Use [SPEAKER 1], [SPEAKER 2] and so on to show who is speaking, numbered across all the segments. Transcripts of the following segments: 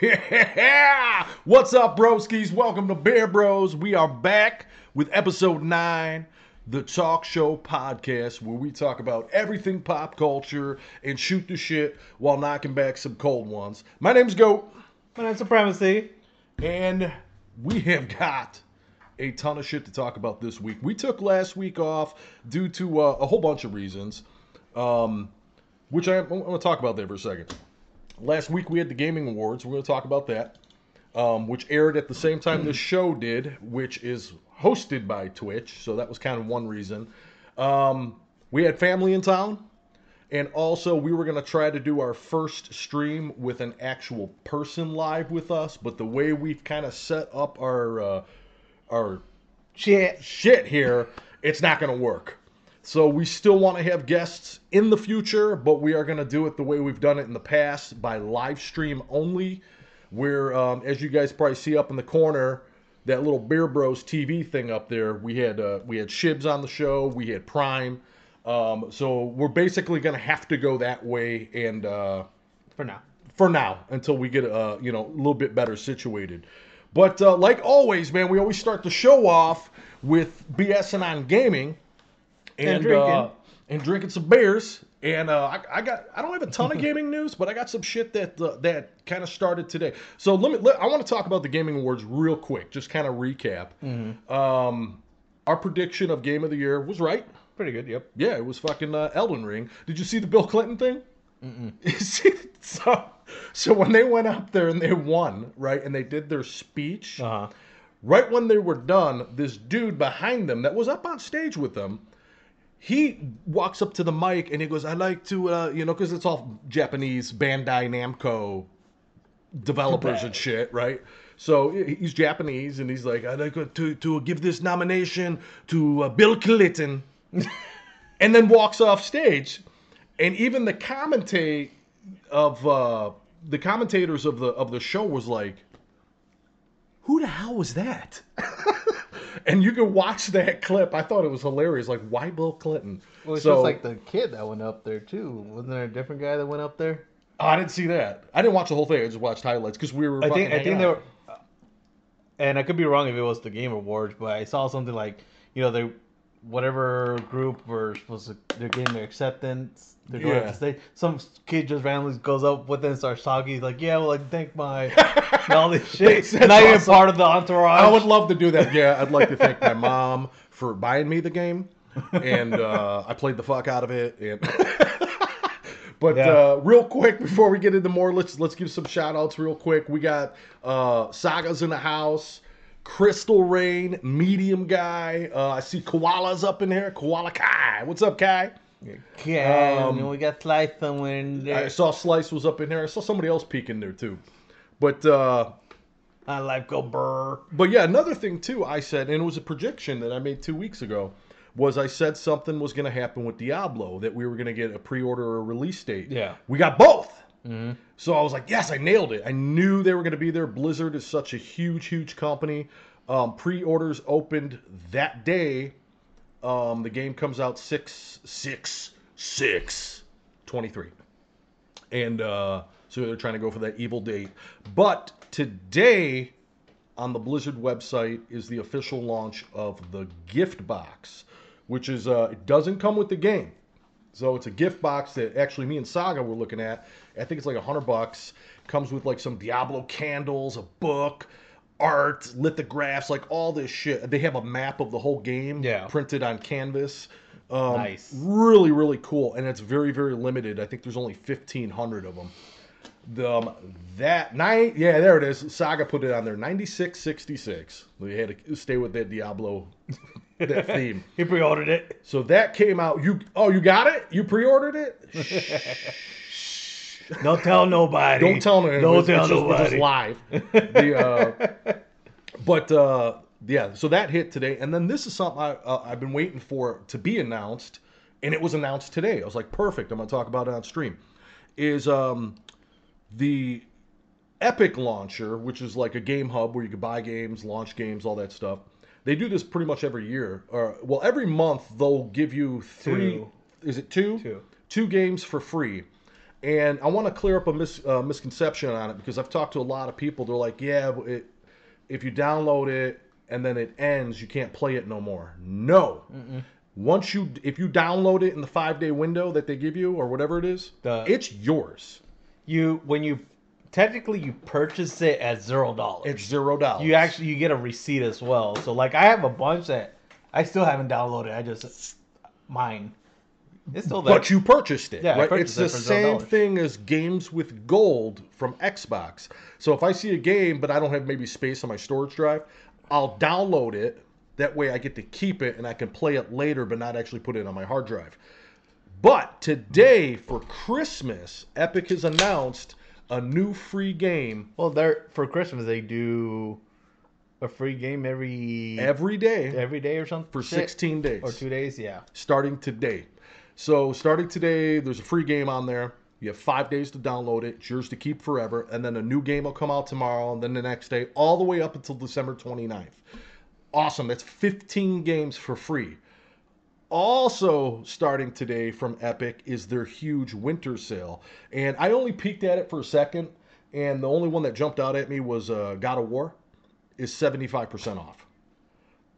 [SPEAKER 1] Yeah! What's up, broskies? Welcome to Bear Bros. We are back with episode nine, the talk show podcast, where we talk about everything pop culture and shoot the shit while knocking back some cold ones. My name's Goat,
[SPEAKER 2] My name's Supremacy.
[SPEAKER 1] and we have got a ton of shit to talk about this week. We took last week off due to uh, a whole bunch of reasons, um, which I, I'm going to talk about there for a second. Last week we had the Gaming Awards. We're going to talk about that, um, which aired at the same time this show did, which is hosted by Twitch. So that was kind of one reason. Um, we had family in town, and also we were going to try to do our first stream with an actual person live with us. But the way we've kind of set up our uh, our
[SPEAKER 2] Shit.
[SPEAKER 1] shit here, it's not going to work. So we still want to have guests in the future, but we are going to do it the way we've done it in the past by live stream only. Where, um, as you guys probably see up in the corner, that little Beer Bros TV thing up there, we had uh, we had Shibs on the show, we had Prime. Um, so we're basically going to have to go that way and. Uh,
[SPEAKER 2] For now.
[SPEAKER 1] for now until we get uh you know a little bit better situated. But uh, like always, man, we always start the show off with BSing on gaming and,
[SPEAKER 2] And drinking.
[SPEAKER 1] uh, and drinking some beers. And uh, I, I got I don't have a ton of gaming news, but I got some shit that uh, that kind of started today. So let me let, I want to talk about the gaming awards real quick, just kind of recap. Um, our prediction of game of the year was right.
[SPEAKER 2] Pretty good, yep.
[SPEAKER 1] Yeah, it was fucking uh, Elden Ring. Did you see the Bill Clinton thing? Mm-mm. so, so when they went up there and they won, right, and they did their speech,
[SPEAKER 2] Uh-huh.
[SPEAKER 1] right when they were done, this dude behind them that was up on stage with them, he walks up to the mic and he goes, "I like to, uh, you know, because it's all Japanese Bandai Namco developers and shit, right?" So he- he's Japanese and he's like, "I'd like to to give this nomination to uh, Bill Clinton." and then walks off stage. And even the commentate of uh, the commentators of the of the show was like, "Who the hell was that?" and you can watch that clip. I thought it was hilarious. Like, why Bill Clinton?
[SPEAKER 2] Well, it's
[SPEAKER 1] So-
[SPEAKER 2] just like the kid that went up there, too. Wasn't there a different guy that went up there?
[SPEAKER 1] Oh, I didn't see that. I didn't watch the whole thing. I just watched highlights because we were.
[SPEAKER 2] I think,
[SPEAKER 1] fucking
[SPEAKER 2] I think
[SPEAKER 1] hanging
[SPEAKER 2] they
[SPEAKER 1] out.
[SPEAKER 2] were. uh, And I could be wrong if it was the Game Awards, but I saw something like, you know, they. Whatever group were supposed to, they're getting their acceptance. They're going
[SPEAKER 1] Yeah.
[SPEAKER 2] to stay. Some kid just randomly goes up with it and starts talking. He's like, "Yeah, well, like thank my and all this shit."
[SPEAKER 1] That's
[SPEAKER 2] Not even
[SPEAKER 1] awesome.
[SPEAKER 2] part of the entourage.
[SPEAKER 1] I would love to do that. Yeah, I'd like to thank my mom for buying me the game, and uh, I played the fuck out of it. And but
[SPEAKER 2] Yeah.
[SPEAKER 1] uh, real quick before we get into more, let's let's give some shout outs real quick. We got uh, Sagas in the house. Crystal Rain, medium guy. Uh, I see koalas up in here. Koala Kai, what's up, Kai?
[SPEAKER 2] Yeah,
[SPEAKER 1] Um,
[SPEAKER 2] and we got Slice somewhere in there.
[SPEAKER 1] I saw Slice was up in there. I saw somebody else peek in there too. But uh,
[SPEAKER 2] My life go brr.
[SPEAKER 1] But yeah, another thing too, I said, and it was a projection that I made two weeks ago, was I said something was going to happen with Diablo that we were going to get a pre-order or a release date.
[SPEAKER 2] Yeah.
[SPEAKER 1] we got both. So I was like, yes, I nailed it. I knew they were going to be there. Blizzard is such a huge, huge company. Um, pre-orders opened that day. Um, the game comes out six, six, six, 23 and uh, so they're trying to go for that evil date. But today on the Blizzard website is the official launch of the gift box, which is uh, it doesn't come with the game. So it's a gift box that actually me and Saga were looking at. I think it's like a hundred bucks. Comes with like some Diablo candles, a book, art, lithographs, like all this shit. They have a map of the whole game
[SPEAKER 2] Yeah.
[SPEAKER 1] printed on canvas. Um,
[SPEAKER 2] Nice.
[SPEAKER 1] Really, really cool, and it's very, very limited. I think there's only 1,500 of them. The, um, that night, yeah, there it is. Saga put it on there. 9666. They had to stay with that Diablo, that theme.
[SPEAKER 2] He pre-ordered it.
[SPEAKER 1] So that came out. You oh, you got it? You pre-ordered it?
[SPEAKER 2] Don't tell nobody.
[SPEAKER 1] Don't tell them.
[SPEAKER 2] Don't
[SPEAKER 1] it's,
[SPEAKER 2] tell
[SPEAKER 1] it's just, it's
[SPEAKER 2] nobody.
[SPEAKER 1] just live. The, uh, but uh, yeah, so that hit today, and then this is something I, uh, I've been waiting for to be announced, and it was announced today. I was like, perfect. I'm going to talk about it on stream. Is um, the Epic Launcher, which is like a game hub where you can buy games, launch games, all that stuff. They do this pretty much every year, or well, every month they'll give you three.
[SPEAKER 2] Two.
[SPEAKER 1] Is it two?
[SPEAKER 2] Two.
[SPEAKER 1] Two games for free, And I want to clear up a mis- uh, misconception on it because I've talked to a lot of people. They're like, yeah, but it, if you download it and then it ends, you can't play it no more. No. Once you, if you download it in the five day window that they give you or whatever it is,
[SPEAKER 2] The-
[SPEAKER 1] it's yours.
[SPEAKER 2] You when you technically you purchase it at zero dollars.
[SPEAKER 1] It's zero dollars.
[SPEAKER 2] You actually you get a receipt as well. So like I have a bunch that I still haven't downloaded. I just mine. It's still there.
[SPEAKER 1] But you purchased it.
[SPEAKER 2] Yeah, I
[SPEAKER 1] right?
[SPEAKER 2] purchased
[SPEAKER 1] it's
[SPEAKER 2] it
[SPEAKER 1] the
[SPEAKER 2] for
[SPEAKER 1] same
[SPEAKER 2] $0.
[SPEAKER 1] thing as games with gold from Xbox. So if I see a game but I don't have maybe space on my storage drive, I'll download it. That way I get to keep it and I can play it later but not actually put it on my hard drive. But today for Christmas, Epic has announced a new free game
[SPEAKER 2] well, they're for Christmas they do a free game every
[SPEAKER 1] every day
[SPEAKER 2] every day or something
[SPEAKER 1] for 16 days.
[SPEAKER 2] or two days. Yeah.
[SPEAKER 1] starting today. So starting today, there's a free game on there. You have five days to download it. It's yours to keep forever. And then a new game will come out tomorrow, and then the next day, all the way up until December 29th. Awesome. That's 15 games for free. Also starting today from Epic is their huge winter sale. And I only peeked at it for a second, and the only one that jumped out at me was uh, God of War is 75% off.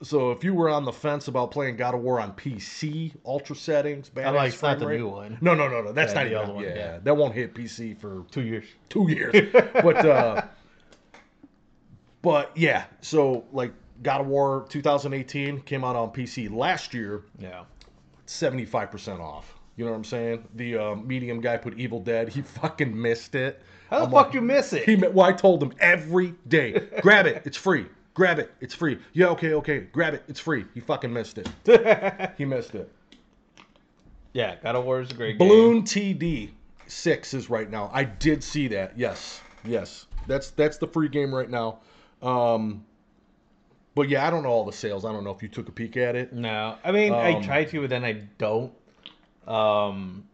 [SPEAKER 1] So if you were on the fence about playing God of War on PC, ultra settings, bad
[SPEAKER 2] I'm like it's
[SPEAKER 1] frame
[SPEAKER 2] not the
[SPEAKER 1] rate-
[SPEAKER 2] new one.
[SPEAKER 1] no, no, no, no. That's
[SPEAKER 2] Yeah,
[SPEAKER 1] not
[SPEAKER 2] the
[SPEAKER 1] even
[SPEAKER 2] other
[SPEAKER 1] out.
[SPEAKER 2] one,
[SPEAKER 1] Yeah,
[SPEAKER 2] yeah.
[SPEAKER 1] that won't hit PC for
[SPEAKER 2] Two years.
[SPEAKER 1] two years. but uh, but yeah. So like God of War 2018 came out on PC last year,
[SPEAKER 2] Yeah.
[SPEAKER 1] 75% off. You know what I'm saying? The uh, medium guy put Evil Dead. He fucking missed it.
[SPEAKER 2] How the
[SPEAKER 1] I'm
[SPEAKER 2] fuck
[SPEAKER 1] like-
[SPEAKER 2] you miss it?
[SPEAKER 1] He meant, well, I told him every day, grab it, it's free. Grab it, it's free. Yeah, okay, okay, grab it, it's free. He fucking missed it. He missed it.
[SPEAKER 2] yeah, God of War is a great game.
[SPEAKER 1] Balloon TD six is right now. I did see that. Yes, yes. That's that's the free game right now. Um, but yeah, I don't know all the sales. I don't know if you took a peek at it.
[SPEAKER 2] No, I mean I
[SPEAKER 1] Um,
[SPEAKER 2] try to, but then I don't. Um,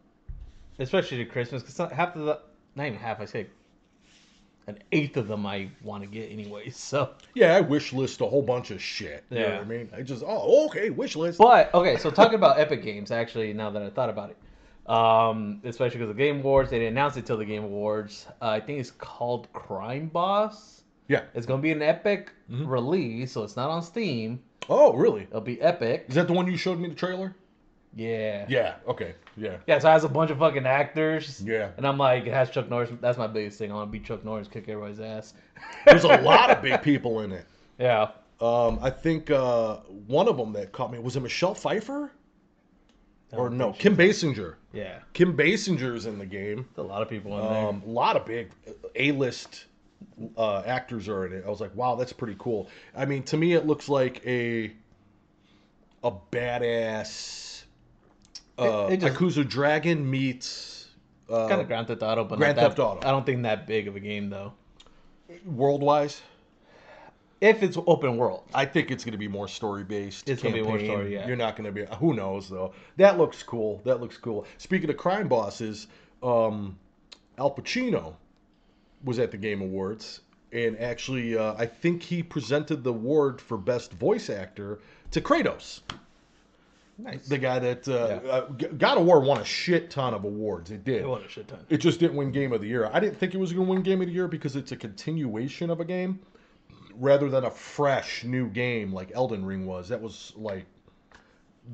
[SPEAKER 2] especially to Christmas, because half of the not even half, I say an eighth of them I want to get anyway. So,
[SPEAKER 1] Yeah, I wish list a whole bunch of shit. You know
[SPEAKER 2] Yeah.
[SPEAKER 1] what I mean, I just oh okay, wish list.
[SPEAKER 2] but okay, so talking about Epic Games, actually, now that I thought about it, um, especially because the Game Awards, they didn't announce it till the Game Awards. Uh, I think it's called Crime Boss.
[SPEAKER 1] yeah.
[SPEAKER 2] It's gonna be an Epic
[SPEAKER 1] Mm-hmm.
[SPEAKER 2] release, so it's not on Steam.
[SPEAKER 1] Oh really?
[SPEAKER 2] It'll be Epic.
[SPEAKER 1] Is that the one you showed me the trailer?
[SPEAKER 2] Yeah.
[SPEAKER 1] Yeah. Okay. Yeah.
[SPEAKER 2] Yeah, so it has a bunch of fucking actors.
[SPEAKER 1] Yeah.
[SPEAKER 2] And I'm like, it has Chuck Norris. That's my biggest thing. I want to be Chuck Norris, kick everybody's ass.
[SPEAKER 1] There's a lot of big people in it.
[SPEAKER 2] Yeah.
[SPEAKER 1] Um, I think uh, one of them that caught me was it Michelle Pfeiffer or no Kim Basinger.
[SPEAKER 2] Yeah.
[SPEAKER 1] Kim Basinger's in the game.
[SPEAKER 2] There's a lot of people in
[SPEAKER 1] Um, a lot of big A-list uh, actors are in it. I was like, wow, that's pretty cool. I mean, to me, it looks like a a badass uh,
[SPEAKER 2] It- it just-
[SPEAKER 1] Yakuza Dragon meets
[SPEAKER 2] there. Kind
[SPEAKER 1] uh,
[SPEAKER 2] of Grand Theft Auto, but
[SPEAKER 1] Grand
[SPEAKER 2] not that,
[SPEAKER 1] Theft Auto.
[SPEAKER 2] I don't think that big of a game though.
[SPEAKER 1] uh, world-wise.
[SPEAKER 2] If it's open world,
[SPEAKER 1] I think it's going to be more story based.
[SPEAKER 2] It's gonna be more story, yeah.
[SPEAKER 1] You're not going to be. Who knows though? That looks cool. That looks cool. Speaking of crime bosses, um, Al Pacino was at the Game Awards, and actually, uh, I think he presented the award for best voice actor to Kratos,
[SPEAKER 2] nice.
[SPEAKER 1] the guy that uh,
[SPEAKER 2] Yeah.
[SPEAKER 1] uh, G- God of War won a shit ton of awards. It did.
[SPEAKER 2] It won a shit ton.
[SPEAKER 1] It just didn't win Game of the Year. I didn't think it was going to win Game of the Year because it's a continuation of a game rather than a fresh new game like Elden Ring was. That was like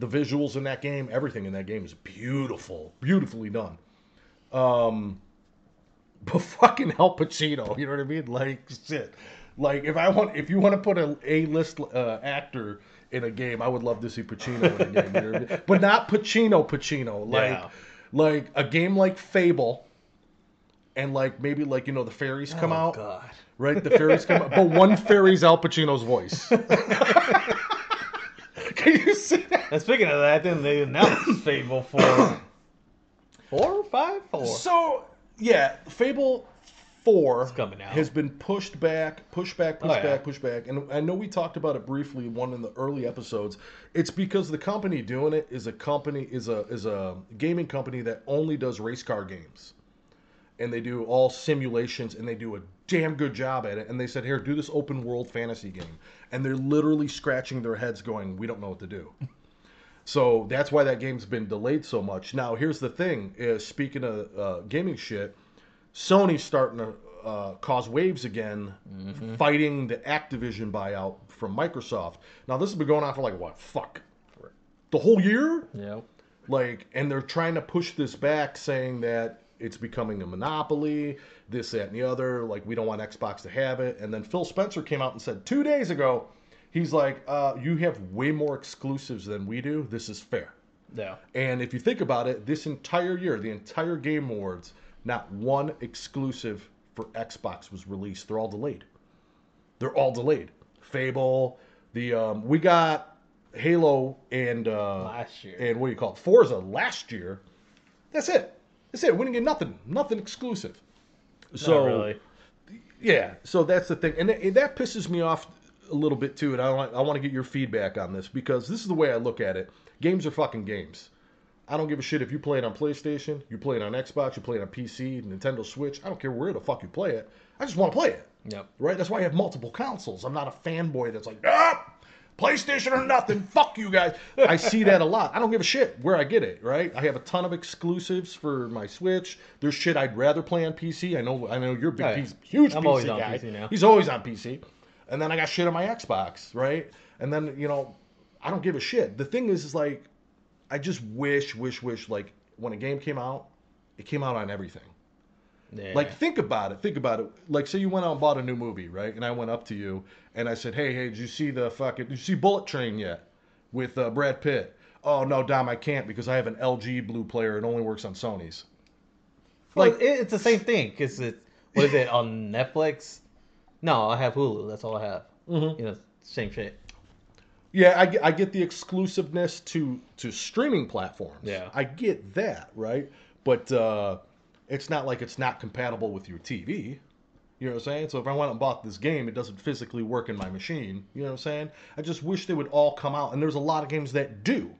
[SPEAKER 1] the visuals in that game, everything in that game is beautiful, beautifully done. Um, but fucking Al Pacino, you know what I mean? Like shit. Like if I want, if you want to put a A list uh, actor in a game, I would love to see Pacino in a game, you know what I mean? but not Pacino, Pacino. Like,
[SPEAKER 2] Yeah.
[SPEAKER 1] like a game like Fable, and like maybe like you know the fairies come
[SPEAKER 2] oh,
[SPEAKER 1] out,
[SPEAKER 2] God.
[SPEAKER 1] right? The fairies come out, but one fairy's Al Pacino's voice. Can you see that?
[SPEAKER 2] And speaking of that, then they announced Fable Four. Four or five? Four.
[SPEAKER 1] So yeah, Fable Four
[SPEAKER 2] coming out.
[SPEAKER 1] has been pushed back, pushed back, pushed
[SPEAKER 2] Oh, yeah.
[SPEAKER 1] back, pushed back. And I know we talked about it briefly in one in the early episodes. It's because the company doing it is a company is a is a gaming company that only does race car games. And they do all simulations and they do a damn good job at it. And they said, Here, do this open world fantasy game. And they're literally scratching their heads going, We don't know what to do. So that's why that game's been delayed so much. Now, here's the thing: is speaking of uh, gaming shit, Sony's starting to uh, cause waves again, fighting the Activision buyout from Microsoft. Now, this has been going on for like what? Fuck, the whole year.
[SPEAKER 2] Yep.
[SPEAKER 1] Like, and they're trying to push this back, saying that it's becoming a monopoly, this, that, and the other. Like, we don't want Xbox to have it. And then Phil Spencer came out and said two days ago, he's like, uh, "You have way more exclusives than we do. This is fair."
[SPEAKER 2] Yeah.
[SPEAKER 1] And if you think about it, this entire year, the entire Game Awards, not one exclusive for Xbox was released. They're all delayed. They're all delayed. Fable, the um, we got Halo and uh,
[SPEAKER 2] Last year.
[SPEAKER 1] and what do you call it? Forza last year. That's it. That's it. We didn't get nothing. Nothing exclusive. So
[SPEAKER 2] Not really.
[SPEAKER 1] yeah, so that's the thing, and that, and that pisses me off a little bit too. And I want I want to get your feedback on this because this is the way I look at it. Games are fucking games. I don't give a shit if you play it on PlayStation, you play it on Xbox, you play it on PC, Nintendo Switch. I don't care where the fuck you play it. I just want to play it,
[SPEAKER 2] Yep.
[SPEAKER 1] right? That's why I have multiple consoles. I'm not a fanboy that's like, ah, PlayStation or nothing. fuck you guys. I see that a lot. I don't give a shit where I get it, right? I have a ton of exclusives for my Switch. There's shit I'd rather play on PC. I know, I know you're a big
[SPEAKER 2] Oh, yeah.
[SPEAKER 1] piece- huge
[SPEAKER 2] I'm
[SPEAKER 1] PC
[SPEAKER 2] always on
[SPEAKER 1] guy.
[SPEAKER 2] PC now.
[SPEAKER 1] He's always on PC. And then I got shit on my Xbox, right? And then, you know, I don't give a shit. The thing is, is like, I just wish, wish, wish, like, when a game came out, it came out on everything.
[SPEAKER 2] Yeah.
[SPEAKER 1] Like, think about it. Think about it. Like, say you went out and bought a new movie, right? And I went up to you and I said, hey, hey, did you see the fucking, did you see Bullet Train yet with uh, Brad Pitt? Oh, no, Dom, I can't because I have an LG Blue player. It only works on Sony's.
[SPEAKER 2] Well,
[SPEAKER 1] like-
[SPEAKER 2] it, it's the same thing because it what is it on Netflix? No, I have Hulu. That's all I have.
[SPEAKER 1] Mhm.
[SPEAKER 2] You know, same shit.
[SPEAKER 1] Yeah, I, get- I get the exclusiveness to to streaming platforms.
[SPEAKER 2] Yeah.
[SPEAKER 1] I get that, right? But uh, it's not like it's not compatible with your TV. You know what I'm saying? So if I went and bought this game, it doesn't physically work in my machine. You know what I'm saying? I just wish they would all come out. And there's a lot of games that do,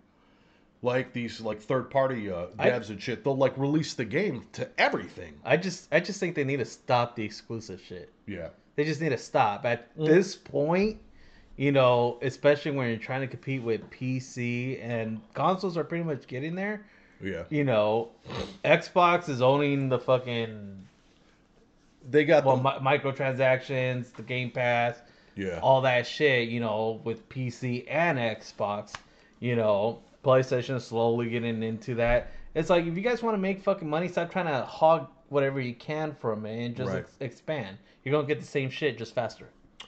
[SPEAKER 1] like these like third party uh,
[SPEAKER 2] I-
[SPEAKER 1] devs and shit. They'll like release the game to everything.
[SPEAKER 2] I just I just think they need to stop the exclusive shit.
[SPEAKER 1] Yeah.
[SPEAKER 2] They just need to stop at this point. You know, especially when you're trying to compete with PC and consoles are pretty much getting there.
[SPEAKER 1] Yeah.
[SPEAKER 2] You know, Xbox is owning the fucking
[SPEAKER 1] They got
[SPEAKER 2] well
[SPEAKER 1] the
[SPEAKER 2] mi- microtransactions, the Game Pass.
[SPEAKER 1] yeah.
[SPEAKER 2] all that shit, you know, with PC and Xbox, you know, PlayStation is slowly getting into that. It's like if you guys want to make fucking money, stop trying to hog whatever you can from it and just
[SPEAKER 1] Right.
[SPEAKER 2] ex- expand. You're gonna get the same shit just faster.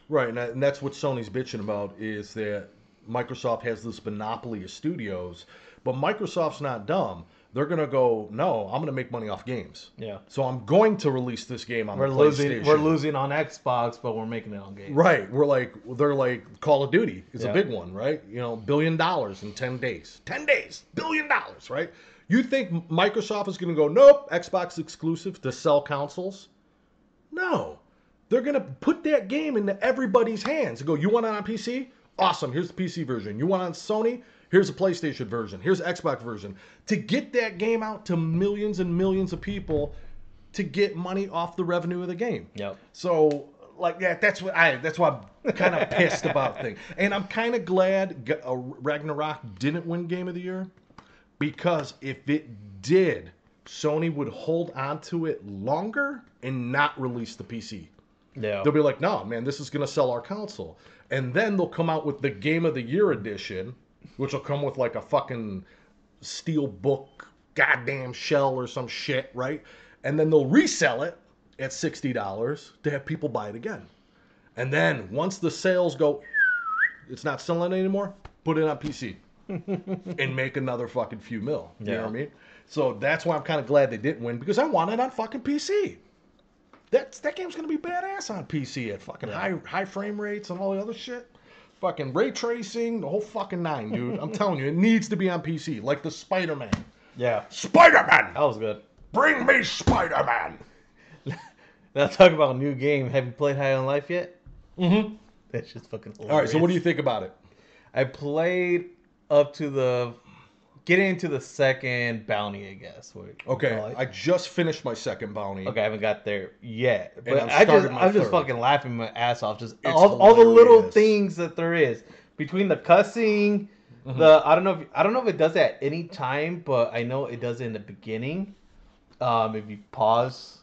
[SPEAKER 1] Right, and, that, and that's what Sony's bitching about is that Microsoft has this monopoly of studios, but Microsoft's not dumb. They're gonna go, no, I'm gonna make money off games,
[SPEAKER 2] Yeah,
[SPEAKER 1] so I'm going to release this game on
[SPEAKER 2] we're
[SPEAKER 1] the
[SPEAKER 2] losing.
[SPEAKER 1] PlayStation.
[SPEAKER 2] We're losing on Xbox, but we're making it on game.
[SPEAKER 1] Right, we're like they're like Call of Duty is
[SPEAKER 2] Yeah.
[SPEAKER 1] a big one, right? You know, billion dollars in ten days, ten days, billion dollars, right? You think Microsoft is gonna go, nope, Xbox exclusive to sell consoles? No. They're going to put that game into everybody's hands and go, you want it on PC? Awesome. Here's the PC version. You want it on Sony? Here's a PlayStation version. Here's the Xbox version. To get that game out to millions and millions of people to get money off the revenue of the game.
[SPEAKER 2] Yep.
[SPEAKER 1] So like that, that's what I. That's why I'm kind of pissed about things, and I'm kind of glad G- uh, Ragnarok didn't win Game of the Year, because if it did, Sony would hold on to it longer and not release the PC.
[SPEAKER 2] Yeah.
[SPEAKER 1] They'll be like, "No, man, this is gonna sell our console," and then they'll come out with the Game of the Year edition, which will come with like a fucking steel book, goddamn shell or some shit, right? And then they'll resell it at sixty dollars to have people buy it again. And then once the sales go, it's not selling anymore. Put it on PC and make another fucking few mil. You know
[SPEAKER 2] Yeah.
[SPEAKER 1] what I mean? So that's why I'm kind of glad they didn't win because I want it on fucking PC. That's that game's gonna be badass on PC at fucking high high frame rates and all the other shit. Fucking ray tracing, the whole fucking nine, dude. I'm telling you, it needs to be on PC, like the Spider Man.
[SPEAKER 2] yeah.
[SPEAKER 1] Spider Man,
[SPEAKER 2] That was good.
[SPEAKER 1] bring me Spider Man.
[SPEAKER 2] Now talk about a new game. Have you played High on Life yet?
[SPEAKER 1] Mm-hmm.
[SPEAKER 2] That's just fucking. Hilarious.
[SPEAKER 1] All right, so what do you think about it?
[SPEAKER 2] I played up to the getting into the second bounty, I guess. what you
[SPEAKER 1] Okay,
[SPEAKER 2] call it.
[SPEAKER 1] I just finished my second bounty.
[SPEAKER 2] okay, I haven't got there yet,
[SPEAKER 1] And
[SPEAKER 2] but
[SPEAKER 1] I've
[SPEAKER 2] I just
[SPEAKER 1] started my
[SPEAKER 2] I'm just
[SPEAKER 1] third.
[SPEAKER 2] fucking laughing my ass off. Just
[SPEAKER 1] It's
[SPEAKER 2] all, all the little
[SPEAKER 1] hilarious.
[SPEAKER 2] things that there is between the cussing,
[SPEAKER 1] Mm-hmm.
[SPEAKER 2] The I don't know if I don't know if it does that at any time, but I know it does in the beginning. Um, if you pause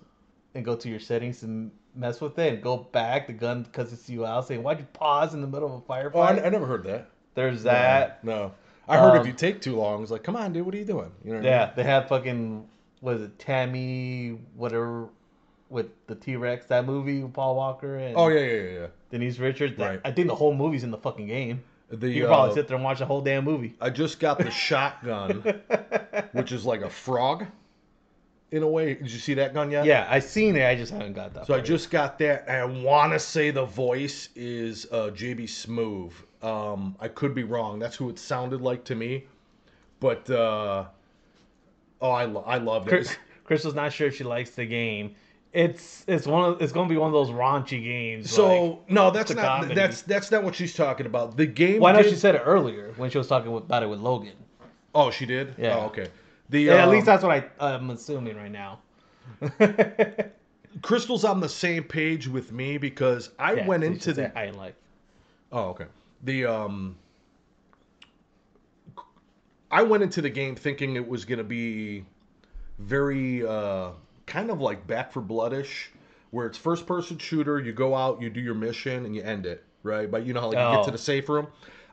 [SPEAKER 2] and go to your settings and mess with it and go back, the gun cuts you out saying, "Why'd you pause in the middle of a
[SPEAKER 1] Oh, I,
[SPEAKER 2] firefight?"
[SPEAKER 1] I never heard that.
[SPEAKER 2] There's that.
[SPEAKER 1] No. I heard if
[SPEAKER 2] Um,
[SPEAKER 1] you take too long, it's like, come on, dude, what are you doing? You know what I
[SPEAKER 2] Yeah, they had fucking was it Tammy whatever with the T Rex that movie with Paul Walker and
[SPEAKER 1] mean? Oh, yeah, yeah, yeah, yeah.
[SPEAKER 2] Denise Richards. That-
[SPEAKER 1] Right.
[SPEAKER 2] I think the whole movie's in the fucking game.
[SPEAKER 1] The,
[SPEAKER 2] You can probably
[SPEAKER 1] uh,
[SPEAKER 2] sit there and watch the whole damn movie.
[SPEAKER 1] I just got the shotgun, which is like a frog in a way. Did you see that gun yet?
[SPEAKER 2] yeah, I seen it. I just haven't got that.
[SPEAKER 1] So I
[SPEAKER 2] far.
[SPEAKER 1] just got that. I want to say the voice is uh, JB Smoove. Um, I could be wrong. That's who it sounded like to me. But uh, oh, I, lo- I loved it.
[SPEAKER 2] Chris, Crystal's not sure if she likes the game. It's it's one of it's gonna be one of those raunchy games.
[SPEAKER 1] So
[SPEAKER 2] like-
[SPEAKER 1] no, that's
[SPEAKER 2] it's a
[SPEAKER 1] not
[SPEAKER 2] comedy.
[SPEAKER 1] that's that's not what she's talking about. The game.
[SPEAKER 2] well, I know
[SPEAKER 1] did-
[SPEAKER 2] she said it earlier when she was talking with- about it with Logan.
[SPEAKER 1] Oh, she did.
[SPEAKER 2] Yeah.
[SPEAKER 1] Oh, okay. The
[SPEAKER 2] Yeah, at
[SPEAKER 1] um,
[SPEAKER 2] least that's what I I'm assuming right now. I
[SPEAKER 1] Crystal's on the same page with me because I went into the
[SPEAKER 2] I like.
[SPEAKER 1] Oh, okay. The um I went into the game thinking it was going to be very uh kind of like Back for Bloodish where it's first person shooter, you go out, you do your mission and you end it, right? But you know how like, you get
[SPEAKER 2] Oh.
[SPEAKER 1] to the safe room.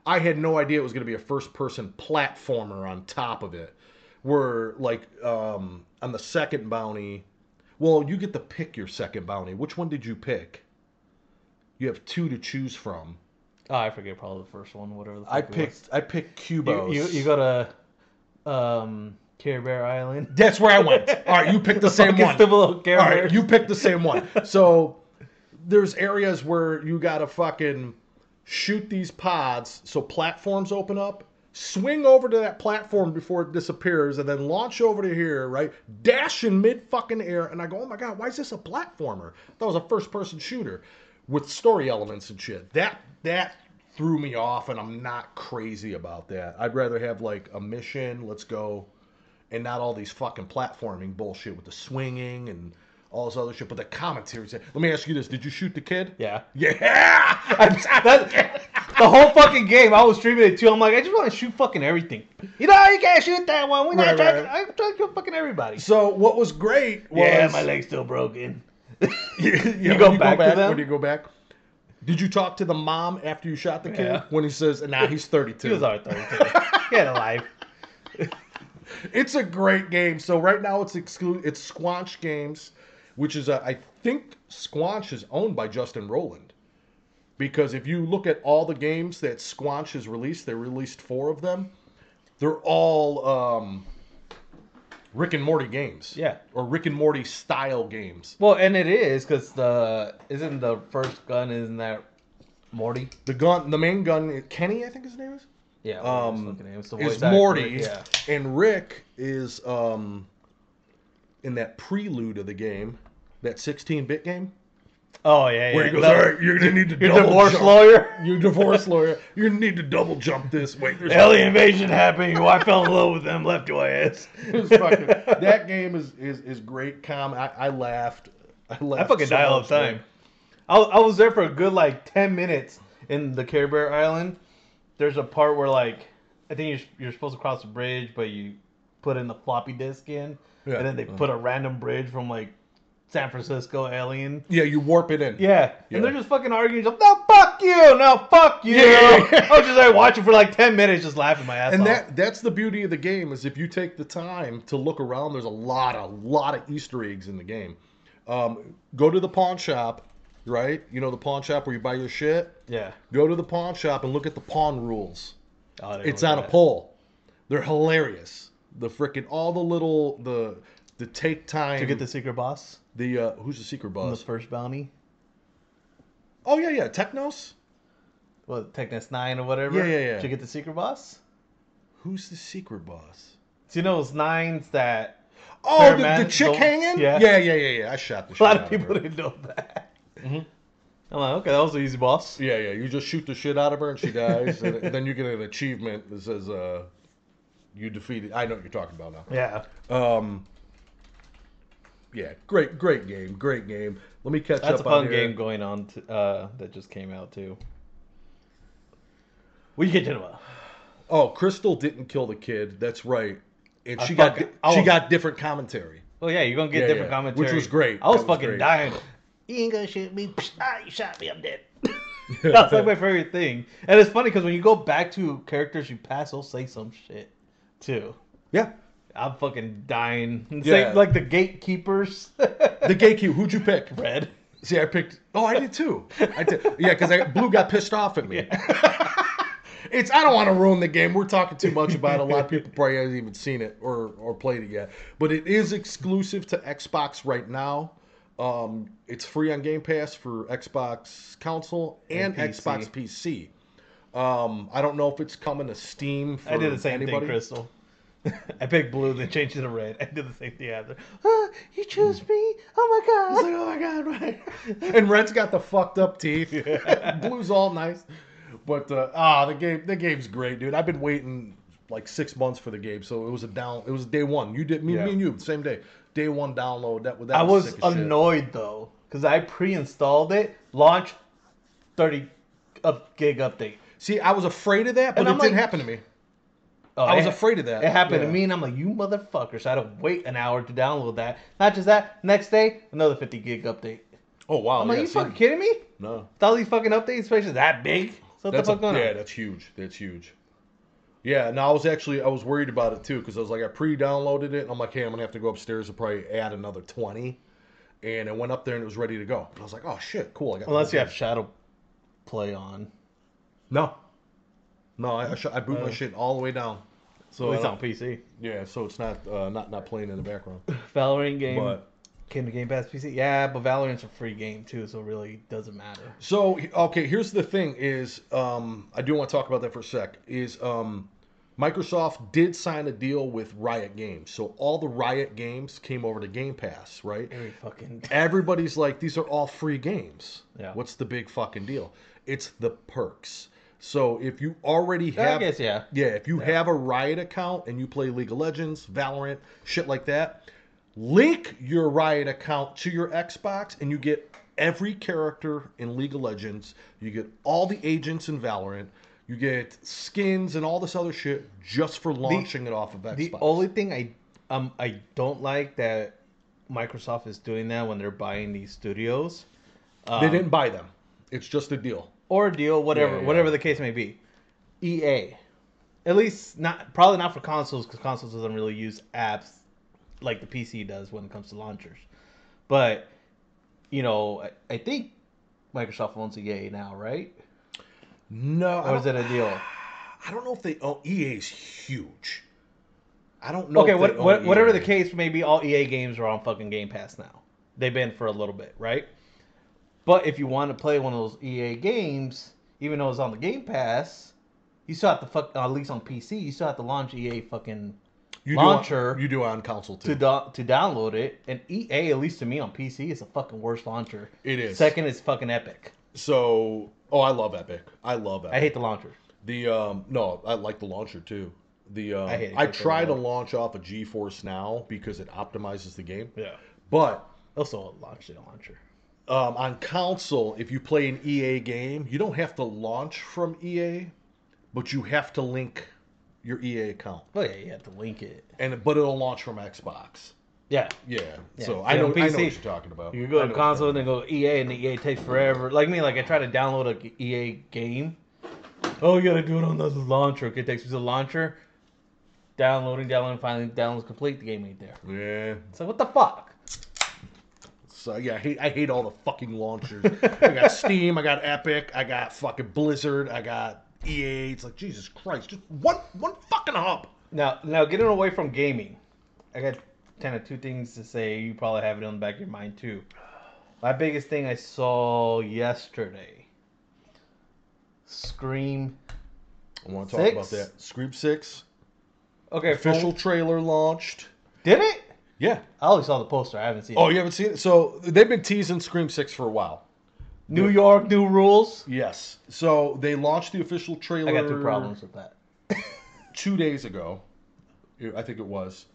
[SPEAKER 1] I had no idea it was going to be a first person platformer on top of it. Where like um on the second bounty, well, you get to pick your second bounty. Which one did you pick? You have two to choose from.
[SPEAKER 2] Oh, I forget probably the first one, whatever. The fuck
[SPEAKER 1] I
[SPEAKER 2] it was.
[SPEAKER 1] picked I picked
[SPEAKER 2] You,
[SPEAKER 1] Cubos.
[SPEAKER 2] you, you go to um, Care Bear Island.
[SPEAKER 1] That's where I went. All right, you picked the same
[SPEAKER 2] Fucking
[SPEAKER 1] one.
[SPEAKER 2] stupid little Care
[SPEAKER 1] All
[SPEAKER 2] Bear.
[SPEAKER 1] right, you picked the same one. So there's areas where you gotta fucking shoot these pods so platforms open up. Swing over to that platform before it disappears, and then launch over to here, right? Dash in mid fucking air, and I go, oh my god, why is this a platformer? That was a first person shooter with story elements and shit. That that threw me off, and I'm not crazy about that. I'd rather have like a mission. Let's go and not all these fucking platforming bullshit with the swinging and all this other shit. But the commentary said, let me ask you this: Did you shoot the kid?
[SPEAKER 2] yeah.
[SPEAKER 1] Yeah.
[SPEAKER 2] That, the whole fucking game, I was streaming it too. I'm like, I just want to shoot fucking everything. You know, you can't shoot that one. We're not
[SPEAKER 1] Right, right.
[SPEAKER 2] trying to. I'm trying to kill fucking everybody.
[SPEAKER 1] so what was great was
[SPEAKER 2] Yeah, my leg's still broken.
[SPEAKER 1] Yeah, when
[SPEAKER 2] You go back to them?
[SPEAKER 1] When you go back, did you talk to the mom after you shot the kid?
[SPEAKER 2] Yeah.
[SPEAKER 1] When he says, "Nah, he's 32."
[SPEAKER 2] He was our third. too. he had a life.
[SPEAKER 1] It's a great game. So right now it's exclu- It's Squanch Games, which is a, I think Squanch is owned by Justin Rowland. Because if you look at all the games that Squanch has released, they released four of them. They're all um, Rick and Morty games.
[SPEAKER 2] Yeah.
[SPEAKER 1] Or Rick and Morty style games.
[SPEAKER 2] Well, and it is because the isn't the first gun isn't that Morty?
[SPEAKER 1] The gun, the main gun, Kenny, I think his name is.
[SPEAKER 2] Yeah. whatever his
[SPEAKER 1] um,
[SPEAKER 2] fucking name is, the voice
[SPEAKER 1] is
[SPEAKER 2] actor,
[SPEAKER 1] Morty,
[SPEAKER 2] Yeah.
[SPEAKER 1] and Rick is um, in that prelude of the game, that 16-bit game,
[SPEAKER 2] Oh yeah.
[SPEAKER 1] where
[SPEAKER 2] yeah.
[SPEAKER 1] he goes,
[SPEAKER 2] The-
[SPEAKER 1] "All right, you're gonna need to
[SPEAKER 2] Your
[SPEAKER 1] double
[SPEAKER 2] divorce
[SPEAKER 1] jump.
[SPEAKER 2] lawyer.
[SPEAKER 1] Your divorce lawyer, you need to double jump this. Wait, there's
[SPEAKER 2] Alien invasion happened. Your wife fell in love with them. Left your ass.
[SPEAKER 1] It's fucking- that game is is is great. Com, I, I laughed. I
[SPEAKER 2] I
[SPEAKER 1] laughed.
[SPEAKER 2] fucking
[SPEAKER 1] so
[SPEAKER 2] die all the
[SPEAKER 1] much,
[SPEAKER 2] time.
[SPEAKER 1] man.
[SPEAKER 2] I, I was there for a good like ten minutes in the Care Bear Island. There's a part where like I think you're, you're supposed to cross a bridge, but you put in the floppy disk in,
[SPEAKER 1] Yeah.
[SPEAKER 2] and then they put a random bridge from like San Francisco Alien.
[SPEAKER 1] Yeah, you warp it in.
[SPEAKER 2] Yeah,
[SPEAKER 1] Yeah.
[SPEAKER 2] and they're just fucking arguing. Just, no, fuck you, no, fuck you.
[SPEAKER 1] Yeah.
[SPEAKER 2] I was just like watching for like ten minutes, just laughing my ass
[SPEAKER 1] and
[SPEAKER 2] off.
[SPEAKER 1] that that's the beauty of the game is if you take the time to look around there's a lot a lot of easter eggs in the game um, go to the pawn shop right you know the pawn shop where you buy your shit
[SPEAKER 2] yeah,
[SPEAKER 1] go to the pawn shop and look at the pawn rules
[SPEAKER 2] Oh, they
[SPEAKER 1] it's
[SPEAKER 2] were
[SPEAKER 1] on a
[SPEAKER 2] bad.
[SPEAKER 1] pole they're hilarious the frickin' all the little the the take time
[SPEAKER 2] to get the secret boss
[SPEAKER 1] the uh, who's the secret
[SPEAKER 2] on the
[SPEAKER 1] boss
[SPEAKER 2] first bounty.
[SPEAKER 1] oh yeah yeah technos
[SPEAKER 2] What, Techness 9 or whatever?
[SPEAKER 1] Yeah, yeah, yeah.
[SPEAKER 2] Did you get the secret boss?
[SPEAKER 1] who's the secret boss
[SPEAKER 2] So you know those nines that
[SPEAKER 1] oh the, the
[SPEAKER 2] Paramedic,
[SPEAKER 1] chick
[SPEAKER 2] the-
[SPEAKER 1] hanging
[SPEAKER 2] yeah.
[SPEAKER 1] yeah yeah yeah yeah i shot the
[SPEAKER 2] a
[SPEAKER 1] shit
[SPEAKER 2] lot
[SPEAKER 1] out
[SPEAKER 2] of people
[SPEAKER 1] her.
[SPEAKER 2] didn't know that. I'm like, okay, that was an easy boss.
[SPEAKER 1] Yeah, yeah. You just shoot the shit out of her and she dies, and then you get an achievement that says uh, you defeated. I know what you're talking about now.
[SPEAKER 2] Yeah.
[SPEAKER 1] Um, yeah, great, great game, great game. Let me catch
[SPEAKER 2] That's a
[SPEAKER 1] up on
[SPEAKER 2] fun
[SPEAKER 1] here.
[SPEAKER 2] game going on t- uh, that just came out too. We get to know.
[SPEAKER 1] Oh, Crystal didn't kill the kid. That's right. And
[SPEAKER 2] I
[SPEAKER 1] she got
[SPEAKER 2] fucking- oh.
[SPEAKER 1] di-
[SPEAKER 2] I
[SPEAKER 1] she
[SPEAKER 2] was-
[SPEAKER 1] got different commentary.
[SPEAKER 2] Well, yeah, you're gonna get
[SPEAKER 1] Yeah,
[SPEAKER 2] different
[SPEAKER 1] yeah.
[SPEAKER 2] commentary,
[SPEAKER 1] Which was great.
[SPEAKER 2] I was,
[SPEAKER 1] That was
[SPEAKER 2] fucking
[SPEAKER 1] great.
[SPEAKER 2] dying. You ain't gonna shoot me. Psh, ah, you shot me. I'm dead. That's like my favorite thing. And it's funny because when you go back to characters you pass, they'll say some shit too.
[SPEAKER 1] Yeah.
[SPEAKER 2] I'm fucking dying. It's
[SPEAKER 1] Yeah.
[SPEAKER 2] Like, like the gatekeepers.
[SPEAKER 1] The gatekeeper. Who'd you pick?
[SPEAKER 2] Red.
[SPEAKER 1] See, I picked. Oh, I did too. I did. Yeah, because Blue got pissed off at me. it's. I don't want to ruin the game. We're talking too much about it. a lot of people probably haven't even seen it or or played it yet. But it is exclusive to Xbox right now. Um, it's free on Game Pass for Xbox console and,
[SPEAKER 2] And PC.
[SPEAKER 1] Xbox PC. Um, I don't know if it's coming to Steam. For
[SPEAKER 2] I did the same
[SPEAKER 1] anybody.
[SPEAKER 2] thing, Crystal. I picked blue, then changed it to red. I did the same thing after. Ah, you chose me. Oh
[SPEAKER 1] It's
[SPEAKER 2] my
[SPEAKER 1] like, oh my god, right. And Red's got the fucked up teeth. Blue's all nice, but uh, ah, the game, the game's great, dude. I've been waiting like six months for the game, so it was a down. It was day one. You did me,
[SPEAKER 2] Yeah.
[SPEAKER 1] me and you same day. Day one download. That, that
[SPEAKER 2] god. I was
[SPEAKER 1] oh, sick as shit.
[SPEAKER 2] annoyed though, because I pre-installed it. Launch, thirty up gig update.
[SPEAKER 1] See, I was afraid of that, but
[SPEAKER 2] And
[SPEAKER 1] it
[SPEAKER 2] I'm
[SPEAKER 1] didn't
[SPEAKER 2] like-
[SPEAKER 1] happen to me.
[SPEAKER 2] Oh,
[SPEAKER 1] I was
[SPEAKER 2] it-
[SPEAKER 1] afraid of that.
[SPEAKER 2] It happened
[SPEAKER 1] Yeah.
[SPEAKER 2] to me, and I'm like, you motherfucker. So I had to wait an hour to download that. Not just that, next day, another 50 gig update.
[SPEAKER 1] Oh wow,
[SPEAKER 2] I'm like,
[SPEAKER 1] yeah,
[SPEAKER 2] you
[SPEAKER 1] see?
[SPEAKER 2] fucking kidding me?
[SPEAKER 1] no.
[SPEAKER 2] With all these fucking updates, especially that big? So what
[SPEAKER 1] That's
[SPEAKER 2] the
[SPEAKER 1] a,
[SPEAKER 2] fuck going
[SPEAKER 1] yeah,
[SPEAKER 2] on?
[SPEAKER 1] that's huge. That's huge. Yeah, no, I was actually I was worried about it too because I was like I pre-downloaded it and I'm like, hey, I'm gonna have to go upstairs and probably add another twenty, and I went up there and it was ready to go. I was like, oh shit, cool. I got the
[SPEAKER 2] Unless
[SPEAKER 1] whole
[SPEAKER 2] you
[SPEAKER 1] game.
[SPEAKER 2] have Shadow Play on.
[SPEAKER 1] no, no, I I, sh- I boot my
[SPEAKER 2] Uh,
[SPEAKER 1] shit all the way down. So
[SPEAKER 2] At
[SPEAKER 1] I
[SPEAKER 2] least
[SPEAKER 1] don't-
[SPEAKER 2] on PC.
[SPEAKER 1] yeah, so it's not uh, not not playing in the background.
[SPEAKER 2] Valorant game
[SPEAKER 1] But
[SPEAKER 2] came to Game Pass PC. Yeah, but Valorant's a free game too, so it really doesn't matter.
[SPEAKER 1] So okay, here's the thing: is um, I do want to talk about that for a sec. Is um, Microsoft did sign a deal with Riot Games, so all the Riot games came over to Game Pass, right?
[SPEAKER 2] Every fucking
[SPEAKER 1] Everybody's like, these are all free games.
[SPEAKER 2] Yeah.
[SPEAKER 1] What's the big fucking deal? It's the perks. So if you already
[SPEAKER 2] I
[SPEAKER 1] have
[SPEAKER 2] guess yeah.
[SPEAKER 1] yeah, if you have a Riot account and you play League of Legends, Valorant, shit like that, link your Riot account to your Xbox and you get every character in League of Legends. You get all the agents in Valorant. You get skins and all this other shit just for launching it off of Xbox.
[SPEAKER 2] The only thing I um I don't like that Microsoft is doing that when they're buying these studios
[SPEAKER 1] they didn't buy them. Um, It's just a deal.
[SPEAKER 2] or deal whatever
[SPEAKER 1] Yeah, yeah.
[SPEAKER 2] whatever the case may be. EA, at least not probably not for consoles because consoles doesn't really use apps like the PC does when it comes to launchers. But you know, I, I think Microsoft owns EA now, right?
[SPEAKER 1] No, I
[SPEAKER 2] Or is
[SPEAKER 1] don't,
[SPEAKER 2] it a deal?
[SPEAKER 1] I don't know if they own EA's huge. I don't know.
[SPEAKER 2] Okay,
[SPEAKER 1] if
[SPEAKER 2] what,
[SPEAKER 1] they own E
[SPEAKER 2] what, whatever the
[SPEAKER 1] EA.
[SPEAKER 2] case may be, all EA games are on fucking Game Pass now. They've been for a little bit, right? But if you want to play one of those EA games, even though it's on the Game Pass, you still have to fuck at least on PC, you still have to launch EA fucking
[SPEAKER 1] you
[SPEAKER 2] launcher
[SPEAKER 1] do on, you do on console too.
[SPEAKER 2] to do- to download it. And EA, at least to me on PC, is the fucking worst launcher.
[SPEAKER 1] It is.
[SPEAKER 2] Second is fucking Epic.
[SPEAKER 1] So, oh, I love Epic. I love Epic.
[SPEAKER 2] I hate the launcher.
[SPEAKER 1] the um. No, I like the launcher too. The um, I,
[SPEAKER 2] I hate it.
[SPEAKER 1] try to launch off of GeForce now because it optimizes the game.
[SPEAKER 2] Yeah.
[SPEAKER 1] But
[SPEAKER 2] Also launched the launcher.
[SPEAKER 1] um, on console, if you play an EA game, you don't have to launch from EA, but you have to link your EA account,
[SPEAKER 2] Well, yeah, you have to link it.
[SPEAKER 1] and but it'll launch from Xbox.
[SPEAKER 2] Yeah.
[SPEAKER 1] Yeah.
[SPEAKER 2] Yeah,
[SPEAKER 1] So
[SPEAKER 2] if
[SPEAKER 1] I
[SPEAKER 2] you
[SPEAKER 1] know,
[SPEAKER 2] don't
[SPEAKER 1] I know what
[SPEAKER 2] PC,
[SPEAKER 1] you're talking about.
[SPEAKER 2] You go
[SPEAKER 1] I
[SPEAKER 2] to
[SPEAKER 1] know
[SPEAKER 2] console
[SPEAKER 1] what
[SPEAKER 2] and then go EA and the EA takes forever. Like me, like I try to download a g- EA game. Oh, you gotta do it on the launcher. Okay, it takes me to the launcher. Downloading, downloading, finally downloads complete. The game ain't there.
[SPEAKER 1] you're talking about. Yeah.
[SPEAKER 2] It's like what the fuck?
[SPEAKER 1] So yeah, I hate, I hate all the fucking launchers. I got Steam, I got Epic, I got fucking Blizzard, I got EA. It's like Jesus Christ, just one one fucking hub.
[SPEAKER 2] Now, now getting away from gaming, I got kind of two things to say. You probably have it on the back of your mind too. My biggest thing I saw yesterday. Scream.
[SPEAKER 1] I want to talk
[SPEAKER 2] Six?
[SPEAKER 1] about that. Scream Six
[SPEAKER 2] Okay,
[SPEAKER 1] official
[SPEAKER 2] official.
[SPEAKER 1] trailer launched.
[SPEAKER 2] Did it?
[SPEAKER 1] Yeah.
[SPEAKER 2] I only saw the poster. I haven't seen
[SPEAKER 1] Oh,
[SPEAKER 2] it.
[SPEAKER 1] you haven't seen it? So they've been teasing Scream Six for a while.
[SPEAKER 2] New York, new rules.
[SPEAKER 1] Yes. So they launched the official trailer.
[SPEAKER 2] I got two problems with that.
[SPEAKER 1] two days ago, I think it was,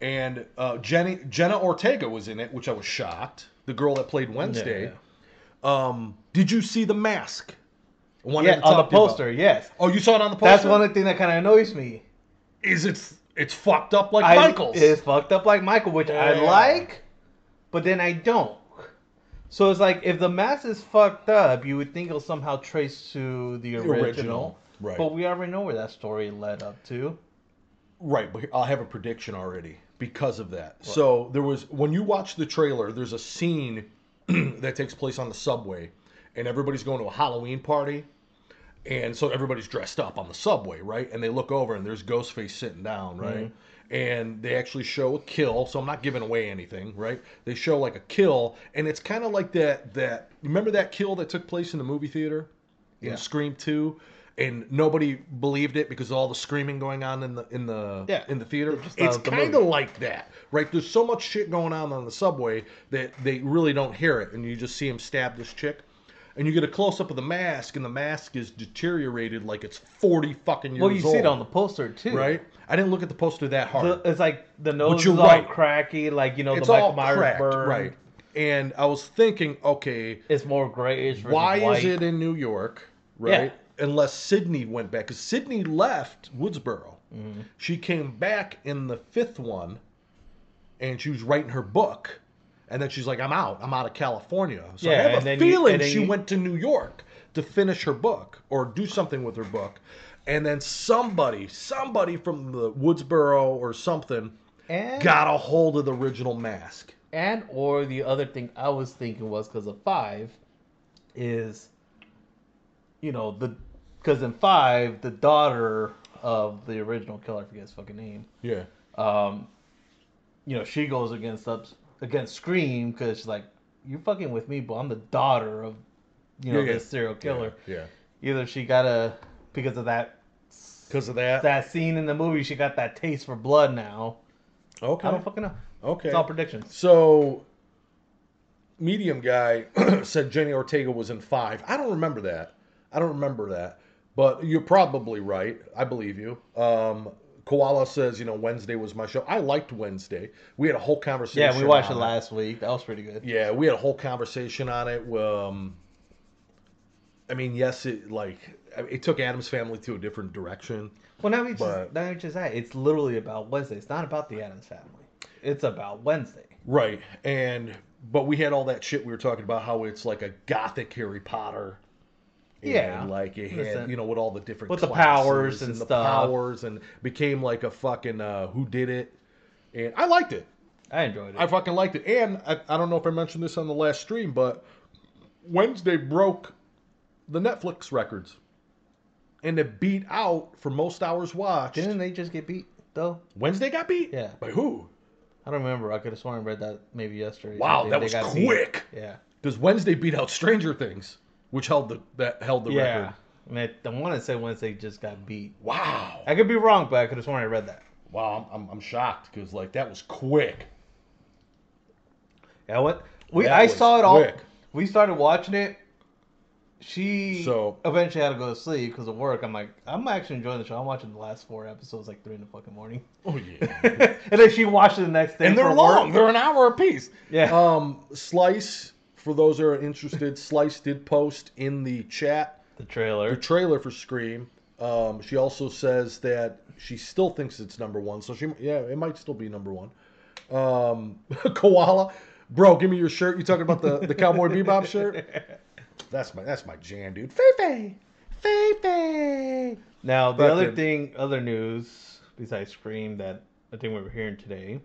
[SPEAKER 1] and uh, Jenny Jenna Ortega was in it, which I was shocked. The girl that played Wednesday.
[SPEAKER 2] Yeah,
[SPEAKER 1] Um, did you see the mask? One
[SPEAKER 2] Yeah,
[SPEAKER 1] I
[SPEAKER 2] on the
[SPEAKER 1] talked to you about.
[SPEAKER 2] poster, yes.
[SPEAKER 1] Oh, you saw it on the poster.
[SPEAKER 2] That's one of the things that kind of annoys me.
[SPEAKER 1] Is it's it's fucked up like
[SPEAKER 2] I-
[SPEAKER 1] Michael's.
[SPEAKER 2] It's fucked up like Michael, which I
[SPEAKER 1] Yeah.
[SPEAKER 2] like, but then I don't. So it's like if the mask is fucked up, you would think it'll somehow trace to the
[SPEAKER 1] The
[SPEAKER 2] original.
[SPEAKER 1] original, right.
[SPEAKER 2] But we already know where that story led up to.
[SPEAKER 1] Right, but I'll have a prediction already because of that. So there was when you watch the trailer, there's a scene that takes place on the subway, and everybody's going to a Halloween party, and so everybody's dressed up on the subway, right? And they look over and there's Ghostface sitting down, right?
[SPEAKER 2] Mm-hmm.
[SPEAKER 1] And they actually show a kill, so I'm not giving away anything, right? They show like a kill, and it's kind of like that that remember that kill that took place in the movie theater?
[SPEAKER 2] Yeah.
[SPEAKER 1] in Scream Two, and nobody believed it because of all the screaming going on in the in the
[SPEAKER 2] Yeah.
[SPEAKER 1] in the theater.
[SPEAKER 2] Just "Oh,
[SPEAKER 1] It's
[SPEAKER 2] the- the
[SPEAKER 1] kind of like that, right? There's so much shit going on on the subway that they really don't hear it, and you just see him stab this chick, and you get a close up of the mask, and the mask is deteriorated like it's forty fucking years
[SPEAKER 2] Well,
[SPEAKER 1] old.
[SPEAKER 2] you see it on the poster too,
[SPEAKER 1] right. I didn't look at the poster that hard.
[SPEAKER 2] The- it's like the nose is
[SPEAKER 1] you're
[SPEAKER 2] all
[SPEAKER 1] right.
[SPEAKER 2] cracky, like you know
[SPEAKER 1] it's
[SPEAKER 2] the Michael
[SPEAKER 1] all
[SPEAKER 2] Myers
[SPEAKER 1] cracked,
[SPEAKER 2] burn.
[SPEAKER 1] right? And I was thinking, okay,
[SPEAKER 2] It's more grayish. versus
[SPEAKER 1] why
[SPEAKER 2] white.
[SPEAKER 1] is it in New York, right? Unless Sydney went back, because Sydney left Woodsboro.
[SPEAKER 2] Mm-hmm.
[SPEAKER 1] She came back in the fifth one, and she was writing her book, and then she's like, "I'm out. I'm out of California." So
[SPEAKER 2] Yeah,
[SPEAKER 1] I have
[SPEAKER 2] and
[SPEAKER 1] a
[SPEAKER 2] then you-
[SPEAKER 1] feeling
[SPEAKER 2] and then
[SPEAKER 1] she
[SPEAKER 2] you-
[SPEAKER 1] went to New York to finish her book or do something with her book, and then somebody, somebody from the Woodsboro or something,
[SPEAKER 2] And
[SPEAKER 1] got a hold of the original mask.
[SPEAKER 2] and or the other thing I was thinking was because of five, is, you know the, because in five the daughter of the original killer, I forget his fucking name,
[SPEAKER 1] Yeah.
[SPEAKER 2] um, you know she goes against ups against Scream because she's like, you're fucking with me, but I'm the daughter of, you know
[SPEAKER 1] Yeah, yeah.
[SPEAKER 2] this serial killer.
[SPEAKER 1] Yeah.
[SPEAKER 2] Either she got a because of that
[SPEAKER 1] Because of that.
[SPEAKER 2] that scene in the movie, she got that taste for blood now.
[SPEAKER 1] okay.
[SPEAKER 2] I don't fucking know.
[SPEAKER 1] okay.
[SPEAKER 2] It's all predictions.
[SPEAKER 1] So, medium guy said Jenny Ortega was in five. I don't remember that. I don't remember that. But you're probably right. I believe you. Um, Koala says, you know, Wednesday was my show. I liked Wednesday. We had a whole conversation.
[SPEAKER 2] Yeah, we watched it
[SPEAKER 1] on
[SPEAKER 2] last week. That was pretty good.
[SPEAKER 1] Yeah, we had a whole conversation on it. Um, I mean, yes, it like it took Adam's family to a different direction.
[SPEAKER 2] Well, not even just
[SPEAKER 1] But-
[SPEAKER 2] not even just that. It's literally about Wednesday. It's not about the Adams family. It's about Wednesday.
[SPEAKER 1] Right. And but we had all that shit we were talking about how it's like a gothic Harry Potter. And
[SPEAKER 2] Yeah.
[SPEAKER 1] Like it
[SPEAKER 2] Listen.
[SPEAKER 1] had, you know, with all the different
[SPEAKER 2] With the
[SPEAKER 1] classes
[SPEAKER 2] powers and
[SPEAKER 1] the
[SPEAKER 2] stuff.
[SPEAKER 1] powers and became like a fucking uh, who did it. And I liked it.
[SPEAKER 2] I enjoyed it.
[SPEAKER 1] I fucking liked it. And I, I don't know if I mentioned this on the last stream, but Wednesday broke the Netflix records. And it beat out for most hours watched.
[SPEAKER 2] Didn't they just get beat though?
[SPEAKER 1] Wednesday got beat?
[SPEAKER 2] Yeah.
[SPEAKER 1] By who?
[SPEAKER 2] I don't remember. I could have sworn I read that maybe yesterday.
[SPEAKER 1] Wow,
[SPEAKER 2] They-
[SPEAKER 1] that
[SPEAKER 2] they
[SPEAKER 1] was
[SPEAKER 2] got beat.
[SPEAKER 1] quick.
[SPEAKER 2] Yeah.
[SPEAKER 1] Because Wednesday beat out Stranger Things, which held the that held the
[SPEAKER 2] Yeah.
[SPEAKER 1] record.
[SPEAKER 2] And I, I want to say Wednesday just got beat.
[SPEAKER 1] Wow,
[SPEAKER 2] I could be wrong, but I could have sworn I read that.
[SPEAKER 1] wow, I'm, I'm, I'm shocked because like that was quick.
[SPEAKER 2] Yeah, what we
[SPEAKER 1] That
[SPEAKER 2] I
[SPEAKER 1] was
[SPEAKER 2] saw it all.
[SPEAKER 1] quick.
[SPEAKER 2] We started watching it. She
[SPEAKER 1] So-
[SPEAKER 2] eventually had to go to sleep because of work. I'm like, I'm actually enjoying the show. I'm watching the last four episodes like three in the fucking morning,
[SPEAKER 1] Oh yeah,
[SPEAKER 2] and then she watched it the next day.
[SPEAKER 1] and they're
[SPEAKER 2] for
[SPEAKER 1] long.
[SPEAKER 2] work.
[SPEAKER 1] They're an hour apiece.
[SPEAKER 2] Yeah.
[SPEAKER 1] Um, Slice, for those that are interested, Slice did post in the chat
[SPEAKER 2] The
[SPEAKER 1] the
[SPEAKER 2] trailer.
[SPEAKER 1] trailer for Scream. Um, she also says that she still thinks it's number one, so she yeah, it might still be number one. Um, koala, bro, give me your shirt. You talking about the the Cowboy Bebop shirt? That's my that's my jam, dude. Feifei, Feifei.
[SPEAKER 2] Now, the
[SPEAKER 1] But
[SPEAKER 2] other
[SPEAKER 1] then-
[SPEAKER 2] thing, other news besides Scream that I think we were hearing today.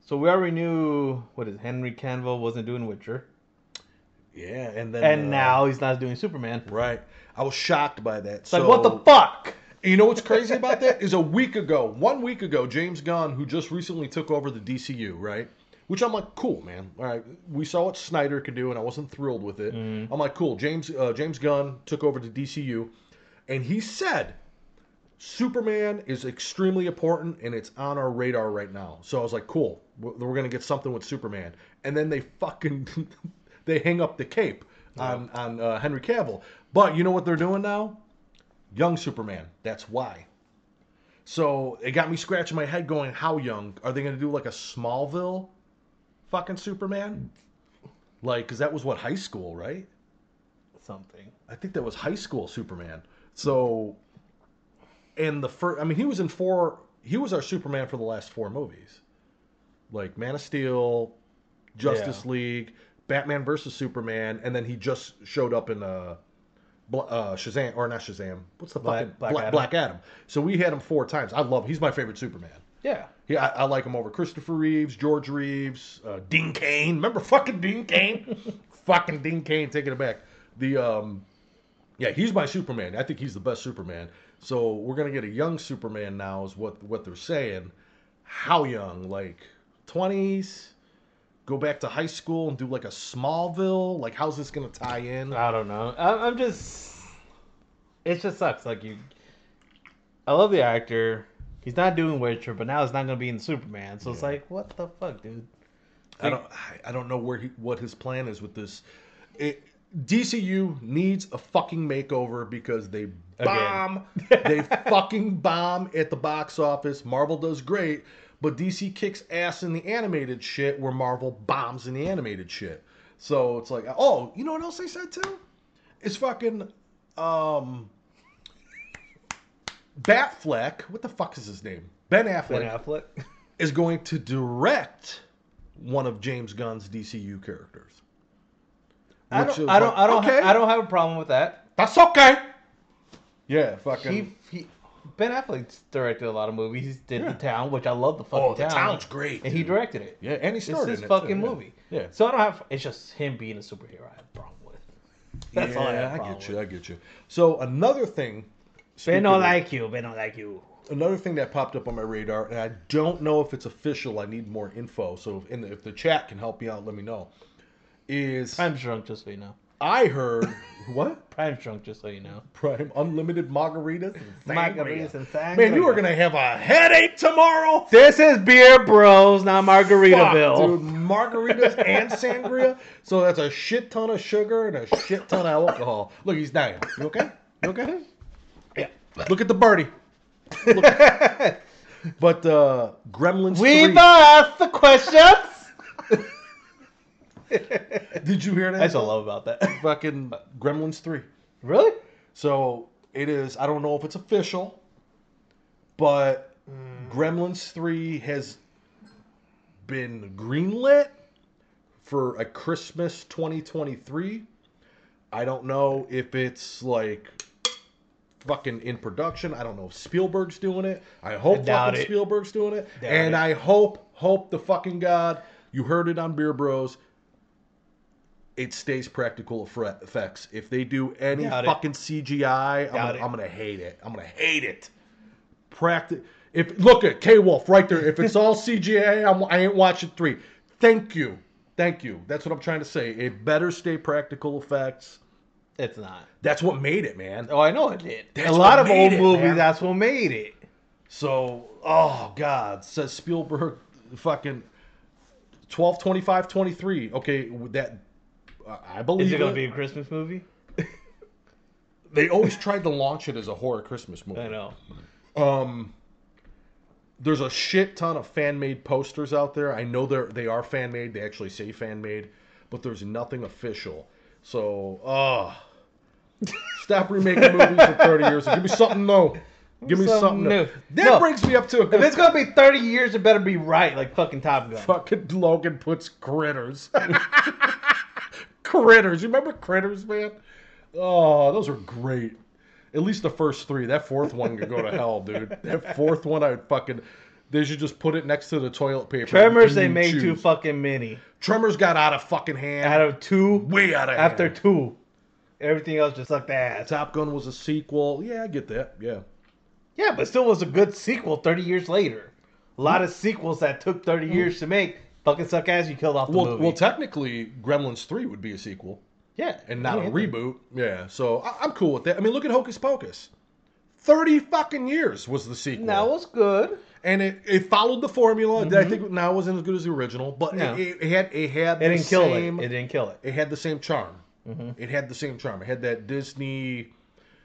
[SPEAKER 2] So we already knew what is Henry Canville wasn't doing Witcher,
[SPEAKER 1] Yeah, and then
[SPEAKER 2] and
[SPEAKER 1] uh,
[SPEAKER 2] now he's not doing Superman.
[SPEAKER 1] right. I was shocked by that.
[SPEAKER 2] It's like what the fuck?
[SPEAKER 1] You know what's crazy about that is a week ago, one week ago, James Gunn, who just recently took over the DCU, right? Which I'm like, cool, man. All right, we saw what Snyder could do, and I wasn't thrilled with it. I'm like, cool. James uh, James Gunn took over the DCU, and he said Superman is extremely important, and it's on our radar right now. So I was like, cool. We're, we're gonna get something with Superman, and then they fucking they hang up the cape on on uh, Henry Cavill. But you know what they're doing now? young Superman. That's why. So it got me scratching my head, going, "How young are they going to do like a Smallville, fucking Superman? Like, because that was what high school, right?
[SPEAKER 2] something.
[SPEAKER 1] I think that was high school Superman. So, and the first, I mean, he was in four. He was our Superman for the last four movies, like Man of Steel, Justice
[SPEAKER 2] Yeah.
[SPEAKER 1] League, Batman versus Superman, and then he just showed up in uh, Bla- uh Shazam or not Shazam. What's the
[SPEAKER 2] Black-
[SPEAKER 1] fucking
[SPEAKER 2] Black
[SPEAKER 1] Black,
[SPEAKER 2] Adam.
[SPEAKER 1] Black Adam? So we had him four times. I love. He's my favorite Superman.
[SPEAKER 2] Yeah.
[SPEAKER 1] Yeah, I, I like him over Christopher Reeves, George Reeves, uh, Dean Kane. Remember fucking Dean Kane? fucking Dean Kane taking it back. The um, yeah, he's my Superman. I think he's the best Superman. So we're gonna get a young Superman now, is what what they're saying. How young? Like twenties? Go back to high school and do like a Smallville? Like how's this gonna tie in?
[SPEAKER 2] I don't know. I, I'm just. It just sucks. Like you, I love the actor. He's not doing Witcher, but now he's not going to be in Superman. So it's
[SPEAKER 1] Yeah.
[SPEAKER 2] like, what the fuck, dude?
[SPEAKER 1] I don't I- I don't know where he what his plan is with this. It, DCU needs a fucking makeover because they bomb. they fucking bomb at the box office. Marvel does great, but DC kicks ass in the animated shit where Marvel bombs in the animated shit. So it's like, oh, you know what else they said too? It's fucking um Batfleck, what the fuck is his name? Ben Affleck
[SPEAKER 2] Ben Affleck.
[SPEAKER 1] is going to direct one of James Gunn's DCU characters.
[SPEAKER 2] I
[SPEAKER 1] Which
[SPEAKER 2] don't.
[SPEAKER 1] is
[SPEAKER 2] I don't.
[SPEAKER 1] like,
[SPEAKER 2] I don't. ha-
[SPEAKER 1] okay.
[SPEAKER 2] I don't have a problem with that.
[SPEAKER 1] That's okay. Yeah, fucking.
[SPEAKER 2] He, he, Ben Affleck's directed a lot of movies. He did
[SPEAKER 1] Yeah.
[SPEAKER 2] the town, which I love. The fucking
[SPEAKER 1] oh, the
[SPEAKER 2] town.
[SPEAKER 1] town's great.
[SPEAKER 2] And he
[SPEAKER 1] dude.
[SPEAKER 2] directed it.
[SPEAKER 1] Yeah, and he
[SPEAKER 2] It's
[SPEAKER 1] started
[SPEAKER 2] his
[SPEAKER 1] in it,
[SPEAKER 2] fucking
[SPEAKER 1] too, yeah.
[SPEAKER 2] movie.
[SPEAKER 1] Yeah.
[SPEAKER 2] So I don't have. It's just him being a superhero. I have a problem with. That's all I have. a
[SPEAKER 1] I
[SPEAKER 2] problem
[SPEAKER 1] get
[SPEAKER 2] with.
[SPEAKER 1] you. I get you. So another thing.
[SPEAKER 2] Ben
[SPEAKER 1] speaking
[SPEAKER 2] don't
[SPEAKER 1] of-
[SPEAKER 2] like you. Ben don't like you.
[SPEAKER 1] another thing that popped up on my radar, and I don't know if it's official. I need more info. So if, and if the chat can help me out, let me know. Is
[SPEAKER 2] Prime's drunk, just so you know.
[SPEAKER 1] I heard what
[SPEAKER 2] Prime's drunk, just so you know.
[SPEAKER 1] prime unlimited margaritas? and sangria.
[SPEAKER 2] Margaritas and sangria.
[SPEAKER 1] Man, you are gonna have a headache tomorrow.
[SPEAKER 2] This is beer bros, not
[SPEAKER 1] Fuck,
[SPEAKER 2] Margaritaville.
[SPEAKER 1] dude. Margaritas and sangria. So that's a shit ton of sugar and a shit ton of alcohol. Look, he's dying. You okay? You okay?
[SPEAKER 2] Yeah.
[SPEAKER 1] Look at the birdie. But uh, Gremlins
[SPEAKER 2] We've
[SPEAKER 1] 3.
[SPEAKER 2] asked the questions.
[SPEAKER 1] Did you hear that?
[SPEAKER 2] I still love about that.
[SPEAKER 1] fucking Gremlins 3.
[SPEAKER 2] Really?
[SPEAKER 1] So it is, I don't know if it's official, but Gremlins 3 has been greenlit for a Christmas 2023. I don't know if it's like fucking in production. I don't know if Spielberg's doing it. I hope
[SPEAKER 2] I doubt
[SPEAKER 1] fucking
[SPEAKER 2] it.
[SPEAKER 1] Spielberg's doing it.
[SPEAKER 2] Doubt
[SPEAKER 1] and
[SPEAKER 2] it.
[SPEAKER 1] I hope, hope the fucking God, you heard it on Beer Bros. It stays practical effre- effects. If they do any
[SPEAKER 2] Doubt it.
[SPEAKER 1] fucking CGI, I'm
[SPEAKER 2] Doubt
[SPEAKER 1] gonna,
[SPEAKER 2] it.
[SPEAKER 1] I'm gonna hate it. I'm gonna hate it. Practice. If look at K Wolf right there. If it's all CGI, I'm, I ain't watching three. Thank you, thank you. That's what I'm trying to say. It better stay practical effects.
[SPEAKER 2] It's not.
[SPEAKER 1] That's what made it, man.
[SPEAKER 2] Oh, I know it did.
[SPEAKER 1] That's
[SPEAKER 2] a
[SPEAKER 1] what
[SPEAKER 2] lot of
[SPEAKER 1] made
[SPEAKER 2] old
[SPEAKER 1] it,
[SPEAKER 2] movies,
[SPEAKER 1] man.
[SPEAKER 2] that's what made it.
[SPEAKER 1] So, oh God, says Spielberg, fucking 12, 25, 23. Okay, with that I believe
[SPEAKER 2] Is it going to be a Christmas movie?
[SPEAKER 1] They always tried to launch it as a horror Christmas movie.
[SPEAKER 2] I know.
[SPEAKER 1] Um, there's a shit ton of fan made posters out there. I know they're they are fan made. They actually say fan made, but there's nothing official. So, uh stop remaking movies for 30 years. Give me something new. Give me something,
[SPEAKER 2] Something
[SPEAKER 1] new.
[SPEAKER 2] new.
[SPEAKER 1] That
[SPEAKER 2] No.
[SPEAKER 1] brings me up to
[SPEAKER 2] If it's going to be 30 years, it better be right, like fucking Top Gun.
[SPEAKER 1] Fucking Logan puts critters. critters. You remember critters, man? Oh, those are great. At least the first three. That fourth one could go to hell, dude. That fourth one, I would fucking. They should just put it next to the toilet paper.
[SPEAKER 2] Tremors,
[SPEAKER 1] You
[SPEAKER 2] they made
[SPEAKER 1] choose.
[SPEAKER 2] too fucking many.
[SPEAKER 1] Tremors got out of fucking hand.
[SPEAKER 2] Out of two,
[SPEAKER 1] way out of
[SPEAKER 2] after
[SPEAKER 1] hand.
[SPEAKER 2] two, everything else just sucked ass.
[SPEAKER 1] Top Gun was a sequel. Yeah, I get that. Yeah.
[SPEAKER 2] Yeah, but still was a good sequel 30 years later. A lot of sequels that took 30 years to make fucking suck ass. You killed off the
[SPEAKER 1] Well,
[SPEAKER 2] movie.
[SPEAKER 1] well, technically, Gremlins three would be a sequel.
[SPEAKER 2] yeah,
[SPEAKER 1] and not
[SPEAKER 2] yeah.
[SPEAKER 1] a reboot. Yeah, so I, I'm cool with that. I mean, look at Hocus Pocus. Thirty fucking years was the sequel,
[SPEAKER 2] That was good.
[SPEAKER 1] and it, it followed the formula. I think now wasn't as good as the original, but
[SPEAKER 2] No.
[SPEAKER 1] it, it, it had it had
[SPEAKER 2] Mm-hmm. It
[SPEAKER 1] the
[SPEAKER 2] didn't kill
[SPEAKER 1] same,
[SPEAKER 2] it. It didn't Mm-hmm. kill it.
[SPEAKER 1] it had the same charm. It had the same charm. It had that Disney.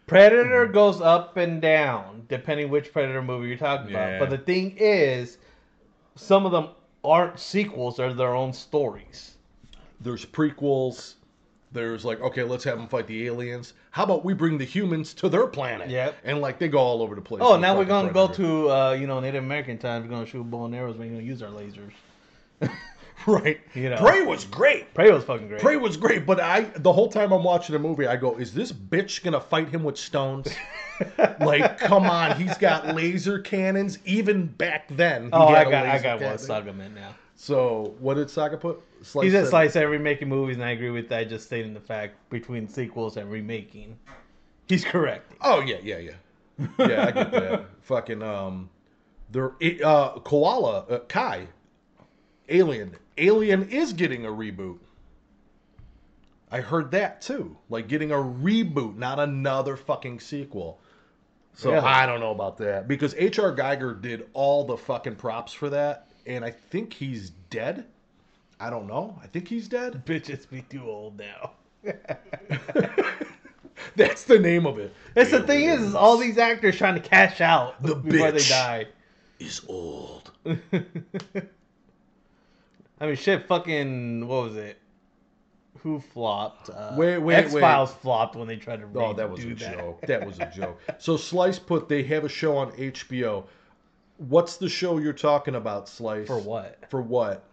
[SPEAKER 2] Predator
[SPEAKER 1] Mm-hmm.
[SPEAKER 2] goes up and down depending which Predator movie you're talking
[SPEAKER 1] Yeah.
[SPEAKER 2] about. But the thing is, some of them aren't sequels; they're their own stories.
[SPEAKER 1] There's prequels. There's like, okay, let's have them fight the aliens. How about we bring the humans to their planet?
[SPEAKER 2] Yep.
[SPEAKER 1] And like they go all over the place.
[SPEAKER 2] Oh,
[SPEAKER 1] with
[SPEAKER 2] now we're
[SPEAKER 1] fucking
[SPEAKER 2] gonna go
[SPEAKER 1] Predator.
[SPEAKER 2] to uh, you know Native American times. We're gonna shoot bow and arrows. We're gonna use our lasers.
[SPEAKER 1] right.
[SPEAKER 2] you know.
[SPEAKER 1] Prey was great.
[SPEAKER 2] Prey was fucking great.
[SPEAKER 1] Prey was great, but I the whole time I'm watching the movie, I go, "Is this bitch gonna fight him with stones? like, come on, he's got laser cannons. Even back then, he
[SPEAKER 2] oh, I
[SPEAKER 1] had a
[SPEAKER 2] got I
[SPEAKER 1] laser
[SPEAKER 2] got one
[SPEAKER 1] cannon.
[SPEAKER 2] saga man now.
[SPEAKER 1] So, what did Saga put? Slice
[SPEAKER 2] He's at
[SPEAKER 1] said-
[SPEAKER 2] Slice every making movies, and I agree with that. Just stating the fact between sequels and remaking, he's correct.
[SPEAKER 1] Oh yeah, yeah, yeah, yeah. I get that. Fucking um, there it, uh koala uh, Kai, Alien. Alien is getting a reboot. I heard that too. Like getting a reboot, not another fucking sequel. So
[SPEAKER 2] Really?
[SPEAKER 1] I don't know about that because H.R. Geiger did all the fucking props for that, and I think he's dead. I don't know. I think he's dead.
[SPEAKER 2] Bitches be too old now.
[SPEAKER 1] That's the name of it.
[SPEAKER 2] That's the thing is,
[SPEAKER 1] Alien
[SPEAKER 2] is all these actors trying to cash out
[SPEAKER 1] The
[SPEAKER 2] before
[SPEAKER 1] bitch.
[SPEAKER 2] they
[SPEAKER 1] is old.
[SPEAKER 2] die. I mean, shit, fucking what was it? Who flopped? Uh,
[SPEAKER 1] Wait, wait, wait.
[SPEAKER 2] X Files flopped when they tried to.
[SPEAKER 1] Oh, that was a
[SPEAKER 2] redo that.
[SPEAKER 1] joke. That was a joke. So Slice put they have a show on HBO. What's the show you're talking about, Slice?
[SPEAKER 2] For what?
[SPEAKER 1] For what?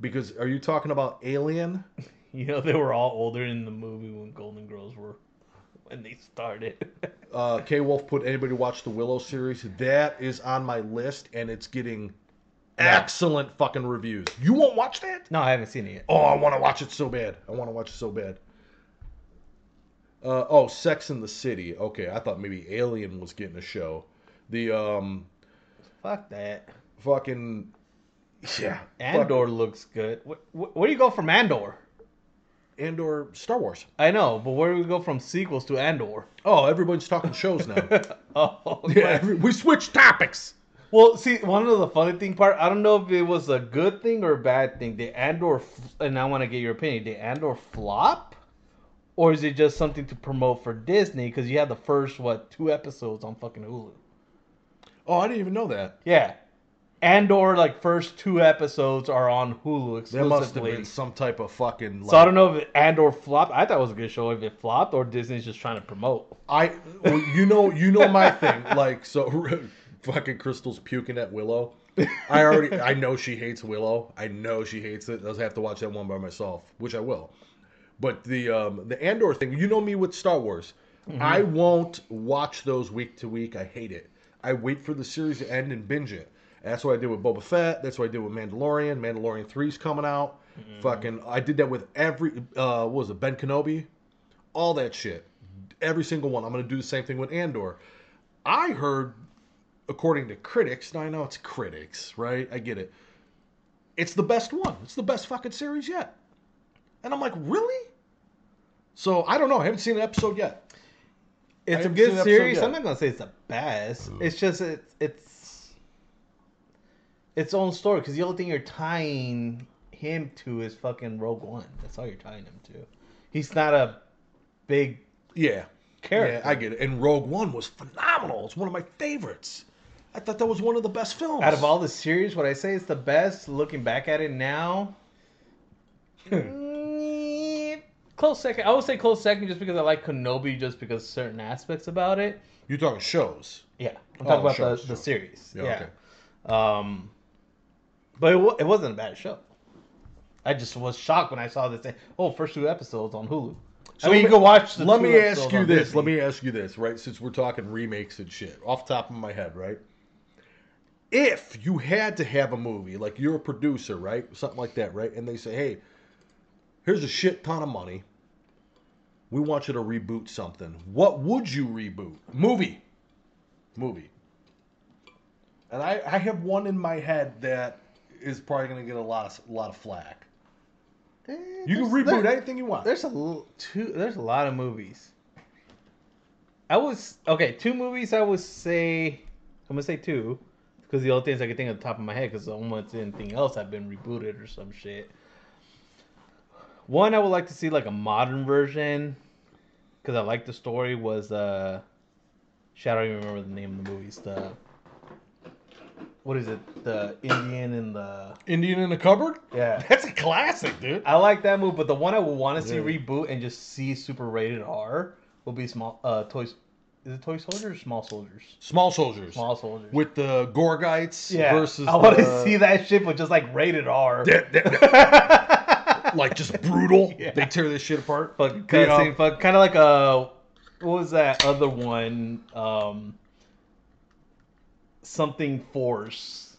[SPEAKER 1] Because are you talking about Alien?
[SPEAKER 2] You know, they were all older in the movie when Golden Girls were when they started.
[SPEAKER 1] Uh, K Wolf put anybody watch the Willow series? That is on my list, and it's getting excellent fucking reviews. You won't watch that?
[SPEAKER 2] no, I haven't seen it yet.
[SPEAKER 1] Oh, I want to watch it so bad. I want to watch it so bad. Uh, oh, Sex in the City. Okay, I thought maybe Alien was getting a show. The um,
[SPEAKER 2] Fuck that.
[SPEAKER 1] fucking yeah
[SPEAKER 2] Andor looks good. Wh- wh- where do you go from Andor?
[SPEAKER 1] Fuck, andor star wars
[SPEAKER 2] I know, but where do we go from sequels to Andor?
[SPEAKER 1] oh everybody's talking shows now
[SPEAKER 2] Oh,
[SPEAKER 1] yeah every- we switched topics
[SPEAKER 2] Well, see, one of the funny thing part, I don't know if it was a good thing or a bad thing. Did Andor, f- and I want to get your opinion, did Andor flop? Or is it just something to promote for Disney? Because you had the first, what, two episodes on fucking Hulu.
[SPEAKER 1] oh i didn't even know that
[SPEAKER 2] Yeah. Andor, like, first two episodes are on Hulu
[SPEAKER 1] that must have
[SPEAKER 2] exclusively.
[SPEAKER 1] been some type of fucking like,
[SPEAKER 2] so I don't know if Andor flopped. I thought it was a good show. If it flopped, or Disney's just trying to promote.
[SPEAKER 1] i well, you know you know my thing like so fucking crystal's puking at willow i already i know she hates willow i know she hates it i'll have to watch that one by myself which i will but the um the andor thing you know me with star wars i won't watch those week to week i hate it i wait for the series to end and binge it that's what i did with boba fett that's what i did with mandalorian mandalorian 3's coming out fucking i did that with every uh what was it ben kenobi all that shit every single one i'm gonna do the same thing with andor i heard according to critics and i know it's critics right i get it it's the best one it's the best fucking series yet and I'm like, really? So I don't know. I haven't seen an episode yet.
[SPEAKER 2] It's a
[SPEAKER 1] haven't seen
[SPEAKER 2] good
[SPEAKER 1] an
[SPEAKER 2] series.
[SPEAKER 1] episode
[SPEAKER 2] I'm not gonna say it's the best.
[SPEAKER 1] Mm.
[SPEAKER 2] It's just it's it's its own story because the only thing you're tying him to is fucking Rogue One. That's all you're tying him to. He's not a big
[SPEAKER 1] Yeah.
[SPEAKER 2] character.
[SPEAKER 1] Yeah, I get it. And Rogue One was phenomenal. It's one of my favorites. I thought that was one of the best films.
[SPEAKER 2] Out of all the series, what I say is the best. Looking back at it now,
[SPEAKER 1] Hmm.
[SPEAKER 2] mm, close second. I would say close second just because I like Kenobi, just because certain aspects about it.
[SPEAKER 1] You're talking shows.
[SPEAKER 2] Yeah, I'm
[SPEAKER 1] Oh,
[SPEAKER 2] talking about
[SPEAKER 1] sure,
[SPEAKER 2] the,
[SPEAKER 1] sure.
[SPEAKER 2] the series.
[SPEAKER 1] Yeah,
[SPEAKER 2] Yeah.
[SPEAKER 1] okay.
[SPEAKER 2] Um, but it, wa it wasn't a bad show. I just was shocked when I saw this thing. Oh, first two episodes on Hulu.
[SPEAKER 1] So
[SPEAKER 2] I
[SPEAKER 1] let
[SPEAKER 2] mean, you
[SPEAKER 1] me-
[SPEAKER 2] can watch. The
[SPEAKER 1] Let
[SPEAKER 2] two
[SPEAKER 1] me ask
[SPEAKER 2] episodes
[SPEAKER 1] you
[SPEAKER 2] on
[SPEAKER 1] this.
[SPEAKER 2] Disney.
[SPEAKER 1] Let me ask you this, right? Since we're talking remakes and shit, off the top of my head, right? If you had to have a movie, like you're a producer, right? Something like that, right? And they say, hey, here's a shit ton of money. We want you to reboot something. What would you reboot? Movie. Movie. And I, I have one in my head that is probably going to get a lot of, a lot of flack.
[SPEAKER 2] Eh,
[SPEAKER 1] You can
[SPEAKER 2] there's-
[SPEAKER 1] reboot
[SPEAKER 2] there-
[SPEAKER 1] anything you want.
[SPEAKER 2] There's a l- two. There's a lot of movies. I was okay. Two movies. I would say. I'm gonna say two, because the only things I can think of the top of my head, because almost anything else I've been rebooted or some shit. One I would like to see like a modern version, because I like the story. Was uh, shit, I don't even remember the name of the movies. The what is it? The Indian and the
[SPEAKER 1] Indian in the cupboard.
[SPEAKER 2] yeah.
[SPEAKER 1] That's a classic, dude.
[SPEAKER 2] I like that move, but the one I would want to see
[SPEAKER 1] Yeah.
[SPEAKER 2] reboot and just see super rated R will be small. Uh, toys. Is it toy soldiers? or Small soldiers.
[SPEAKER 1] Small soldiers
[SPEAKER 2] Small soldiers.
[SPEAKER 1] with the Gorgites
[SPEAKER 2] yeah.
[SPEAKER 1] versus.
[SPEAKER 2] I want to
[SPEAKER 1] the-
[SPEAKER 2] see that shit, but just like rated R.
[SPEAKER 1] that- that-
[SPEAKER 2] Fucking
[SPEAKER 1] like just brutal.
[SPEAKER 2] Yeah.
[SPEAKER 1] They tear this shit apart.
[SPEAKER 2] cutscene. Fuck. Kind of like a. What was that other one? Um. Something force.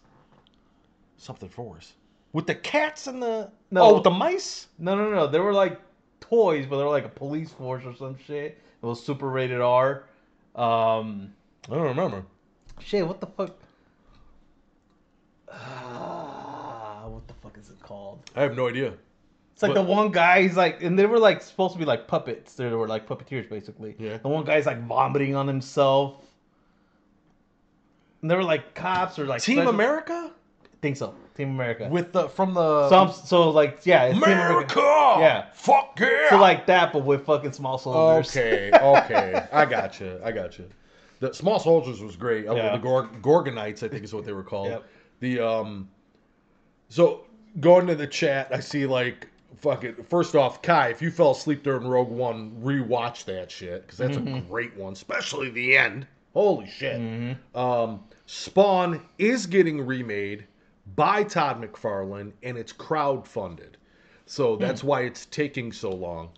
[SPEAKER 1] Something for us. With the cats and the
[SPEAKER 2] No.
[SPEAKER 1] oh, with the mice.
[SPEAKER 2] No, no, no. They were like toys, but they were like a police force or some shit. It was super rated R. Um.
[SPEAKER 1] I don't remember.
[SPEAKER 2] Shit, what the fuck? Ah, what the fuck is it called?
[SPEAKER 1] I have no idea.
[SPEAKER 2] It's like
[SPEAKER 1] What-
[SPEAKER 2] the one guy, he's like, and they were like supposed to be like puppets. They were like puppeteers, basically.
[SPEAKER 1] Yeah.
[SPEAKER 2] The one guy's like vomiting on himself. And they were like cops or like
[SPEAKER 1] Team
[SPEAKER 2] special-
[SPEAKER 1] America
[SPEAKER 2] I think so. Team America.
[SPEAKER 1] with the from the
[SPEAKER 2] some, so like yeah, it's Team
[SPEAKER 1] America.
[SPEAKER 2] America. Yeah.
[SPEAKER 1] Fuck yeah.
[SPEAKER 2] So like that, but with fucking small soldiers.
[SPEAKER 1] okay, okay, I gotcha, I gotcha. The small soldiers was great. Uh,
[SPEAKER 2] Yeah.
[SPEAKER 1] The Gor- Gorgonites, I think, is what they were called.
[SPEAKER 2] Yep.
[SPEAKER 1] The um, so going to the chat, I see like fucking. First off, Kai, if you fell asleep during Rogue One, rewatch that shit because that's a great one, especially the end. Holy shit.
[SPEAKER 2] Mhm.
[SPEAKER 1] Um, Spawn is getting remade by Todd McFarlane, and it's crowdfunded,
[SPEAKER 2] Hmm.
[SPEAKER 1] so that's why it's taking so long.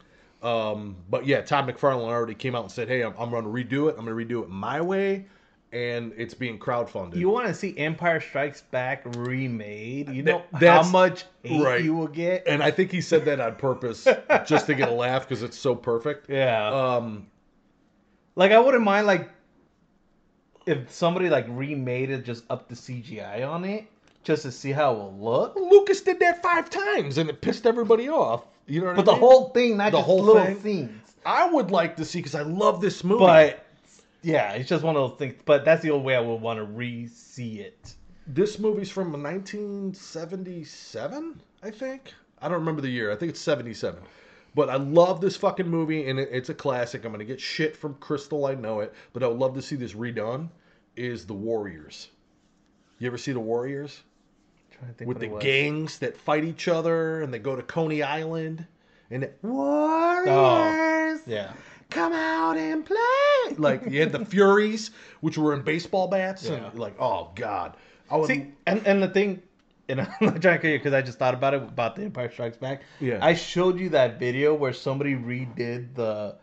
[SPEAKER 1] Um, but yeah, Todd McFarlane already came out and said, "Hey, I'm, I'm going to redo it. I'm going to redo it my way," and it's being crowdfunded.
[SPEAKER 2] You want to see Empire Strikes Back remade? You know
[SPEAKER 1] Th- that's-
[SPEAKER 2] how much hate
[SPEAKER 1] right.
[SPEAKER 2] you will get.
[SPEAKER 1] and I think he said that on purpose just to get a laugh because it's so perfect.
[SPEAKER 2] Yeah.
[SPEAKER 1] Um,
[SPEAKER 2] Like I wouldn't mind like if somebody like remade it, just up the CGI on it, just to see how it will look.
[SPEAKER 1] Lucas did that five times, and it pissed everybody off. You know what I
[SPEAKER 2] But the
[SPEAKER 1] mean?
[SPEAKER 2] whole thing, not
[SPEAKER 1] The
[SPEAKER 2] just
[SPEAKER 1] whole
[SPEAKER 2] little
[SPEAKER 1] thing?
[SPEAKER 2] scenes.
[SPEAKER 1] I would like to see because I love this movie.
[SPEAKER 2] But yeah, it's just one of those things. But that's the only way I would want to re-see it.
[SPEAKER 1] This movie's from 1977, I think. I don't remember the year. I think it's 77. But I love this fucking movie, and it, it's a classic. I'm gonna get shit from Crystal, I know it. But I would love to see this redone. Is the Warriors? You ever see the Warriors
[SPEAKER 2] I'm trying to think
[SPEAKER 1] with
[SPEAKER 2] what
[SPEAKER 1] the
[SPEAKER 2] it was.
[SPEAKER 1] gangs that fight each other and they go to Coney Island and it, Warriors?
[SPEAKER 2] Yeah.
[SPEAKER 1] come out and play. Like you had the Furies, which were in baseball bats,
[SPEAKER 2] Yeah.
[SPEAKER 1] and like, oh god, I would.
[SPEAKER 2] See, and and the thing, and I'm not trying to kill you because I just thought about it about the Empire Strikes Back.
[SPEAKER 1] Yeah.
[SPEAKER 2] I showed you that video where somebody redid the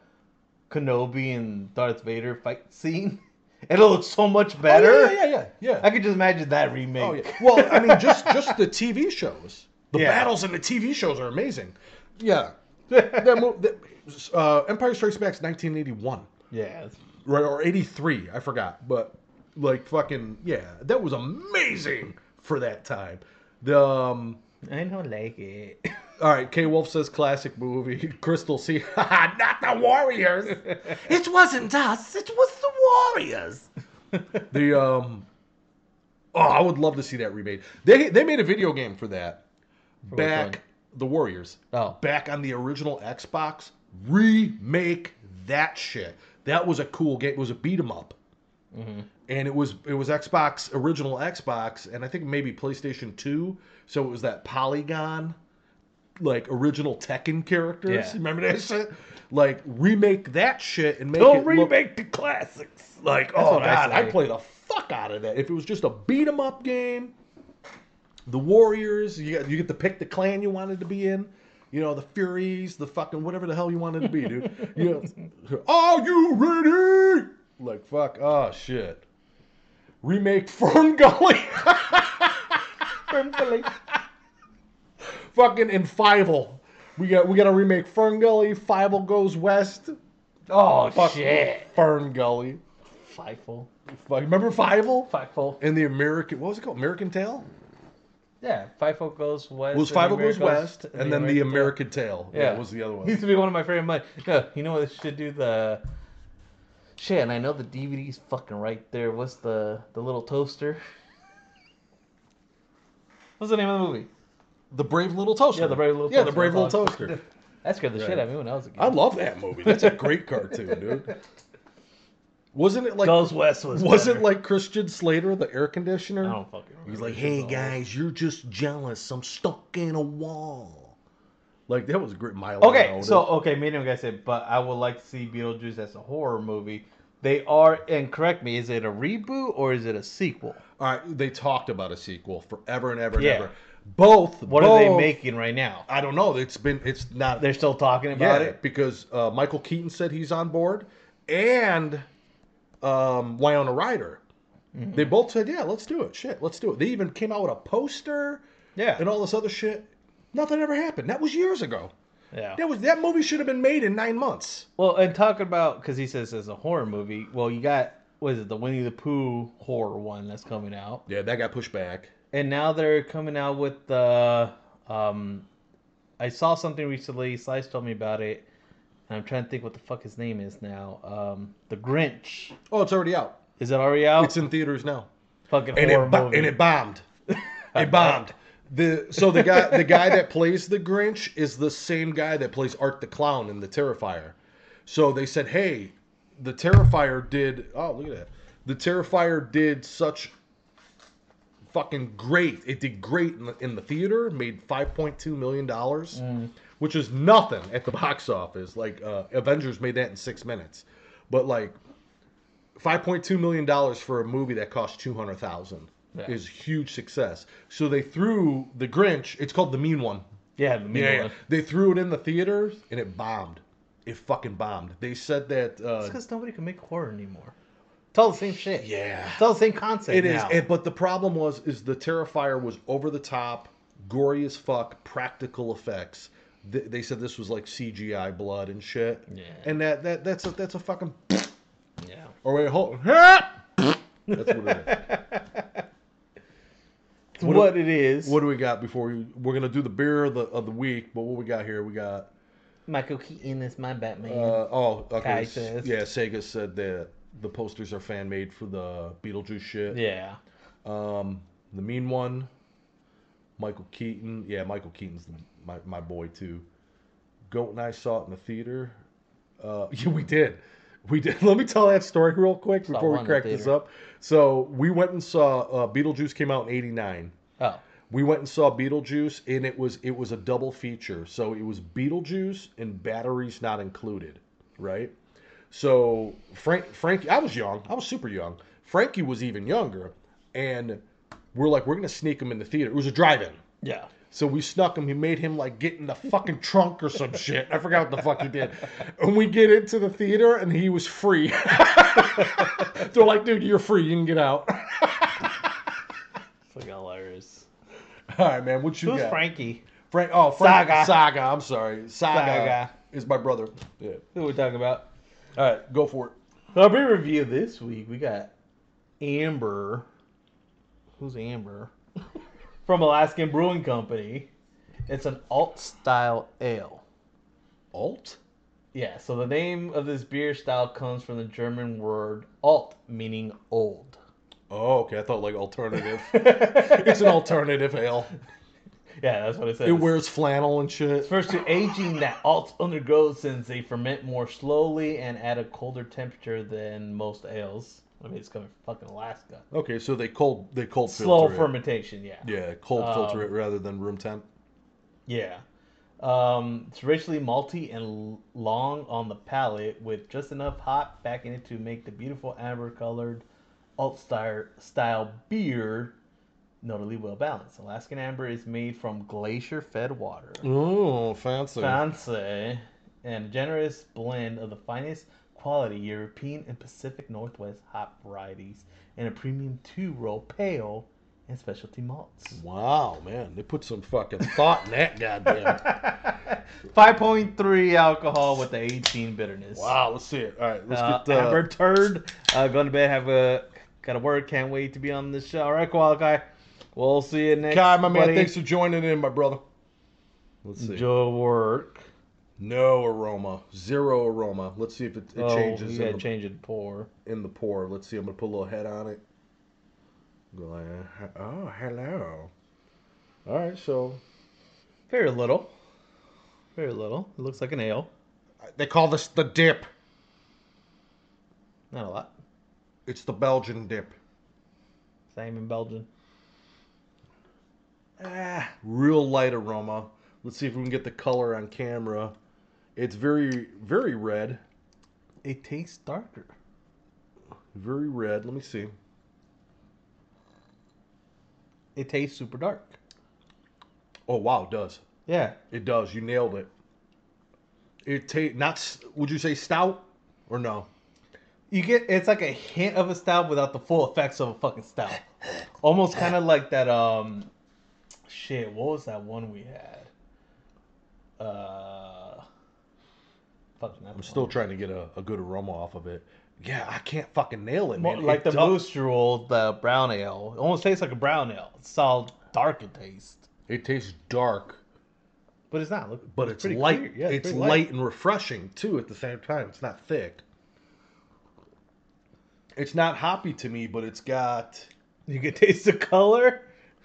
[SPEAKER 2] Kenobi and Darth Vader fight scene, and it looked so much
[SPEAKER 1] Oh,
[SPEAKER 2] better.
[SPEAKER 1] yeah, yeah, yeah, yeah.
[SPEAKER 2] I could just imagine that remake.
[SPEAKER 1] Oh, yeah. Well, I mean, just just the TV shows. The
[SPEAKER 2] Yeah.
[SPEAKER 1] battles in the TV shows are amazing. Yeah, that, mo- that, uh, Empire Strikes Back's 1981,
[SPEAKER 2] yeah.
[SPEAKER 1] right, or 83, I forgot. But like, fucking, yeah, that was amazing for that time. The um,
[SPEAKER 2] I don't like it.
[SPEAKER 1] All right, K Wolf says classic movie. Crystal C. Not the Warriors. it wasn't us. It was the Warriors. the um. Oh, I would love to see that remade. They they made a video game for that.
[SPEAKER 2] which
[SPEAKER 1] back the Warriors.
[SPEAKER 2] Oh.
[SPEAKER 1] Back on the original Xbox, remake that shit. That was a cool game. It was a beat 'em up
[SPEAKER 2] Mm-hmm.
[SPEAKER 1] and it was it was Xbox original Xbox and I think maybe PlayStation 2 so it was that polygon like original Tekken characters
[SPEAKER 2] Yeah.
[SPEAKER 1] remember that shit like remake that shit and make
[SPEAKER 2] Don't
[SPEAKER 1] it
[SPEAKER 2] remake
[SPEAKER 1] the classics like
[SPEAKER 2] That's
[SPEAKER 1] oh
[SPEAKER 2] what I
[SPEAKER 1] god I,
[SPEAKER 2] say.
[SPEAKER 1] play the fuck out of that if it was just a beat 'em up game the Warriors you got you get to pick the clan you wanted to be in you know the Furies the fucking whatever the hell you wanted to be dude you know, are you ready like fuck oh shit remake Fern Gully. Fucking in Fievel. We got we got to remake Fern Gully. Fievel goes west.
[SPEAKER 2] oh
[SPEAKER 1] Fuck
[SPEAKER 2] shit.
[SPEAKER 1] Fern Gully.
[SPEAKER 2] Fightful.
[SPEAKER 1] Fuck, remember Fievel?
[SPEAKER 2] Fightful.
[SPEAKER 1] And the American what was it called? American Tale?
[SPEAKER 2] Yeah. Fightful goes west.
[SPEAKER 1] It was
[SPEAKER 2] and
[SPEAKER 1] Fievel goes
[SPEAKER 2] America
[SPEAKER 1] west, and then the
[SPEAKER 2] America-
[SPEAKER 1] American Tale. Yeah, was the other
[SPEAKER 2] Used
[SPEAKER 1] one.
[SPEAKER 2] to be one of my favorite. Money. No, you know what this should do the. Shit, and I know the DVD's fucking right there. What's the the little toaster? What's the name of the movie?
[SPEAKER 1] The Brave Little Toaster.
[SPEAKER 2] Yeah, the Brave Little
[SPEAKER 1] Yeah,
[SPEAKER 2] Toaster.
[SPEAKER 1] the Brave Little
[SPEAKER 2] That's all.
[SPEAKER 1] Toaster.
[SPEAKER 2] That scared the
[SPEAKER 1] Right.
[SPEAKER 2] shit out of me when I was a kid.
[SPEAKER 1] I love that movie. That's a great cartoon, dude. Wasn't it like
[SPEAKER 2] Goes West was
[SPEAKER 1] wasn't
[SPEAKER 2] better.
[SPEAKER 1] like Christian Slater the air conditioner?
[SPEAKER 2] I don't fucking.
[SPEAKER 1] He's
[SPEAKER 2] remember.
[SPEAKER 1] like, "Hey
[SPEAKER 2] Oh.
[SPEAKER 1] guys, you're just jealous. I'm stuck in a wall." Like that was a great mile.
[SPEAKER 2] Okay, so okay, medium guy said, but I would like to see Beetlejuice as a horror movie. They are, and correct me, is it a reboot or is it a sequel?
[SPEAKER 1] all right, they talked about a sequel forever and ever and
[SPEAKER 2] Yeah.
[SPEAKER 1] ever. Both.
[SPEAKER 2] What are they
[SPEAKER 1] both-
[SPEAKER 2] making right now?
[SPEAKER 1] I don't know. It's been. It's not.
[SPEAKER 2] They're still talking
[SPEAKER 1] yeah,
[SPEAKER 2] about it.
[SPEAKER 1] because uh, Michael Keaton said he's on board, and um, Wyona Ryder. They both said, "Yeah, let's do it. Shit, let's do it." They even came out with a poster
[SPEAKER 2] Yeah,
[SPEAKER 1] and all this other shit. Nothing ever happened. That was years ago.
[SPEAKER 2] yeah.
[SPEAKER 1] That was that movie should have been made in nine months.
[SPEAKER 2] Well, and talking about because he says it's a horror movie. Well, you got what is it the Winnie the Pooh horror one that's coming out,
[SPEAKER 1] Yeah, that got pushed back.
[SPEAKER 2] and now they're coming out with the. Um, I saw something recently. Slice told me about it, and I'm trying to think what the fuck his name is now. Um, the Grinch.
[SPEAKER 1] Oh, it's already out.
[SPEAKER 2] Is it already out?
[SPEAKER 1] It's in theaters now.
[SPEAKER 2] fucking
[SPEAKER 1] And
[SPEAKER 2] horror
[SPEAKER 1] it bo-
[SPEAKER 2] movie.
[SPEAKER 1] and it bombed. It bombed. The so the guy the guy that plays the Grinch is the same guy that plays Art the Clown in the Terrifier. So they said, "Hey, the Terrifier did oh, look at that. The Terrifier did such fucking great. It did great in the, in the theater, made 5.2 million dollars,
[SPEAKER 2] Mm.
[SPEAKER 1] which is nothing at the box office. Like uh, Avengers made that in 6 minutes. But like 5.2 million dollars for a movie that cost 200,000
[SPEAKER 2] Yeah.
[SPEAKER 1] is huge success. So they threw The Grinch, it's called The Mean One.
[SPEAKER 2] yeah, the mean one.
[SPEAKER 1] They threw it in the theaters and it bombed. It fucking bombed. They said that
[SPEAKER 2] It's
[SPEAKER 1] uh,
[SPEAKER 2] because nobody can make horror anymore. It's all the same shit.
[SPEAKER 1] yeah.
[SPEAKER 2] It's all the same concept.
[SPEAKER 1] It is,
[SPEAKER 2] now.
[SPEAKER 1] and- but the problem was, is the Terrifier was over the top, gory as fuck, practical effects. Th- they said this was like CGI blood and shit.
[SPEAKER 2] Yeah.
[SPEAKER 1] And that that that's a that's a fucking.
[SPEAKER 2] yeah.
[SPEAKER 1] Or wait, hold. That's what it is.
[SPEAKER 2] It's
[SPEAKER 1] What
[SPEAKER 2] what,
[SPEAKER 1] do-
[SPEAKER 2] it is.
[SPEAKER 1] What do we got before we we're gonna do the beer of the of the week? But what we got here? We got.
[SPEAKER 2] Michael Keaton is my Batman.
[SPEAKER 1] Uh, oh, okay.
[SPEAKER 2] Kai
[SPEAKER 1] s-
[SPEAKER 2] says.
[SPEAKER 1] Yeah, Sega said that the posters are fan made for the Beetlejuice shit.
[SPEAKER 2] yeah.
[SPEAKER 1] Um, the mean one, Michael Keaton. Yeah, Michael Keaton's the, my my boy too. Goat and I saw it in the theater. Uh, yeah, we did. We did. Let me tell that story real quick before
[SPEAKER 2] one
[SPEAKER 1] we
[SPEAKER 2] in the
[SPEAKER 1] crack this
[SPEAKER 2] theater.
[SPEAKER 1] up. So we went and saw uh, Beetlejuice came out in '89.
[SPEAKER 2] Oh.
[SPEAKER 1] We went and saw Beetlejuice, and it was it was a double feature. So it was Beetlejuice and batteries not included, right? So Frank Frankie, I was young, I was super young. Frankie was even younger, and we're like, we're gonna sneak him in the theater. It was a drive-in,
[SPEAKER 2] Yeah.
[SPEAKER 1] so we snuck him. He made him like get in the fucking trunk or some shit. I forgot what the fuck he did. And we get into the theater, and he was free. They're like, dude, you're free. You can get out.
[SPEAKER 2] Fucking hilarious.
[SPEAKER 1] All right, man. What you
[SPEAKER 2] Who's
[SPEAKER 1] got?
[SPEAKER 2] Frankie?
[SPEAKER 1] Frank. Oh, Frank,
[SPEAKER 2] Saga.
[SPEAKER 1] Saga. I'm sorry. Saga,
[SPEAKER 2] Saga.
[SPEAKER 1] is my brother. Yeah.
[SPEAKER 2] Who we talking about?
[SPEAKER 1] All right, go for it.
[SPEAKER 2] Our beer review this week. We got Amber. Who's Amber? From Alaskan Brewing Company. It's an alt style ale.
[SPEAKER 1] Alt.
[SPEAKER 2] Yeah, so the name of this beer style comes from the German word alt, meaning old.
[SPEAKER 1] Oh, okay. I thought like alternative.
[SPEAKER 2] yeah,
[SPEAKER 1] it's an alternative ale.
[SPEAKER 2] that's what it says.
[SPEAKER 1] It wears flannel and shit.
[SPEAKER 2] refers to aging that alts undergo since they ferment more slowly and at a colder temperature than most ales. I mean, it's coming from fucking Alaska.
[SPEAKER 1] Okay, so they cold they cold
[SPEAKER 2] Slow
[SPEAKER 1] filter
[SPEAKER 2] fermentation, yeah.
[SPEAKER 1] it. Yeah, cold filter
[SPEAKER 2] Um,
[SPEAKER 1] it rather than room temp.
[SPEAKER 2] Yeah. Um, it's richly malty and l- long on the palate, with just enough hop back in it to make the beautiful amber-colored alt style style beer notably well balanced. Alaskan amber is made from glacier-fed water.
[SPEAKER 1] Oh, fancy.
[SPEAKER 2] Fancy and a generous blend of the finest quality European and Pacific Northwest hop varieties and a premium two-row pale and specialty malts.
[SPEAKER 1] wow, man, they put some fucking thought in that goddamn.
[SPEAKER 2] 5.3 alcohol with the 18 bitterness.
[SPEAKER 1] Wow, let's see it. All right, let's
[SPEAKER 2] Uh,
[SPEAKER 1] get uh,
[SPEAKER 2] Amber Turd, uh, going to bed, have a, got to work, can't wait to be on the show. All right, Koala Kai, we'll see you next
[SPEAKER 1] Kai, my man.
[SPEAKER 2] buddy.
[SPEAKER 1] Thanks for joining in, my brother. Let's see.
[SPEAKER 2] Enjoy work.
[SPEAKER 1] No aroma, zero aroma. Let's see if it, it
[SPEAKER 2] oh,
[SPEAKER 1] changes in
[SPEAKER 2] you gotta
[SPEAKER 1] the,
[SPEAKER 2] change it pour.
[SPEAKER 1] in the pour. Let's see. I'm gonna put a little head on it. Go like, oh, hello. All right, so
[SPEAKER 2] Very little. Very little. It looks like an ale.
[SPEAKER 1] they call this the dip.
[SPEAKER 2] Not a lot.
[SPEAKER 1] It's the Belgian dip.
[SPEAKER 2] It's not even Belgian.
[SPEAKER 1] Ah, real light aroma. Let's see if we can get the color on camera. It's very, very red.
[SPEAKER 2] It tastes darker.
[SPEAKER 1] Very red. Let me see.
[SPEAKER 2] It tastes super dark.
[SPEAKER 1] Oh wow, it does.
[SPEAKER 2] Yeah.
[SPEAKER 1] It does. You nailed it. It ta- not. s- Would you say stout or no?
[SPEAKER 2] You get it's like a hint of a stout without the full effects of a fucking stout. Almost kind of like that um shit, what was that one we had? Uh fuck,
[SPEAKER 1] I'm still trying to get a, a good aroma off of it. Yeah, I can't fucking nail it, man.
[SPEAKER 2] like
[SPEAKER 1] It
[SPEAKER 2] the
[SPEAKER 1] does-
[SPEAKER 2] Moose Drool, the brown ale. It almost tastes like a brown ale. It's all dark in taste.
[SPEAKER 1] It tastes dark,
[SPEAKER 2] But it's not. Look,
[SPEAKER 1] but it's,
[SPEAKER 2] pretty
[SPEAKER 1] light.
[SPEAKER 2] clear. Yeah,
[SPEAKER 1] it's
[SPEAKER 2] pretty
[SPEAKER 1] light. and refreshing too at the same time. It's not thick. It's not hoppy to me, but it's got.
[SPEAKER 2] You can taste the color.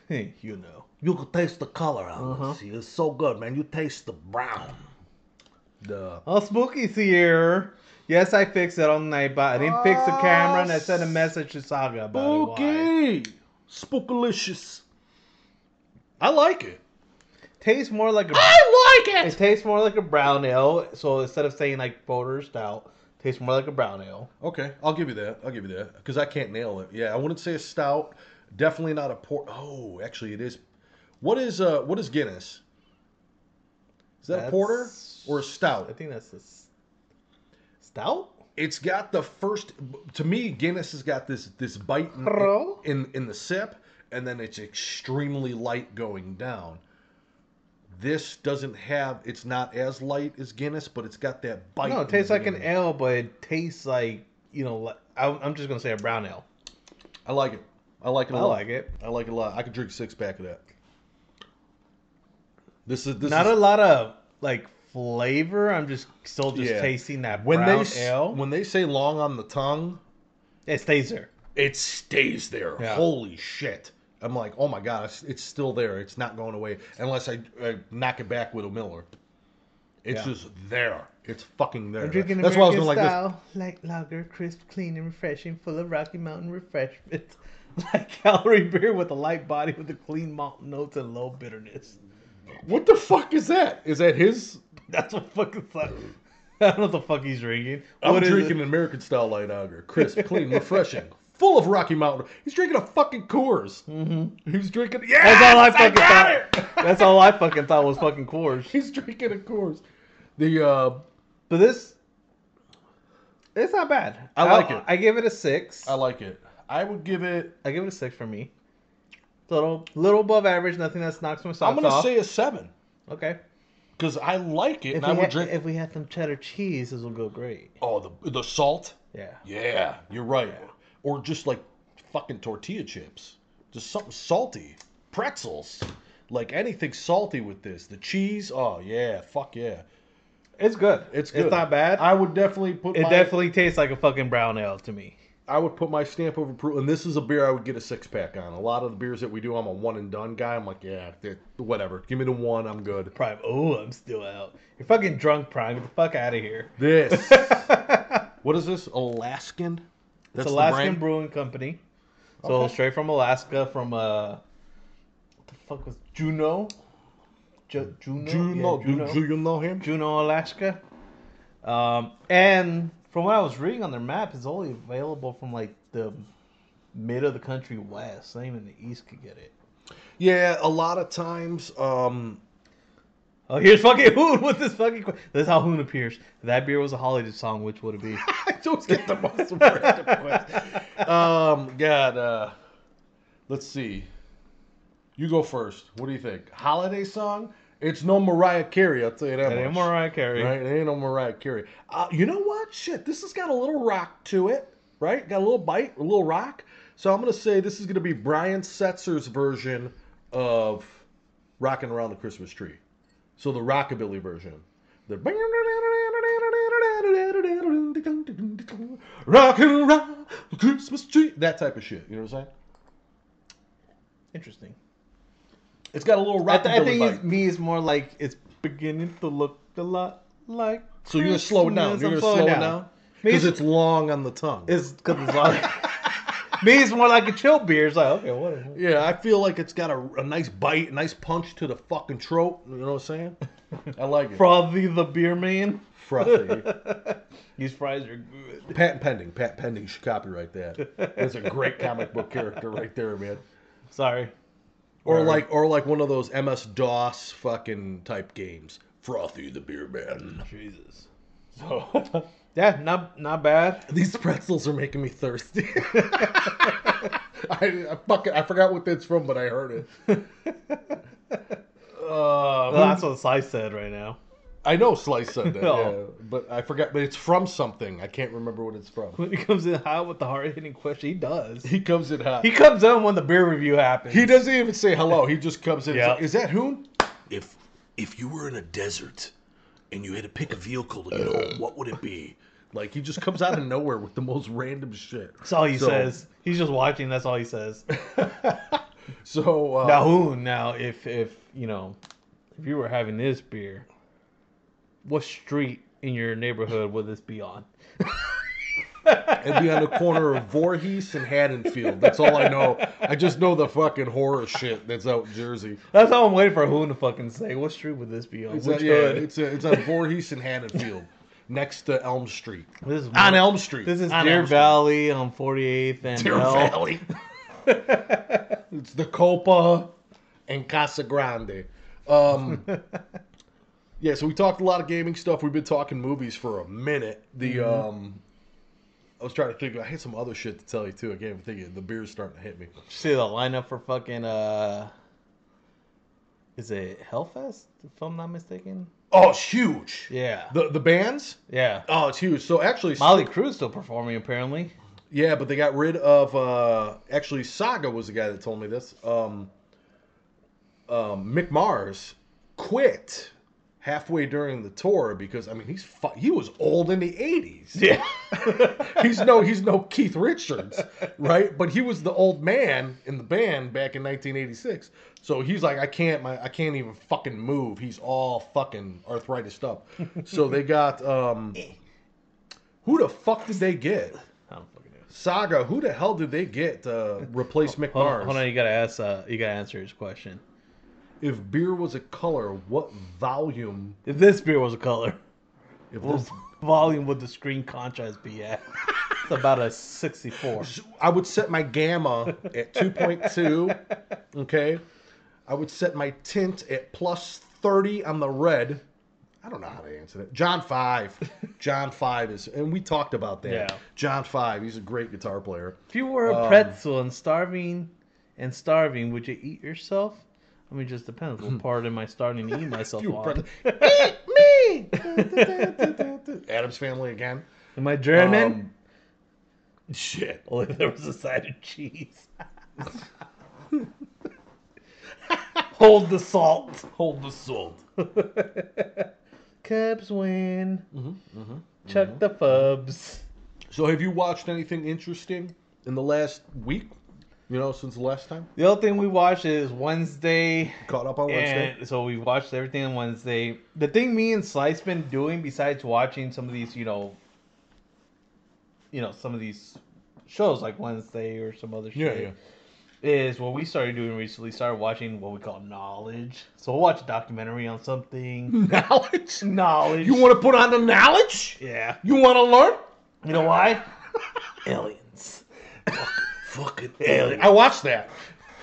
[SPEAKER 2] Hey, you know.
[SPEAKER 1] You can taste the color on
[SPEAKER 2] Uh-huh.
[SPEAKER 1] See, it's so good, man. You taste the brown. The
[SPEAKER 2] Oh, Spooky's here. Yes, I fixed it on the night, but I didn't fix the camera, and I sent a message to Saga about it. Why?
[SPEAKER 1] Oh, spooky, spookalicious. I like it.
[SPEAKER 2] Tastes more like a
[SPEAKER 1] I
[SPEAKER 2] it tastes more like a brown ale. So instead of saying like boater stout, tastes more like a brown ale.
[SPEAKER 1] Okay, I'll give you that. I'll give you that because I can't nail it. Yeah, I wouldn't say a stout. Definitely not a port. Oh, actually, it is. What is uh? What is Guinness? Is that a porter
[SPEAKER 2] That's-
[SPEAKER 1] or a
[SPEAKER 2] I
[SPEAKER 1] stout?
[SPEAKER 2] think that's a s- stout.
[SPEAKER 1] It's got the first. To me, Guinness has got this this bite in,
[SPEAKER 2] Hello?
[SPEAKER 1] in in the sip, and then it's extremely light going down. This doesn't have. It's not as light as Guinness, but it's got that bite.
[SPEAKER 2] No,
[SPEAKER 1] in
[SPEAKER 2] it
[SPEAKER 1] the
[SPEAKER 2] tastes like an
[SPEAKER 1] beginning.
[SPEAKER 2] ale, but it tastes like you know. Like, I'm I'm just gonna say a brown ale.
[SPEAKER 1] I like it. I like it. a
[SPEAKER 2] I
[SPEAKER 1] lot.
[SPEAKER 2] like it.
[SPEAKER 1] I like it a lot. I could drink six pack of that. This is this
[SPEAKER 2] Not
[SPEAKER 1] is,
[SPEAKER 2] a lot of like flavor. I'm just still just
[SPEAKER 1] Yeah.
[SPEAKER 2] tasting that
[SPEAKER 1] when they
[SPEAKER 2] brown
[SPEAKER 1] s-
[SPEAKER 2] ale.
[SPEAKER 1] when they say long on the tongue,
[SPEAKER 2] it stays there.
[SPEAKER 1] it stays there.
[SPEAKER 2] Yeah.
[SPEAKER 1] Holy shit! I'm like, oh my god, it's, it's still there. It's not going away unless I, I knock it back with a Miller. It's
[SPEAKER 2] Yeah.
[SPEAKER 1] just there. It's fucking there.
[SPEAKER 2] I'm drinking
[SPEAKER 1] That's why I was
[SPEAKER 2] American
[SPEAKER 1] going like this.
[SPEAKER 2] style, like lager, crisp, clean, and refreshing, full of Rocky Mountain refreshment, like calorie beer with a light body with a clean malt notes and low bitterness.
[SPEAKER 1] What the fuck is that? Is that his?
[SPEAKER 2] That's what fucking. Fu- I don't know what the fuck he's drinking.
[SPEAKER 1] I'm
[SPEAKER 2] What is
[SPEAKER 1] drinking
[SPEAKER 2] it?
[SPEAKER 1] an American style light lager, crisp, clean, refreshing, full of Rocky Mountain. He's drinking a fucking Coors. Mm-hmm. He's drinking. Yeah,
[SPEAKER 2] That's all I fucking
[SPEAKER 1] got
[SPEAKER 2] thought.
[SPEAKER 1] it!
[SPEAKER 2] That's all I fucking thought was fucking Coors.
[SPEAKER 1] He's drinking a Coors. The uh,
[SPEAKER 2] But this, it's not bad.
[SPEAKER 1] I like it.
[SPEAKER 2] I give it a six.
[SPEAKER 1] I like it. I would give it.
[SPEAKER 2] I give it a six for me. Little, little above average. Nothing that knocks my socks
[SPEAKER 1] I'm gonna
[SPEAKER 2] off.
[SPEAKER 1] say a seven
[SPEAKER 2] okay.
[SPEAKER 1] because I like it,
[SPEAKER 2] If
[SPEAKER 1] and
[SPEAKER 2] we,
[SPEAKER 1] I would
[SPEAKER 2] had,
[SPEAKER 1] drink.
[SPEAKER 2] if we had some cheddar cheese, this will go great.
[SPEAKER 1] oh, the the salt.
[SPEAKER 2] Yeah.
[SPEAKER 1] Yeah, you're right. Or just like fucking tortilla chips, just something salty. Pretzels, like anything salty with this. The cheese. Oh yeah, fuck yeah.
[SPEAKER 2] It's good.
[SPEAKER 1] It's good.
[SPEAKER 2] It's not bad.
[SPEAKER 1] I would definitely put.
[SPEAKER 2] it
[SPEAKER 1] my,
[SPEAKER 2] definitely tastes like a fucking brown ale to me.
[SPEAKER 1] I would put my stamp of approval, and this is a beer I would get a six pack on. A lot of the beers that we do, I'm a one and done guy. I'm like, yeah, th- whatever. Give me the one, I'm good.
[SPEAKER 2] Prime. Oh, I'm still out. You're fucking drunk, Prime. Get the fuck out of here.
[SPEAKER 1] This,
[SPEAKER 2] it's
[SPEAKER 1] what is this? Alaskan. That's the
[SPEAKER 2] Alaskan
[SPEAKER 1] brand?
[SPEAKER 2] Brewing Company. So
[SPEAKER 1] Okay.
[SPEAKER 2] straight from Alaska, from uh, what the fuck was Juneau? Ju- Juneau.
[SPEAKER 1] Do you
[SPEAKER 2] Yeah,
[SPEAKER 1] know? do-
[SPEAKER 2] Juneau.
[SPEAKER 1] Do, you know him?
[SPEAKER 2] Juneau, Alaska. Um, and from what I was reading on their map, it's only available from like the mid of the country west. Not even the east could get it.
[SPEAKER 1] Yeah, a lot of times. Um,
[SPEAKER 2] Oh, here's fucking Hoon with this fucking. que- This is how Hoon appears. If That beer was a holiday song. Which would it be?
[SPEAKER 1] I don't get the most random question. Um, God, uh, let's see. You go first. What do you think? Holiday song? It's no Mariah Carey. I'll tell you that.
[SPEAKER 2] That ain't
[SPEAKER 1] much.
[SPEAKER 2] Mariah Carey.
[SPEAKER 1] Right? It ain't no Mariah Carey. Uh, you know what? Shit, this has got a little rock to it, right? Got a little bite, a little rock. So I'm going to say this is going to be Brian Setzer's version of Rocking Around the Christmas Tree. So the rockabilly version. The rocking around the Christmas tree. That type of shit. You know what I'm saying?
[SPEAKER 2] Interesting.
[SPEAKER 1] It's got a little
[SPEAKER 2] I,
[SPEAKER 1] rockabilly
[SPEAKER 2] th- I think
[SPEAKER 1] bite.
[SPEAKER 2] it's, me is more like it's beginning to look a lot like.
[SPEAKER 1] So you're gonna slow it down.
[SPEAKER 2] Christmas.
[SPEAKER 1] You're
[SPEAKER 2] I'm
[SPEAKER 1] gonna slow
[SPEAKER 2] slowing
[SPEAKER 1] it down. because it's long on the tongue.
[SPEAKER 2] It's because it's like me. It's more like a chill beer. It's like okay, whatever.
[SPEAKER 1] yeah, I feel like it's got a, a nice bite, a nice punch to the fucking throat. You know what I'm saying? I like it.
[SPEAKER 2] Frothy the beer man.
[SPEAKER 1] Frothy.
[SPEAKER 2] These fries are good.
[SPEAKER 1] Patent pending. Patent pending should copyright that. That's a great comic book character right there, man.
[SPEAKER 2] Sorry.
[SPEAKER 1] Or
[SPEAKER 2] Word.
[SPEAKER 1] like, or like one of those MS DOS fucking type games. Frothy the beer man.
[SPEAKER 2] Jesus. So yeah, not not bad.
[SPEAKER 1] These pretzels are making me thirsty. I, I fucking I forgot what that's from, but I heard it. Uh,
[SPEAKER 2] Well, that's what Slice said right now.
[SPEAKER 1] I know Slice said that,
[SPEAKER 2] Oh.
[SPEAKER 1] yeah, but I forgot. But it's from something. I can't remember what it's from.
[SPEAKER 2] When he comes in hot with the hard hitting question, he does.
[SPEAKER 1] He comes in hot.
[SPEAKER 2] He comes in when the beer review happens.
[SPEAKER 1] He doesn't even say hello. He just comes in.
[SPEAKER 2] Yeah.
[SPEAKER 1] Yeah. Is that Hoon?
[SPEAKER 3] If if you were in a desert and you had to pick a vehicle to get home, what would it be?
[SPEAKER 1] Like he just comes out of nowhere with the most random shit.
[SPEAKER 2] that's all he
[SPEAKER 1] So-
[SPEAKER 2] says. He's just watching. That's all he says.
[SPEAKER 1] So uh,
[SPEAKER 2] Now, who? Now, if if you know, if you were having this beer, what street in your neighborhood would this be on?
[SPEAKER 1] it'd be on the corner of Voorhees and Haddonfield. That's all I know. I just know the fucking horror shit that's out in Jersey.
[SPEAKER 2] That's all I'm waiting for. Who to fucking say? What street would this be on?
[SPEAKER 1] It's
[SPEAKER 2] Which
[SPEAKER 1] on, yeah,
[SPEAKER 2] hood?
[SPEAKER 1] it's a, it's on Voorhees and Haddonfield, next to Elm Street.
[SPEAKER 2] This is
[SPEAKER 1] On Elm Street.
[SPEAKER 2] This is
[SPEAKER 1] on
[SPEAKER 2] Deer
[SPEAKER 1] Elm Street.
[SPEAKER 2] Valley on 48th and
[SPEAKER 1] Deer
[SPEAKER 2] L.
[SPEAKER 1] Valley. it's the Copa and Casa Grande. Um, yeah, so we talked a lot of gaming stuff. We've been talking movies for a minute. The um, I was trying to think. I had some other shit to tell you too. I can't even think. Of it. The beer's starting to hit me.
[SPEAKER 2] See the lineup for fucking uh, is it Hellfest? If I'm not mistaken.
[SPEAKER 1] Oh, it's huge.
[SPEAKER 2] Yeah.
[SPEAKER 1] The the bands.
[SPEAKER 2] Yeah.
[SPEAKER 1] Oh, it's huge. So actually,
[SPEAKER 2] Molly Crew's still performing apparently.
[SPEAKER 1] Yeah, but they got rid of. Uh, actually, Saga was the guy that told me this. Um, um, Mick Mars quit halfway during the tour because I mean he's fu- he was old in the eighties.
[SPEAKER 2] Yeah.
[SPEAKER 1] he's no he's no Keith Richards, right? But he was the old man in the band back in 1986. So he's like, I can't my I can't even fucking move. He's all fucking arthritis up. So they got um, who the fuck did they get?
[SPEAKER 2] I don't fucking know.
[SPEAKER 1] Saga, who the hell did they get to replace Mick
[SPEAKER 2] Hold,
[SPEAKER 1] Mars?
[SPEAKER 2] on- hold on, you gotta ask. Uh, you gotta answer his question.
[SPEAKER 1] If beer was a color, what volume?
[SPEAKER 2] If this beer was a color,
[SPEAKER 1] If
[SPEAKER 2] what
[SPEAKER 1] this,
[SPEAKER 2] volume would the screen contrast be at? It's about a 64.
[SPEAKER 1] I would set my gamma at 2.2, okay? I would set my tint at plus 30 on the red. I don't know how to answer that. John 5. John 5 is, and we talked about that.
[SPEAKER 2] Yeah.
[SPEAKER 1] John 5, he's a great guitar player.
[SPEAKER 2] If you were a
[SPEAKER 1] Um,
[SPEAKER 2] pretzel and starving and starving, would you eat yourself? I mean, it just depends. What part am I starting to eat myself
[SPEAKER 1] You
[SPEAKER 2] on?
[SPEAKER 1] Eat me! Adam's family again.
[SPEAKER 2] Am I German?
[SPEAKER 1] Um, shit.
[SPEAKER 2] Only if there was a side of cheese. Hold the salt. Hold the salt. Cubs win. Mm-hmm, Chuck the fubs.
[SPEAKER 1] So, have you watched anything interesting in the last week? You know, since the last time
[SPEAKER 2] The other thing we watched is Wednesday.
[SPEAKER 1] caught up on Wednesday.
[SPEAKER 2] And so we watched everything on Wednesday. The thing me and Slice been doing besides watching some of these, you know, you know, some of these shows like Wednesday or some other
[SPEAKER 1] Yeah,
[SPEAKER 2] shit, is what we started doing recently. Started watching what we call knowledge. So we'll watch a documentary on something.
[SPEAKER 1] Knowledge.
[SPEAKER 2] knowledge.
[SPEAKER 1] You want to put on the knowledge?
[SPEAKER 2] Yeah.
[SPEAKER 1] You want to learn?
[SPEAKER 2] You know why? Aliens.
[SPEAKER 3] Fucking
[SPEAKER 2] Alien.
[SPEAKER 1] I watched that.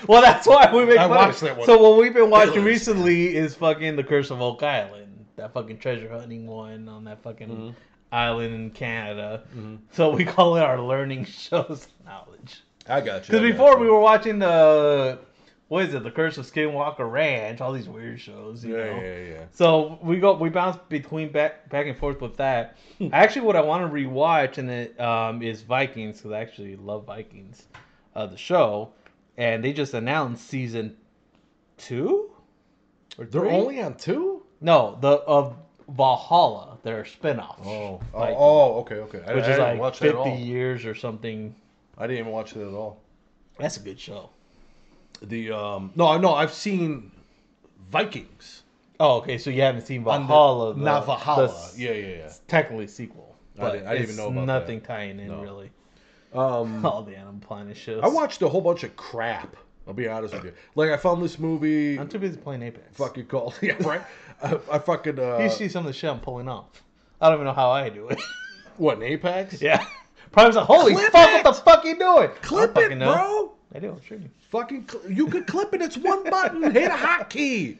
[SPEAKER 2] Well, that's why we make
[SPEAKER 1] I
[SPEAKER 2] fun of it.
[SPEAKER 1] watched that one.
[SPEAKER 2] So what we've been watching
[SPEAKER 3] Killers.
[SPEAKER 2] recently is fucking The Curse of Oak Island, that fucking treasure hunting one on that fucking
[SPEAKER 1] Mm-hmm.
[SPEAKER 2] island in Canada. So we call it our learning shows knowledge.
[SPEAKER 1] I got you.
[SPEAKER 2] Because before we were watching the what is it, The Curse of Skinwalker Ranch, all these weird shows, you
[SPEAKER 1] Yeah,
[SPEAKER 2] know.
[SPEAKER 1] yeah, yeah.
[SPEAKER 2] So we go, we bounce between back back and forth with that.
[SPEAKER 1] Hmm.
[SPEAKER 2] actually, what I want to rewatch and it um, is Vikings because I actually love Vikings, uh, the show, and they just announced season two. Or
[SPEAKER 1] They're
[SPEAKER 2] three?
[SPEAKER 1] only on two.
[SPEAKER 2] no the of Valhalla, their spinoff.
[SPEAKER 1] Oh, oh,
[SPEAKER 2] Vikings,
[SPEAKER 1] oh, okay, okay. I,
[SPEAKER 2] which
[SPEAKER 1] I
[SPEAKER 2] is
[SPEAKER 1] didn't
[SPEAKER 2] like
[SPEAKER 1] watch that at
[SPEAKER 2] fifty
[SPEAKER 1] all.
[SPEAKER 2] years or something.
[SPEAKER 1] I didn't even watch that at all.
[SPEAKER 2] That's a good show.
[SPEAKER 1] The um, no, no, I've seen Vikings
[SPEAKER 2] Oh, okay. So you haven't seen
[SPEAKER 1] on the-
[SPEAKER 2] Valhalla? the-
[SPEAKER 1] not
[SPEAKER 2] the
[SPEAKER 1] Valhalla.
[SPEAKER 2] s-
[SPEAKER 1] Yeah, yeah, yeah.
[SPEAKER 2] Technically sequel.
[SPEAKER 1] I didn't, I didn't even
[SPEAKER 2] it's
[SPEAKER 1] know about
[SPEAKER 2] nothing
[SPEAKER 1] that.
[SPEAKER 2] tying in
[SPEAKER 1] No.
[SPEAKER 2] really.
[SPEAKER 1] Um,
[SPEAKER 2] All the Animal Planet shows.
[SPEAKER 1] I watched a whole bunch of crap. I'll be honest with you. Like I found this movie.
[SPEAKER 2] I'm too busy playing Apex.
[SPEAKER 1] fucking called. Yeah, right. I, I fucking uh,
[SPEAKER 2] you see some of the shit I'm pulling off. I don't even know how I do it.
[SPEAKER 1] what an Apex?
[SPEAKER 2] yeah. Probably like, holy
[SPEAKER 1] Clip
[SPEAKER 2] fuck!
[SPEAKER 1] it!
[SPEAKER 2] What the fuck you doing? I
[SPEAKER 1] Clip
[SPEAKER 2] don't
[SPEAKER 1] it,
[SPEAKER 2] fucking know.
[SPEAKER 1] bro.
[SPEAKER 2] I do. I'm sure. you-
[SPEAKER 1] Fucking, cl- you could clip it. It's one button. Hit a hotkey,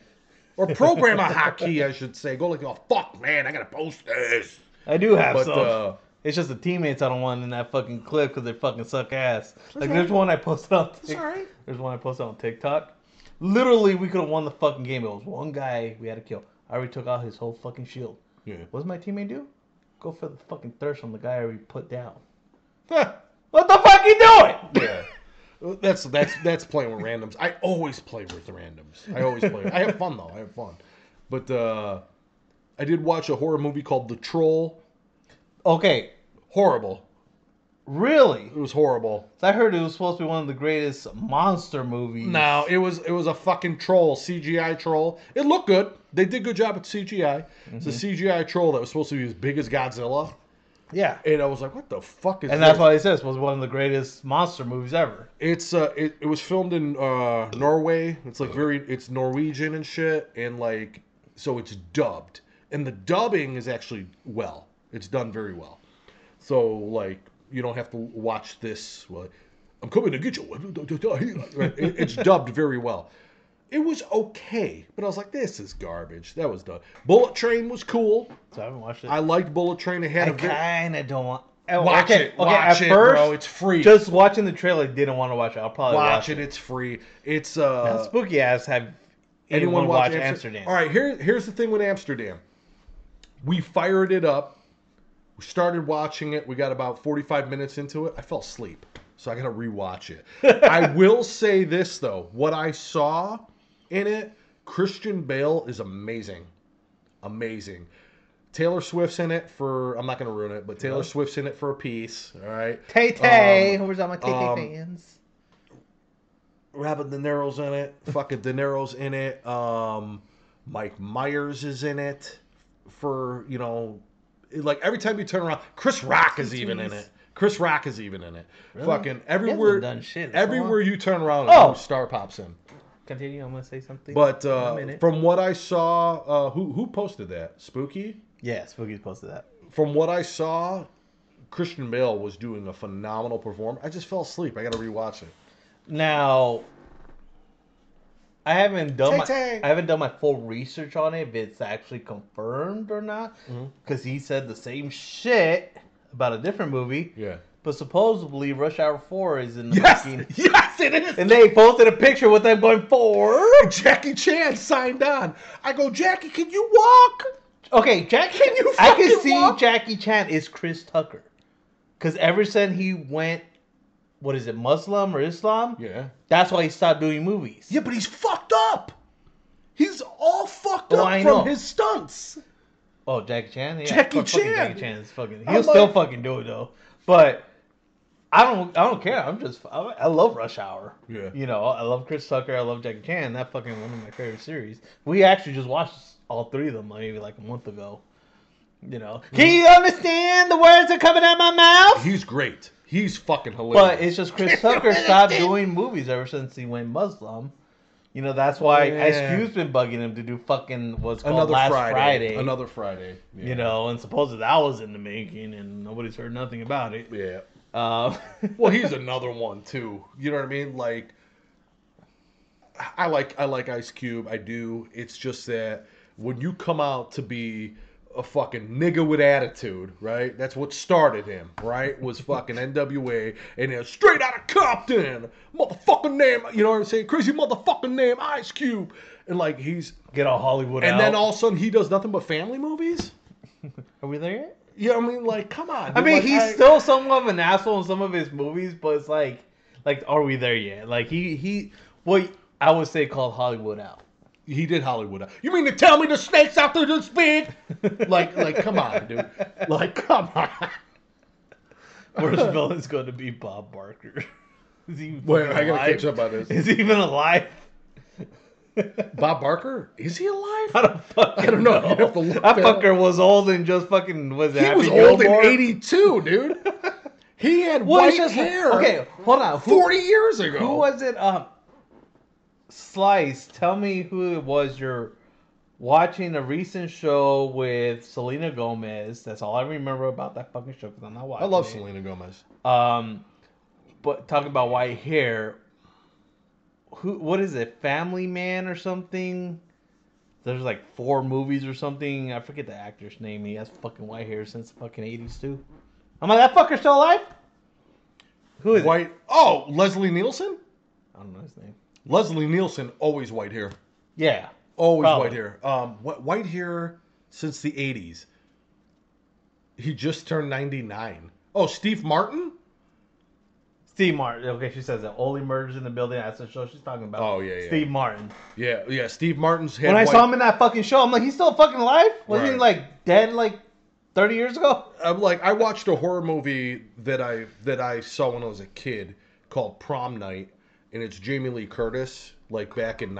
[SPEAKER 1] or program a hotkey, I should say. Go like, oh fuck, man, I gotta post this.
[SPEAKER 2] I do have
[SPEAKER 1] But,
[SPEAKER 2] some.
[SPEAKER 1] uh,
[SPEAKER 2] it's just the teammates I don't want in that fucking clip because they fucking suck ass. Like
[SPEAKER 1] all
[SPEAKER 2] there's one I posted on. Tik-
[SPEAKER 1] alright.
[SPEAKER 2] There's one I posted on TikTok. Literally, we could have won the fucking game. It was one guy we had to kill. I already took out his whole fucking shield.
[SPEAKER 1] Yeah.
[SPEAKER 2] What does my teammate do? Go for the fucking thirst on the guy I already put down. What the fuck you doing?
[SPEAKER 1] yeah. That's that's that's playing with randoms. I always play with randoms. I always play. I have fun though. I have fun. But uh, I did watch a horror movie called The Troll.
[SPEAKER 2] Okay,
[SPEAKER 1] Horrible.
[SPEAKER 2] really?
[SPEAKER 1] It was horrible.
[SPEAKER 2] I heard it was supposed to be one of the greatest monster movies.
[SPEAKER 1] No, Uh, it was it was a fucking troll, CGI troll. It looked good. They did a good job at CGI.
[SPEAKER 2] Mm-hmm.
[SPEAKER 1] It's a CGI troll that was supposed to be as big as Godzilla,
[SPEAKER 2] Yeah.
[SPEAKER 1] and I was like, "What the fuck is?"
[SPEAKER 2] And that's
[SPEAKER 1] this?
[SPEAKER 2] why it says it was one of the greatest monster movies ever.
[SPEAKER 1] it's uh, it, it was filmed in uh, Norway. It's like very it's Norwegian and shit, and like so it's dubbed, and the dubbing is actually well. It's done very well. So like you don't have to watch this. Well, I'm coming to get you. Right? It- It's dubbed very well. It was okay, but I was like, this is garbage. That was done. Bullet Train was cool.
[SPEAKER 2] So I haven't watched it.
[SPEAKER 1] I liked Bullet Train. It had
[SPEAKER 2] I
[SPEAKER 1] a very-
[SPEAKER 2] kind of don't want. oh,
[SPEAKER 1] watch
[SPEAKER 2] okay,
[SPEAKER 1] it.
[SPEAKER 2] okay,
[SPEAKER 1] watch
[SPEAKER 2] at
[SPEAKER 1] it,
[SPEAKER 2] first,
[SPEAKER 1] bro. It's free.
[SPEAKER 2] just watching the trailer, didn't want to watch it. I'll probably watch,
[SPEAKER 1] watch it. It's free. It's uh.
[SPEAKER 2] Now, spooky ass. Have
[SPEAKER 1] Anyone, watch, Amster-
[SPEAKER 2] Amsterdam?
[SPEAKER 1] All right, here, here's the thing with Amsterdam. We fired it up. We started watching it. We got about 45 minutes into it. I fell asleep, so I got to rewatch it. I will say this though: what I saw in it, Christian Bale is amazing, amazing. Taylor Swift's in it for. I'm not going to ruin it, but Taylor Swift's in it for a piece. All right.
[SPEAKER 2] Tay Tay,
[SPEAKER 1] Um,
[SPEAKER 2] where's all my Tay Tay
[SPEAKER 1] um,
[SPEAKER 2] fans?
[SPEAKER 1] Robert De Niro's in it. Fucking De Niro's in it. Um, Mike Myers is in it. For you know, it- like every time you turn around, Chris Rock is even in it. Chris Rock is even in it. Fucking everywhere,
[SPEAKER 2] done shit.
[SPEAKER 1] everywhere you turn around,
[SPEAKER 2] Oh.
[SPEAKER 1] oh. star pops in.
[SPEAKER 2] Continue. I'm gonna say something.
[SPEAKER 1] But
[SPEAKER 2] In a
[SPEAKER 1] uh,
[SPEAKER 2] minute.
[SPEAKER 1] from what I saw, uh, who who posted that? Spooky.
[SPEAKER 2] yeah, Spooky's posted that.
[SPEAKER 1] From what I saw, Christian Bale was doing a phenomenal perform. I just fell asleep. I got to rewatch it.
[SPEAKER 2] Now, I haven't done my,
[SPEAKER 1] Tay-Tay.
[SPEAKER 2] I haven't done my full research on it if it's actually confirmed or not, because he said the same shit about a different movie.
[SPEAKER 1] Yeah.
[SPEAKER 2] But supposedly Rush Hour Four is in the
[SPEAKER 1] Yes,
[SPEAKER 2] making,
[SPEAKER 1] yes, it is.
[SPEAKER 2] and they posted a picture with them going four.
[SPEAKER 1] Jackie Chan signed on. I go, Jackie, can you walk?
[SPEAKER 2] Okay, Jackie.
[SPEAKER 1] Can you
[SPEAKER 2] I can
[SPEAKER 1] fucking
[SPEAKER 2] see
[SPEAKER 1] walk?
[SPEAKER 2] Jackie Chan is Chris Tucker, because ever since he went, what is it, Muslim or Islam?
[SPEAKER 1] Yeah.
[SPEAKER 2] That's why he stopped doing movies.
[SPEAKER 1] Yeah, but he's fucked up. He's all fucked
[SPEAKER 2] Oh,
[SPEAKER 1] up
[SPEAKER 2] I
[SPEAKER 1] from
[SPEAKER 2] know.
[SPEAKER 1] his stunts.
[SPEAKER 2] Oh, Jackie Chan. Yeah,
[SPEAKER 1] Jackie
[SPEAKER 2] fuck- fucking
[SPEAKER 1] Chan.
[SPEAKER 2] Jackie Chan is fucking. He'll
[SPEAKER 1] I'm
[SPEAKER 2] still
[SPEAKER 1] like-
[SPEAKER 2] fucking do it though. But I don't. I don't care. I'm just. I, I love Rush Hour.
[SPEAKER 1] Yeah.
[SPEAKER 2] You know, I love Chris Tucker. I love Jackie Chan. That fucking one of my favorite series. We actually just watched all three of them like, maybe like a month ago. You know,
[SPEAKER 1] Mm-hmm.
[SPEAKER 2] can you understand the words that are coming out of my mouth?
[SPEAKER 1] He's great. He's fucking hilarious.
[SPEAKER 2] But it's just Chris Tucker stopped doing movies ever since he went Muslim. You know, that's why
[SPEAKER 1] Yeah.
[SPEAKER 2] Ice Cube's been bugging him to do fucking what's called
[SPEAKER 1] another
[SPEAKER 2] Last
[SPEAKER 1] Friday,
[SPEAKER 2] Friday.
[SPEAKER 1] Another Friday. Yeah.
[SPEAKER 2] You know, and supposedly that was in the making, and nobody's heard nothing about it.
[SPEAKER 1] Yeah.
[SPEAKER 2] Uh,
[SPEAKER 1] Well, he's another one too. You know what I mean? Like, I like I like Ice Cube. I do. It's just that when you come out to be a fucking nigga with attitude, right? That's what started him, right? Was fucking NWA and then straight out of Compton, motherfucking name. You know what I'm saying? Crazy motherfucking name, Ice Cube. And like he's,
[SPEAKER 2] get all Hollywood
[SPEAKER 1] and
[SPEAKER 2] out.
[SPEAKER 1] then all of a sudden he does nothing but family movies.
[SPEAKER 2] Are we there yet?
[SPEAKER 1] You know what I mean? Like, come on.
[SPEAKER 2] I
[SPEAKER 1] dude.
[SPEAKER 2] mean,
[SPEAKER 1] Like,
[SPEAKER 2] he's still somewhat of an asshole in some of his movies, but it's like, like, are we there yet? Like, he he, what I would say called Hollywood out.
[SPEAKER 1] He did Hollywood. You mean to tell me the snakes out there this big? like, like, come on, dude. Like, come on.
[SPEAKER 2] Worst villain's going to be Bob Barker. Is he even
[SPEAKER 1] Wait, I gotta
[SPEAKER 2] alive?
[SPEAKER 1] catch up on this.
[SPEAKER 2] Is he even alive?
[SPEAKER 1] Bob Barker? Is he alive?
[SPEAKER 2] I don't fucking
[SPEAKER 1] I don't know.
[SPEAKER 2] know.
[SPEAKER 1] You have to look
[SPEAKER 2] that
[SPEAKER 1] that up.
[SPEAKER 2] fucker was old and just fucking was
[SPEAKER 1] He was old in '82, dude. He had
[SPEAKER 2] What
[SPEAKER 1] white
[SPEAKER 2] is just
[SPEAKER 1] hair.
[SPEAKER 2] Okay, hold on. Who,
[SPEAKER 1] forty years ago.
[SPEAKER 2] who was it? Um, Slice. Tell me who it was. You're watching a recent show with Selena Gomez. That's all I remember about that fucking show because I'm not
[SPEAKER 1] I
[SPEAKER 2] watching.
[SPEAKER 1] love
[SPEAKER 2] it.
[SPEAKER 1] Selena Gomez.
[SPEAKER 2] Um, but talking about white hair, who? What is it? Family Man or something? There's like four movies or something. I forget the actor's name. He has fucking white hair since the fucking '80s too. I'm like that fucker's still alive. Who is it?
[SPEAKER 1] White. Oh, Leslie Nielsen.
[SPEAKER 2] I don't know his name.
[SPEAKER 1] Leslie Nielsen always white hair.
[SPEAKER 2] Yeah,
[SPEAKER 1] Always
[SPEAKER 2] Probably.
[SPEAKER 1] white hair. Um, wh- white hair since the '80s. He just turned 99. Oh, Steve Martin.
[SPEAKER 2] Steve Martin. Okay, she says that only murders in the building. That's the show she's talking about.
[SPEAKER 1] Oh, yeah, yeah.
[SPEAKER 2] Steve Martin.
[SPEAKER 1] Yeah, yeah. Steve Martin's head.
[SPEAKER 2] when I
[SPEAKER 1] white.
[SPEAKER 2] saw him in that fucking show, I'm like, he's still fucking alive. Wasn't he
[SPEAKER 1] Right.
[SPEAKER 2] like dead like 30 years ago?
[SPEAKER 1] I'm like, I watched a horror movie that I that I saw when I was a kid called Prom Night, and it's Jamie Lee Curtis, like back in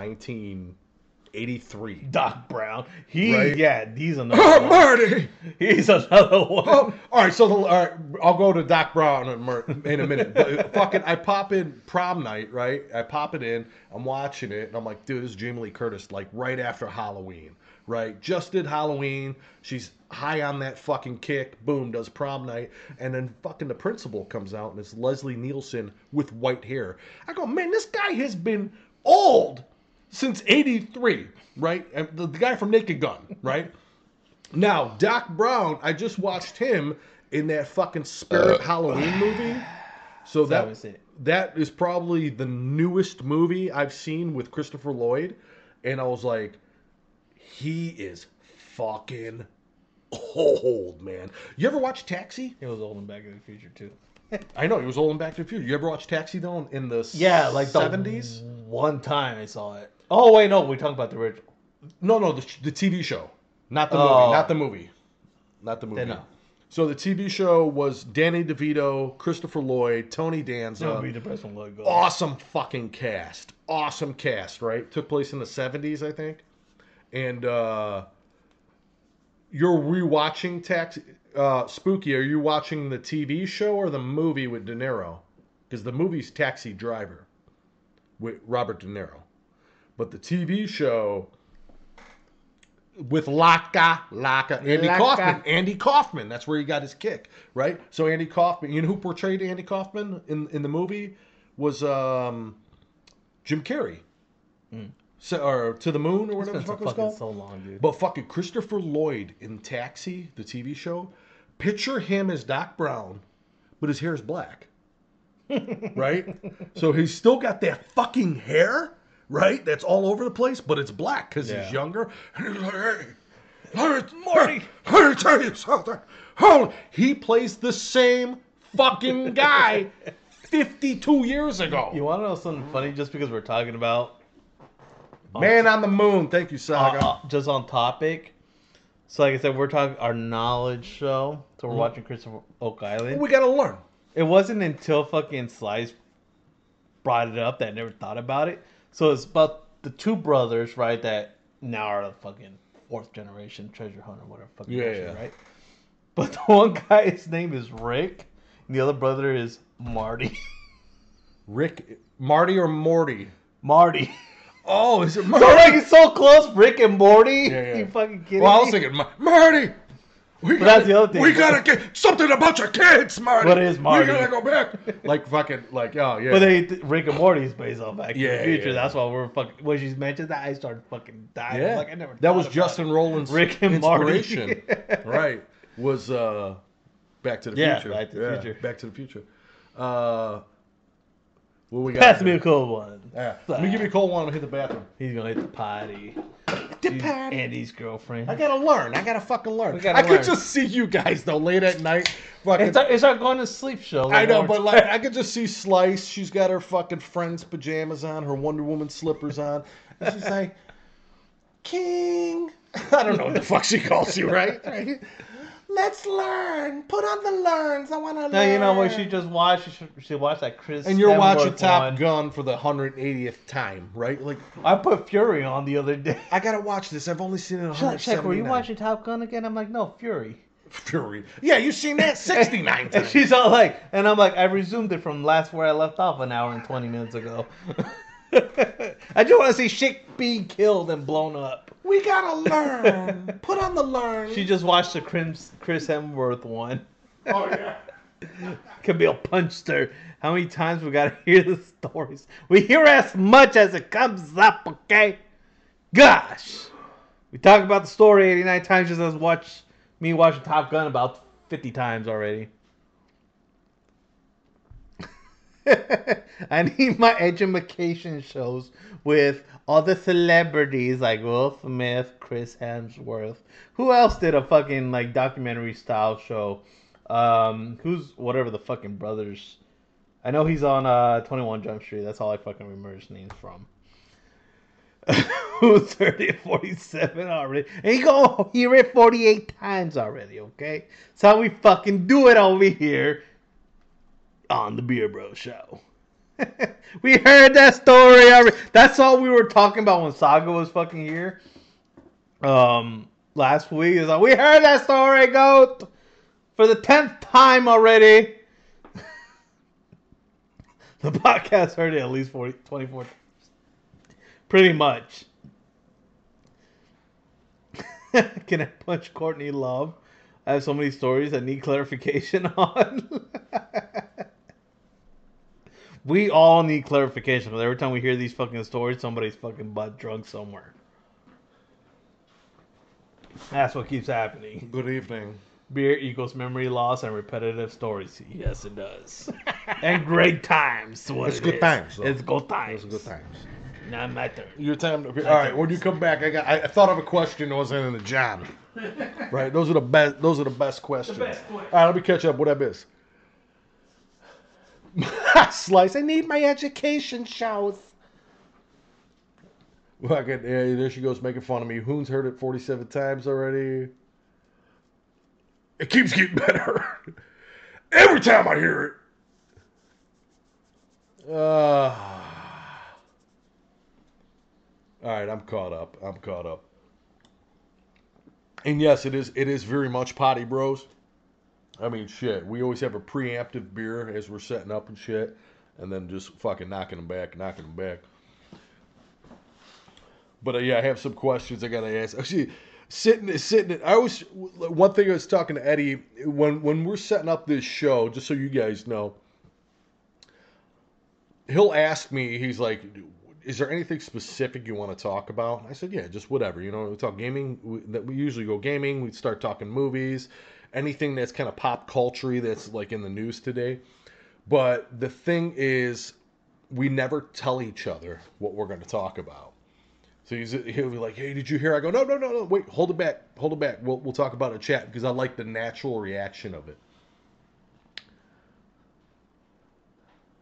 [SPEAKER 1] 1983.
[SPEAKER 2] Doc Brown. He
[SPEAKER 1] Right.
[SPEAKER 2] yeah, he's
[SPEAKER 1] Oh,
[SPEAKER 2] another one.
[SPEAKER 1] Marty!
[SPEAKER 2] He's another one.
[SPEAKER 1] Oh, all right, so the, all right, I'll go to Doc Brown in, mer- in a minute. But fucking, I pop in prom night, right? I pop it in. I'm watching it, and I'm like, dude, this is Jamie Lee Curtis, like right after Halloween, right? Just did Halloween. She's high on that fucking kick. Boom, does prom night, and then fucking the principal comes out, and it's Leslie Nielsen with white hair. I go, man, this guy has been old since '83, right? And the, the guy from Naked Gun, right? Now, Doc Brown, I just watched him in that fucking Spirit Halloween movie. So that,
[SPEAKER 2] was it.
[SPEAKER 1] that is probably the newest movie I've seen with Christopher Lloyd. And I was like, he is fucking old, man. You ever watch Taxi?
[SPEAKER 2] He was old in Back in the Future too.
[SPEAKER 1] I know, he was old in Back to the Future. You ever watch Taxi, though, in the
[SPEAKER 2] Yeah, like the
[SPEAKER 1] 70s?
[SPEAKER 2] One time I saw it. Oh wait, no, we're talking about the original.
[SPEAKER 1] No, no, the, the TV show, not the
[SPEAKER 2] Oh.
[SPEAKER 1] movie, not the movie, not the movie.
[SPEAKER 2] no.
[SPEAKER 1] So the TV show was Danny DeVito, Christopher Lloyd, Tony
[SPEAKER 2] That would
[SPEAKER 1] Danza.
[SPEAKER 2] be the best one let go.
[SPEAKER 1] Awesome fucking cast. Awesome cast, right? Took place in the 70s, I think. And uh you're rewatching Tax uh Spooky, are you watching the TV show or the movie with De Niro? Cuz the movie's Taxi Driver with Robert De Niro. But the TV show with Laka, Laka, Andy
[SPEAKER 2] Laka.
[SPEAKER 1] Kaufman. Andy Kaufman. That's where he got his kick, right? So Andy Kaufman. You know who portrayed Andy Kaufman in in the movie was um, Jim Carrey. So, or to the moon or
[SPEAKER 2] It's
[SPEAKER 1] whatever
[SPEAKER 2] been
[SPEAKER 1] the
[SPEAKER 2] so
[SPEAKER 1] fuck it was
[SPEAKER 2] Mm. fucking
[SPEAKER 1] called.
[SPEAKER 2] so long, dude.
[SPEAKER 1] But fucking Christopher Lloyd in Taxi, the TV show. Picture him as Doc Brown, but his hair is black. right? So he's still got that fucking hair, right? That's all over the place, but it's black because
[SPEAKER 2] Yeah.
[SPEAKER 1] he's younger. And he's like, hey, let me, Marty, let me tell you something. Holy, he plays the same fucking guy 52 years ago.
[SPEAKER 2] you want to know something funny? Just because we're talking about
[SPEAKER 1] Man on the moon. Thank you, Saga.
[SPEAKER 2] uh, uh, just on topic. So like I said, we're talking our knowledge show. So we're watching Christopher Oak Island.
[SPEAKER 1] Mm-hmm. we got to learn.
[SPEAKER 2] It wasn't until fucking Slice brought it up that I never thought about it. So it's about the two brothers, right, that now are the fucking fourth generation treasure hunter, whatever fucking
[SPEAKER 1] Yeah,
[SPEAKER 2] bullshit,
[SPEAKER 1] yeah.
[SPEAKER 2] right? But the one guy, his name is Rick, and the other brother is Marty.
[SPEAKER 1] Rick, Marty or Morty?
[SPEAKER 2] Marty.
[SPEAKER 1] Oh, is it Marty?
[SPEAKER 2] So like it's so close, Rick and Morty.
[SPEAKER 1] Yeah, yeah.
[SPEAKER 2] You fucking kidding
[SPEAKER 1] well, I
[SPEAKER 2] me?
[SPEAKER 1] was thinking, Mar- Marty. We
[SPEAKER 2] But that's the other thing.
[SPEAKER 1] We gotta get something about your kids, Marty.
[SPEAKER 2] What is Marty?
[SPEAKER 1] We gotta go back. Like fucking, like oh yeah.
[SPEAKER 2] But they Rick and Morty is based off Back to
[SPEAKER 1] Yeah,
[SPEAKER 2] the Future.
[SPEAKER 1] yeah.
[SPEAKER 2] That's why we're fucking. When she's mentioned that, I started fucking dying.
[SPEAKER 1] yeah.
[SPEAKER 2] Like I never.
[SPEAKER 1] that
[SPEAKER 2] thought
[SPEAKER 1] was
[SPEAKER 2] about
[SPEAKER 1] Justin
[SPEAKER 2] it.
[SPEAKER 1] Roland's
[SPEAKER 2] Rick and Marty.
[SPEAKER 1] inspiration, right? Was uh, Back to the
[SPEAKER 2] Yeah,
[SPEAKER 1] Future.
[SPEAKER 2] Back to the Future.
[SPEAKER 1] Back to the Future. Uh, what we got?
[SPEAKER 2] Pass me a cold one.
[SPEAKER 1] Yeah. Let me give you a cold one. and hit the bathroom.
[SPEAKER 2] He's gonna hit the potty.
[SPEAKER 1] The
[SPEAKER 2] He's Andy's girlfriend.
[SPEAKER 1] I gotta learn. I gotta fucking learn.
[SPEAKER 2] We
[SPEAKER 1] I
[SPEAKER 2] gotta
[SPEAKER 1] could
[SPEAKER 2] learn.
[SPEAKER 1] just see you guys though late at night. Fucking,
[SPEAKER 2] It's our, it's our going to sleep show.
[SPEAKER 1] I
[SPEAKER 2] like,
[SPEAKER 1] know,
[SPEAKER 2] we're-
[SPEAKER 1] but like I could just see Slice. She's got her fucking friend's pajamas on, her Wonder Woman slippers on, and she's like, "King." I don't know what the fuck she calls you, right? Right?
[SPEAKER 4] Let's learn. Put on the learns. I want to learn.
[SPEAKER 2] Now you know what she just watched. She, should- she watched that Chris.
[SPEAKER 1] And you're watching
[SPEAKER 2] Hemsworth
[SPEAKER 1] Top
[SPEAKER 2] one.
[SPEAKER 1] Gun for the 180th time, right? Like,
[SPEAKER 2] I put Fury on the other day.
[SPEAKER 1] I gotta watch this. I've only seen it
[SPEAKER 2] She's like,
[SPEAKER 1] 179.
[SPEAKER 2] check. Were you watching Top Gun again? I'm like, no, Fury.
[SPEAKER 1] Fury? Yeah, you've seen that 69
[SPEAKER 2] And
[SPEAKER 1] times.
[SPEAKER 2] she's all like, and I'm like, I resumed it from last where I left off an hour and 20 minutes ago. I just want to see shit being killed and blown up.
[SPEAKER 4] We gotta learn. Put on the learn.
[SPEAKER 2] She just watched the Chris, Chris Hemsworth one.
[SPEAKER 3] Oh yeah.
[SPEAKER 2] Camille punched her. How many times we gotta hear the stories? We hear as much as it comes up, okay? Gosh! We talk about the story 89 times just as watch me watching Top Gun about 50 times already. I need my edumacation shows with all the celebrities like Will Smith, Chris Hemsworth. Who else did a fucking like documentary style show? Um, who's whatever the fucking brothers? I know he's on uh 21 Jump Street. That's all I fucking remember his names from. Who's 30 and 47 already? And you go hear it 48 times already, okay? That's how we fucking do it over here on the Beer Bro Show. we heard that story already. That's all we were talking about when Saga was fucking here. Um, last week is like we heard that story, goat, for the tenth time already. the podcast heard it at least 40, 24 times, pretty much. Can I punch Courtney Love? I have so many stories I need clarification on. we all need clarification because every time we hear these fucking stories, somebody's fucking butt drunk somewhere. That's what keeps happening.
[SPEAKER 1] Good evening.
[SPEAKER 2] Beer equals memory loss and repetitive stories. Yes, it does. and great times. what
[SPEAKER 1] It's
[SPEAKER 2] it
[SPEAKER 1] good
[SPEAKER 2] is.
[SPEAKER 1] times, though.
[SPEAKER 2] It's good times.
[SPEAKER 1] Those are good times.
[SPEAKER 2] Not matter.
[SPEAKER 1] Your time. To, all right, when you come back, I got. I, I thought of a question. I wasn't in the job. Right. Those are the best. Those are the best questions.
[SPEAKER 3] best questions.
[SPEAKER 1] All right, let me catch up. What that is. Slice. I need my education shows. Well, I got, yeah, there she goes making fun of me. Hoon's heard it 47 times already. It keeps getting better. Every time I hear it. Uh, all right, I'm caught up. I'm caught up. And yes, it is. It is very much potty bros. I mean, shit. We always have a preemptive beer as we're setting up and shit, and then just fucking knocking them back, knocking them back. But uh, yeah, I have some questions I gotta ask. Actually, sitting, sitting. I always one thing I was talking to Eddie when when we're setting up this show. Just so you guys know, he'll ask me, he's like, "Is there anything specific you want to talk about?" I said, "Yeah, just whatever." You know, we talk gaming. We, that we usually go gaming. We start talking movies, anything that's kind of pop culture that's like in the news today. But the thing is, we never tell each other what we're going to talk about. So he's, he'll be like, "Hey, did you hear?" I go, "No, no, no, no. Wait, hold it back, hold it back. We'll we'll talk about it in chat because I like the natural reaction of it."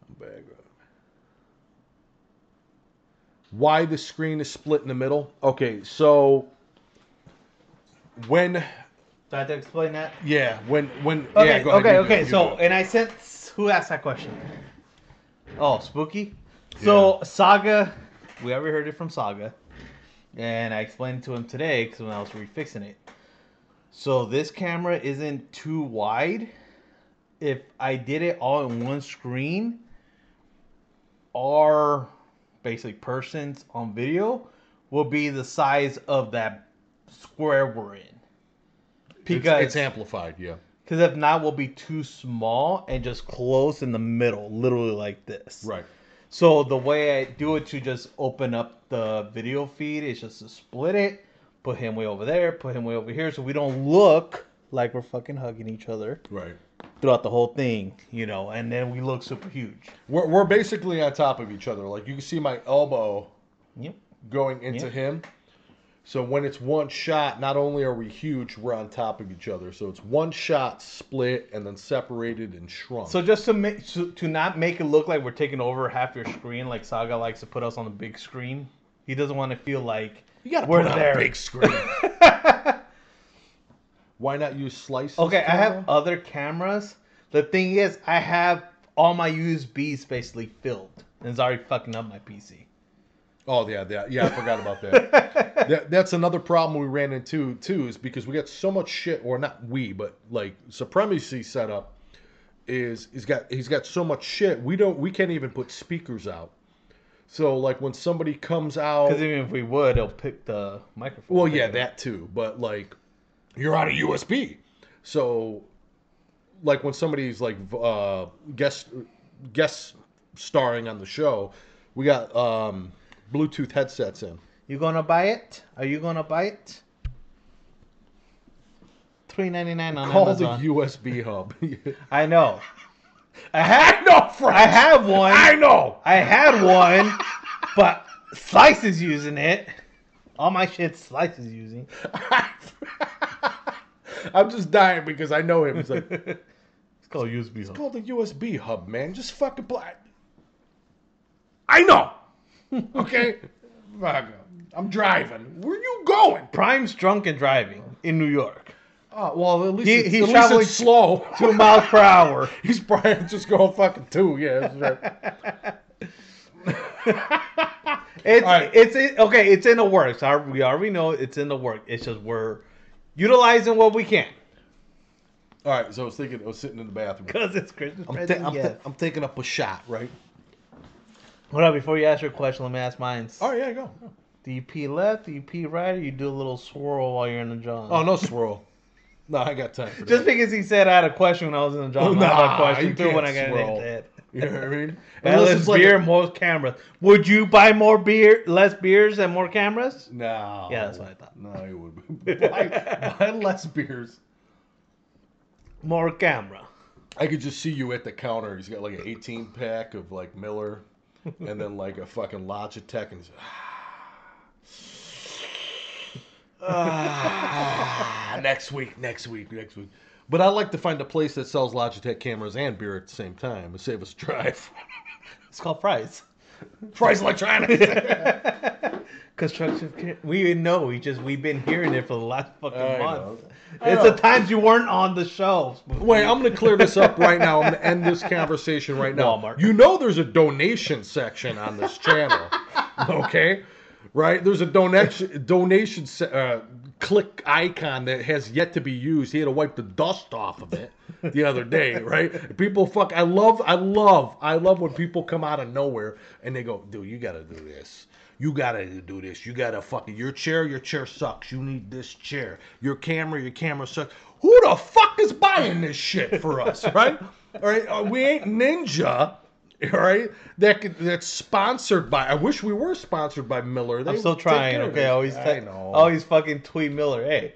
[SPEAKER 1] I'm back up why the screen is split in the middle. Okay, so when
[SPEAKER 2] Do I have to explain that?
[SPEAKER 1] yeah, when when
[SPEAKER 2] Okay,
[SPEAKER 1] yeah, go ahead,
[SPEAKER 2] okay,
[SPEAKER 1] you do it,
[SPEAKER 2] okay.
[SPEAKER 1] you
[SPEAKER 2] So,
[SPEAKER 1] do it.
[SPEAKER 2] and I sent who asked that question? Oh, Spooky. So Saga, we already heard it from Saga, and I explained to him today because when I was refixing it. So this camera isn't too wide. If I did it all in one screen, our basic persons on video will be the size of that square we're in.
[SPEAKER 1] it's, it's amplified, yeah.
[SPEAKER 2] Because if not, we'll be too small and just close in the middle, literally like this.
[SPEAKER 1] Right.
[SPEAKER 2] So the way I do it to just open up the video feed is just to split it, put him way over there, put him way over here, so we don't look like we're fucking hugging each other
[SPEAKER 1] Right.
[SPEAKER 2] throughout the whole thing, you know, and then we look super huge.
[SPEAKER 1] We're we're basically on top of each other. Like you can see my elbow
[SPEAKER 2] Yep.
[SPEAKER 1] going into
[SPEAKER 2] Yeah.
[SPEAKER 1] him. So when it's one shot, not only are we huge, we're on top of each other. So it's one shot split and then separated and shrunk.
[SPEAKER 2] So just to make to, to not make it look like we're taking over half your screen, like Saga likes to put us on the big screen. He doesn't want to feel like
[SPEAKER 1] you gotta
[SPEAKER 2] we're
[SPEAKER 1] put on a
[SPEAKER 2] there.
[SPEAKER 1] big screen. Why not use slice?
[SPEAKER 2] Okay, I have
[SPEAKER 1] Uh-huh.
[SPEAKER 2] other cameras. The thing is, I have all my USBs basically filled, and it's already fucking up my PC.
[SPEAKER 1] Oh yeah, yeah, yeah. I forgot about that. that. That's another problem we ran into too, is because we got so much shit, or not we, but like supremacy setup is he's got he's got so much shit. We don't we can't even put speakers out. So like when somebody comes out,
[SPEAKER 2] Because even if we would, it'll pick the microphone.
[SPEAKER 1] Well, yeah, that too. But like, you're on a USB, so like when somebody's like v- uh, guest guest starring on the show, we got um, Bluetooth headsets in.
[SPEAKER 2] You gonna buy it? Are you gonna buy it? Three ninety nine on
[SPEAKER 1] Call
[SPEAKER 2] Amazon.
[SPEAKER 1] the USB hub.
[SPEAKER 2] I know. I had no. I have one.
[SPEAKER 1] I know.
[SPEAKER 2] I had one, but Slice is using it. All my shit Slice is using.
[SPEAKER 1] I'm just dying because I know him. He's like,
[SPEAKER 2] It's called USB hub.
[SPEAKER 1] call the USB hub, man. Just fucking play. I know. Okay. Fuck. I'm driving. Where you going?
[SPEAKER 2] Prime's drunk and driving in New York.
[SPEAKER 1] Oh, well, at least
[SPEAKER 2] He-
[SPEAKER 1] it's,
[SPEAKER 2] he's
[SPEAKER 1] at least
[SPEAKER 2] traveling
[SPEAKER 1] it's slow.
[SPEAKER 2] Two miles per hour.
[SPEAKER 1] He's probably just going fucking two. Yeah. that's right.
[SPEAKER 2] It's
[SPEAKER 1] All right.
[SPEAKER 2] it's it, okay. It's in the works. I, we already know it's in the work. It's just we're utilizing what we can
[SPEAKER 1] All right. So I was thinking, I was sitting in the bathroom.
[SPEAKER 2] because it's Christmas.
[SPEAKER 1] I'm,
[SPEAKER 2] present,
[SPEAKER 1] ta- I'm,
[SPEAKER 2] yeah.
[SPEAKER 1] ta- I'm taking up a shot, right?
[SPEAKER 2] Hold on, before you ask your question, let me ask mine.
[SPEAKER 1] Oh yeah, go.
[SPEAKER 2] Do you pee left? Do you pee right? Or you do a little swirl while you're in the john?
[SPEAKER 1] Oh no, swirl. no, I got time for that.
[SPEAKER 2] Just because he said I had a question when I was in the john,
[SPEAKER 1] Oh,
[SPEAKER 2] I had
[SPEAKER 1] nah,
[SPEAKER 2] a question
[SPEAKER 1] you
[SPEAKER 2] too when
[SPEAKER 1] can't
[SPEAKER 2] I got
[SPEAKER 1] swirl.
[SPEAKER 2] in that.
[SPEAKER 1] you know what I mean?
[SPEAKER 2] And
[SPEAKER 1] Unless
[SPEAKER 2] less
[SPEAKER 1] it's like
[SPEAKER 2] beer,
[SPEAKER 1] a-
[SPEAKER 2] more cameras. Would you buy more beer, less beers, and more cameras?
[SPEAKER 1] No.
[SPEAKER 2] Yeah, that's what I thought.
[SPEAKER 1] No, you would. buy, buy less beers.
[SPEAKER 2] More camera.
[SPEAKER 1] I could just see you at the counter. He's got like an 18 pack of like Miller, and then like a fucking Logitech, and he's ah, next week, next week, next week. But I like to find a place that sells Logitech cameras and beer at the same time and save us a drive.
[SPEAKER 2] It's called fries.
[SPEAKER 1] Price Electronics.
[SPEAKER 2] Construction. ca- We didn't know. We just we've been hearing it for the last fucking
[SPEAKER 1] I
[SPEAKER 2] month.
[SPEAKER 1] know.
[SPEAKER 2] It's
[SPEAKER 1] I
[SPEAKER 2] the times you weren't on the show.
[SPEAKER 1] Wait, I'm gonna clear this up right now. I'm gonna end this conversation right now.
[SPEAKER 2] Walmart.
[SPEAKER 1] You know, there's a donation section on this channel, okay? Right? There's a donation donation se- uh, click icon that has yet to be used. He had to wipe the dust off of it the other day, right? People fuck. I love, I love, I love when people come out of nowhere and they go, "Dude, you gotta do this." You gotta do this. You gotta fucking your chair. Your chair sucks. You need this chair. Your camera. Your camera sucks. Who the fuck is buying this shit for us, right? All right, uh, we ain't ninja, all right. That could, that's sponsored by. I wish we were sponsored by Miller. They
[SPEAKER 2] I'm still
[SPEAKER 1] would take
[SPEAKER 2] trying.
[SPEAKER 1] care of
[SPEAKER 2] Okay,
[SPEAKER 1] this.
[SPEAKER 2] I always
[SPEAKER 1] I
[SPEAKER 2] te-
[SPEAKER 1] know.
[SPEAKER 2] always fucking tweet Miller. Hey,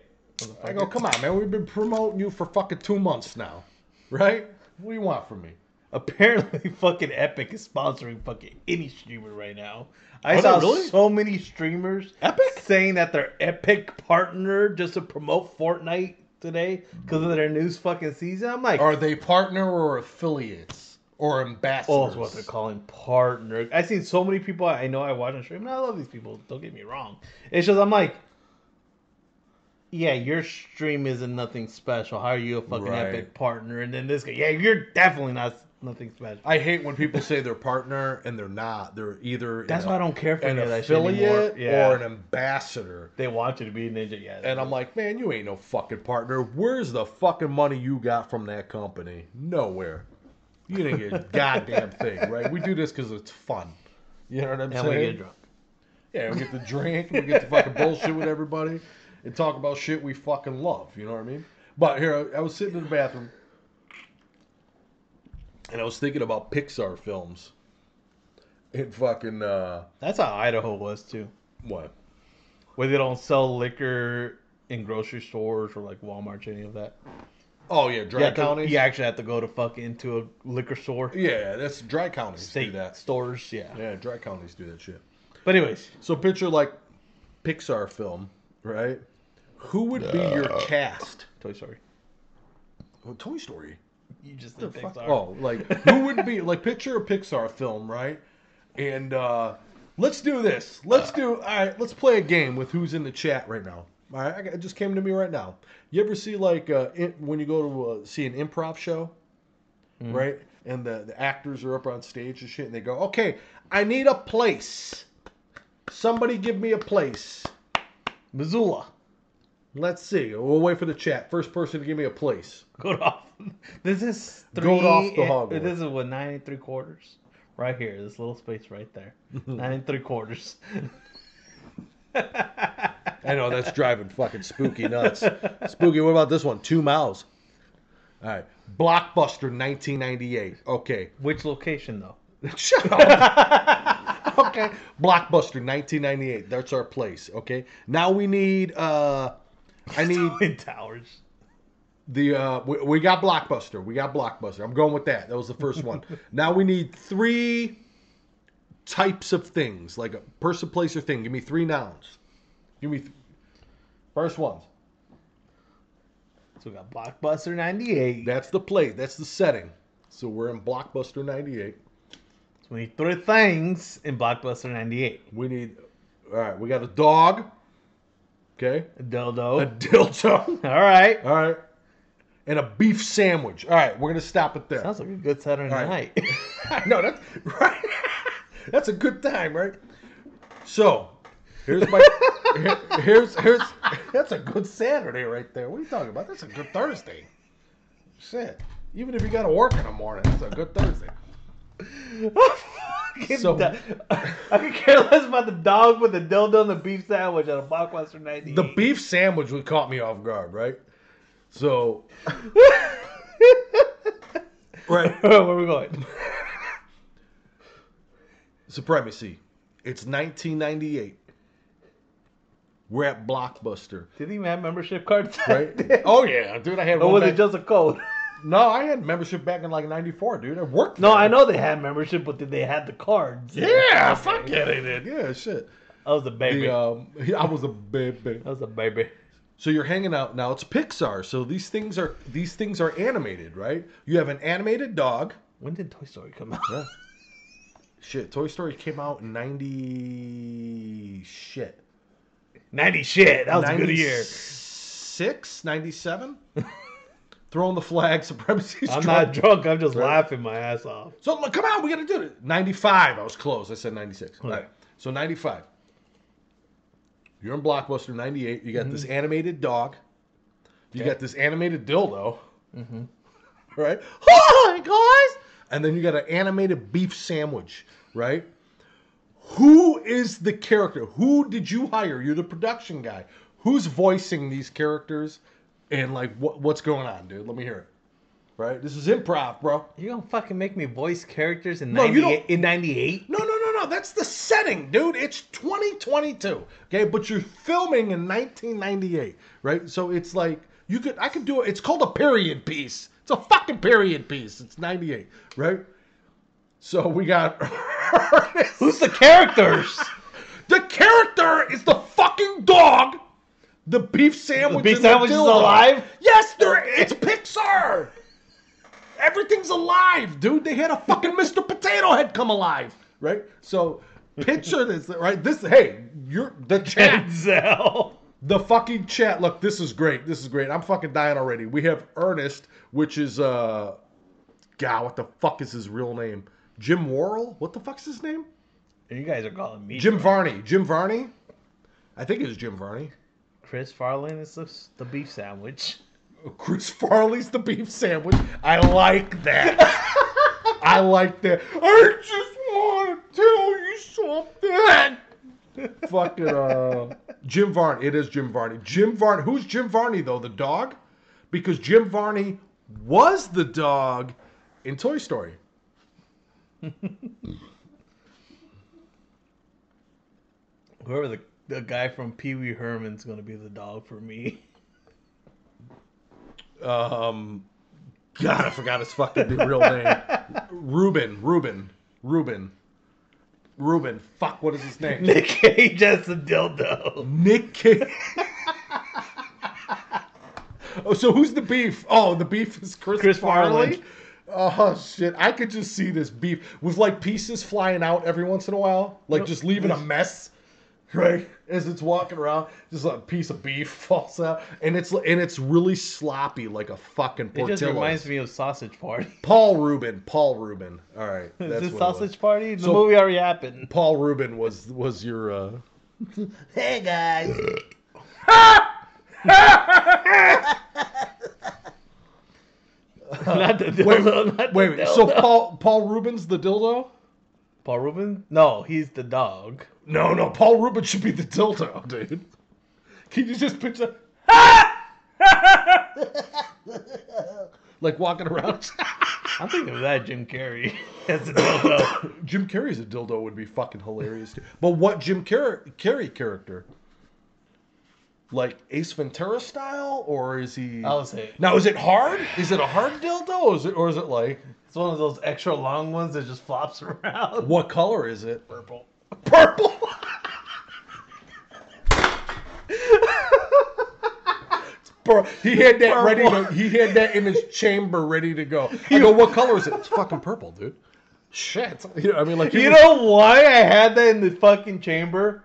[SPEAKER 1] I go, come on, man. We've been promoting you for fucking two months now, right? What do you want from me?
[SPEAKER 2] apparently fucking Epic is sponsoring fucking any streamer right now. I
[SPEAKER 1] Are they
[SPEAKER 2] saw
[SPEAKER 1] really?
[SPEAKER 2] so many streamers
[SPEAKER 1] Epic?
[SPEAKER 2] saying that they're Epic partner just to promote Fortnite today because of their new fucking season. I'm like,
[SPEAKER 1] Are they partner or affiliates or
[SPEAKER 2] oh,
[SPEAKER 1] ambassadors?
[SPEAKER 2] that's what they're calling partner. I've seen so many people I know I watch on stream, and I love these people. Don't get me wrong. It's just I'm like. Yeah, your stream isn't nothing special. How are you a fucking
[SPEAKER 1] Right.
[SPEAKER 2] epic partner? And then this guy, yeah, you're definitely not nothing special.
[SPEAKER 1] I hate when people say they're partner and they're not. They're either
[SPEAKER 2] That's
[SPEAKER 1] an-
[SPEAKER 2] why I don't care for
[SPEAKER 1] an
[SPEAKER 2] any of that shit anymore.
[SPEAKER 1] affiliate
[SPEAKER 2] Yeah.
[SPEAKER 1] or an ambassador.
[SPEAKER 2] They want you to be a ninja, yeah.
[SPEAKER 1] And I'm like, man, you ain't no fucking partner. Where's the fucking money you got from that company? Nowhere. You didn't get a goddamn thing, right? We do this because it's fun. You know what I'm
[SPEAKER 2] and we
[SPEAKER 1] saying?
[SPEAKER 2] get drunk.
[SPEAKER 1] Yeah, we get to drink, we get to fucking bullshit with everybody, and talk about shit we fucking love. You know what I mean? But here, I was sitting in the bathroom, and I was thinking about Pixar films. And fucking uh,
[SPEAKER 2] That's how Idaho was too,
[SPEAKER 1] what?
[SPEAKER 2] where they don't sell liquor in grocery stores or like Walmart or any of that.
[SPEAKER 1] Oh yeah, dry
[SPEAKER 2] You, have to-
[SPEAKER 1] counties.
[SPEAKER 2] you actually have to go to fuck into a liquor store,
[SPEAKER 1] yeah, that's dry counties do
[SPEAKER 2] state
[SPEAKER 1] that.
[SPEAKER 2] stores, yeah.
[SPEAKER 1] Yeah, dry counties do that shit.
[SPEAKER 2] But anyways,
[SPEAKER 1] So picture like Pixar film, right? Who would be your cast?
[SPEAKER 2] Toy Story.
[SPEAKER 1] Oh, Toy Story.
[SPEAKER 2] You just did
[SPEAKER 1] Fuck-
[SPEAKER 2] Pixar.
[SPEAKER 1] Oh, like who would be like picture a Pixar film, right? And uh let's do this. Let's do all right, let's play a game with who's in the chat right now. All right, I- it just came to me right now. You ever see like uh, in, when you go to uh, see an improv show,
[SPEAKER 2] Mhm.
[SPEAKER 1] right? And the, the actors are up on stage and shit, and they go, "Okay, I need a place. Somebody give me a place.
[SPEAKER 2] Missoula.
[SPEAKER 1] Let's see. We'll wait for the chat. First person to give me a place.
[SPEAKER 2] Good off. This is three.
[SPEAKER 1] Good off the
[SPEAKER 2] and-
[SPEAKER 1] hogwash.
[SPEAKER 2] This is what nine and three quarters, right here. This little space right there. nine and three quarters.
[SPEAKER 1] I know that's driving fucking spooky nuts. spooky. What about this one? Two miles. All right, blockbuster, 1998. Okay,
[SPEAKER 2] Which location though?
[SPEAKER 1] shut up. okay, blockbuster, 1998. That's our place. Okay, now we need. uh I need
[SPEAKER 2] Twin Towers.
[SPEAKER 1] the uh we, we got blockbuster. We got blockbuster. I'm going with that. That was the first one. now we need three types of things, like a person, place, or thing. Give me three nouns. Give me th- first ones.
[SPEAKER 2] So we got Blockbuster '98.
[SPEAKER 1] That's the play. That's the setting. So we're in Blockbuster 98.
[SPEAKER 2] So we need three things in Blockbuster '98.
[SPEAKER 1] We need, all right, we got a dog. Okay.
[SPEAKER 2] A
[SPEAKER 1] A
[SPEAKER 2] dildo.
[SPEAKER 1] dildo.
[SPEAKER 2] All right.
[SPEAKER 1] All right. And a beef sandwich. All right, we're going to stop it there.
[SPEAKER 2] Sounds like a good Saturday
[SPEAKER 1] All right.
[SPEAKER 2] night.
[SPEAKER 1] no, that's right. that's a good time, right? So, here's my. here- here's, here's, that's a good Saturday right there. What are you talking about? That's a good Thursday. Shit. Even if you got to work in the morning, that's a good Thursday. So-
[SPEAKER 2] so, I could care less about the dog with the dildo and the beef sandwich at a Blockbuster 98.
[SPEAKER 1] The beef sandwich would caught me off guard, right? So, right,
[SPEAKER 2] Where are we going?
[SPEAKER 1] supremacy. It's 1998. We're at Blockbuster,
[SPEAKER 2] Did he even have membership cards? back
[SPEAKER 1] right?
[SPEAKER 2] then?
[SPEAKER 1] oh yeah, dude, I had
[SPEAKER 2] or
[SPEAKER 1] one.
[SPEAKER 2] was
[SPEAKER 1] back-
[SPEAKER 2] it just a code?
[SPEAKER 1] no, I had membership back in like '94, dude. I worked.
[SPEAKER 2] No,
[SPEAKER 1] there.
[SPEAKER 2] I know they had membership, but did they have the cards?
[SPEAKER 1] Yeah, fuck yeah, they did. Yeah, shit.
[SPEAKER 2] I was a baby.
[SPEAKER 1] The, um, I was a baby.
[SPEAKER 2] I was a baby.
[SPEAKER 1] So you're hanging out now. It's Pixar, so these things are these things are animated, right? You have an animated dog.
[SPEAKER 2] When did Toy Story come out?
[SPEAKER 1] Yeah. Shit, Toy Story came out in ninety shit.
[SPEAKER 2] 90 shit. That was a good year.
[SPEAKER 1] Six, ninety-seven. Throwing the flag, supremacy.
[SPEAKER 2] I'm
[SPEAKER 1] strike.
[SPEAKER 2] not drunk. I'm just
[SPEAKER 1] Right.
[SPEAKER 2] laughing my ass off.
[SPEAKER 1] So I'm like, come on, we gotta do it. Ninety-five. I was close. I said ninety-six. All
[SPEAKER 2] Right.
[SPEAKER 1] right. So ninety-five. You're in Blockbuster ninety-eight. You got
[SPEAKER 2] Mm-hmm.
[SPEAKER 1] this animated dog. You got this animated dildo. Mm-hmm. Right. Oh, guys. And then you got an animated beef sandwich. Right. Who is the character? Who did you hire? You're the production guy. Who's voicing these characters? And like, what what's going on, dude? Let me hear it. Right. This is improv, bro.
[SPEAKER 2] You gonna fucking make me voice characters in
[SPEAKER 1] No, you
[SPEAKER 2] 98?
[SPEAKER 1] don't-
[SPEAKER 2] in 98?
[SPEAKER 1] No, no, no, no. That's the setting, dude. It's 2022. Okay, but you're filming in 1998, right? So it's like you could I could do it. It's called a period piece. It's a fucking period piece. It's 98, right? So we got
[SPEAKER 2] Who's the characters?
[SPEAKER 1] the character is the fucking dog. The beef sandwich.
[SPEAKER 2] beef
[SPEAKER 1] and the
[SPEAKER 2] sandwich is
[SPEAKER 1] dildo.
[SPEAKER 2] alive?
[SPEAKER 1] Yes, they're, it's Pixar. Everything's alive, dude. They had a fucking Mr. Potato Head come alive, right? So picture this, right? This, hey, you're the chat,
[SPEAKER 2] Denzel.
[SPEAKER 1] the fucking chat. Look, this is great. This is great. I'm fucking dying already. We have Ernest, which is uh, God, what the fuck is his real name? Jim Worrell? What the fuck's his name?
[SPEAKER 2] You guys are calling me
[SPEAKER 1] Jim Varney. Jim Varney. I think it's Jim Varney.
[SPEAKER 2] Chris Farley is the, the beef sandwich.
[SPEAKER 1] Chris Farley's the beef sandwich. I like that. I like that. I just want to tell you something. Fucking uh, Jim Varney. It is Jim Varney. Jim Varney. Who's Jim Varney though? The dog, because Jim Varney was the dog in Toy Story.
[SPEAKER 2] Whoever the, the guy from Pee Wee Herman's gonna be the dog for me.
[SPEAKER 1] Um, God, I forgot his fucking real name. Ruben. Ruben. Ruben. Ruben. Fuck. What is his name?
[SPEAKER 2] Nick Cage as the dildo.
[SPEAKER 1] Nick Cage. oh, so who's the beef? Oh, the beef is Chris,
[SPEAKER 2] Chris
[SPEAKER 1] Farley.
[SPEAKER 2] Farley.
[SPEAKER 1] Oh shit! I could just see this beef with like pieces flying out every once in a while, like just leaving a mess. right? As it's walking around, just like a piece of beef falls out, and it's and it's really sloppy, like a fucking
[SPEAKER 2] It
[SPEAKER 1] portillo.
[SPEAKER 2] just reminds me of Sausage Party.
[SPEAKER 1] Paul Rubin, Paul Rubin. All right,
[SPEAKER 2] Is
[SPEAKER 1] that's
[SPEAKER 2] this
[SPEAKER 1] what it was.
[SPEAKER 2] Sausage Party? The
[SPEAKER 1] So-
[SPEAKER 2] movie already happened.
[SPEAKER 1] Paul Rubin was was your uh,
[SPEAKER 4] Hey guys.
[SPEAKER 1] uh,
[SPEAKER 2] not the dildo.
[SPEAKER 1] wait,
[SPEAKER 2] not the
[SPEAKER 1] wait, wait.
[SPEAKER 2] dildo.
[SPEAKER 1] So Paul Paul Rubin's the dildo?
[SPEAKER 2] Paul Rubin? No, he's the dog.
[SPEAKER 1] No, no. Paul Rubin should be the dildo, dude. Can you just picture? like walking around.
[SPEAKER 2] I'm thinking of that Jim Carrey as the dildo.
[SPEAKER 1] Jim Carrey's a dildo would be fucking hilarious. Too. But what Jim Car- Carrey character? Like Ace Ventura style, or is he?
[SPEAKER 2] I was saying
[SPEAKER 1] Now is it hard? Is it a hard dildo? Or is it or is it like
[SPEAKER 2] it's one of those extra long ones that just flops around.
[SPEAKER 1] what color is it?
[SPEAKER 2] Purple.
[SPEAKER 1] Purple. Bro, he had that ready. To, he had that in his chamber, ready to go. I go, what color is it? It's fucking purple, dude. Shit. You know, I mean, like he
[SPEAKER 2] You
[SPEAKER 1] was-
[SPEAKER 2] know why I had that in the fucking chamber?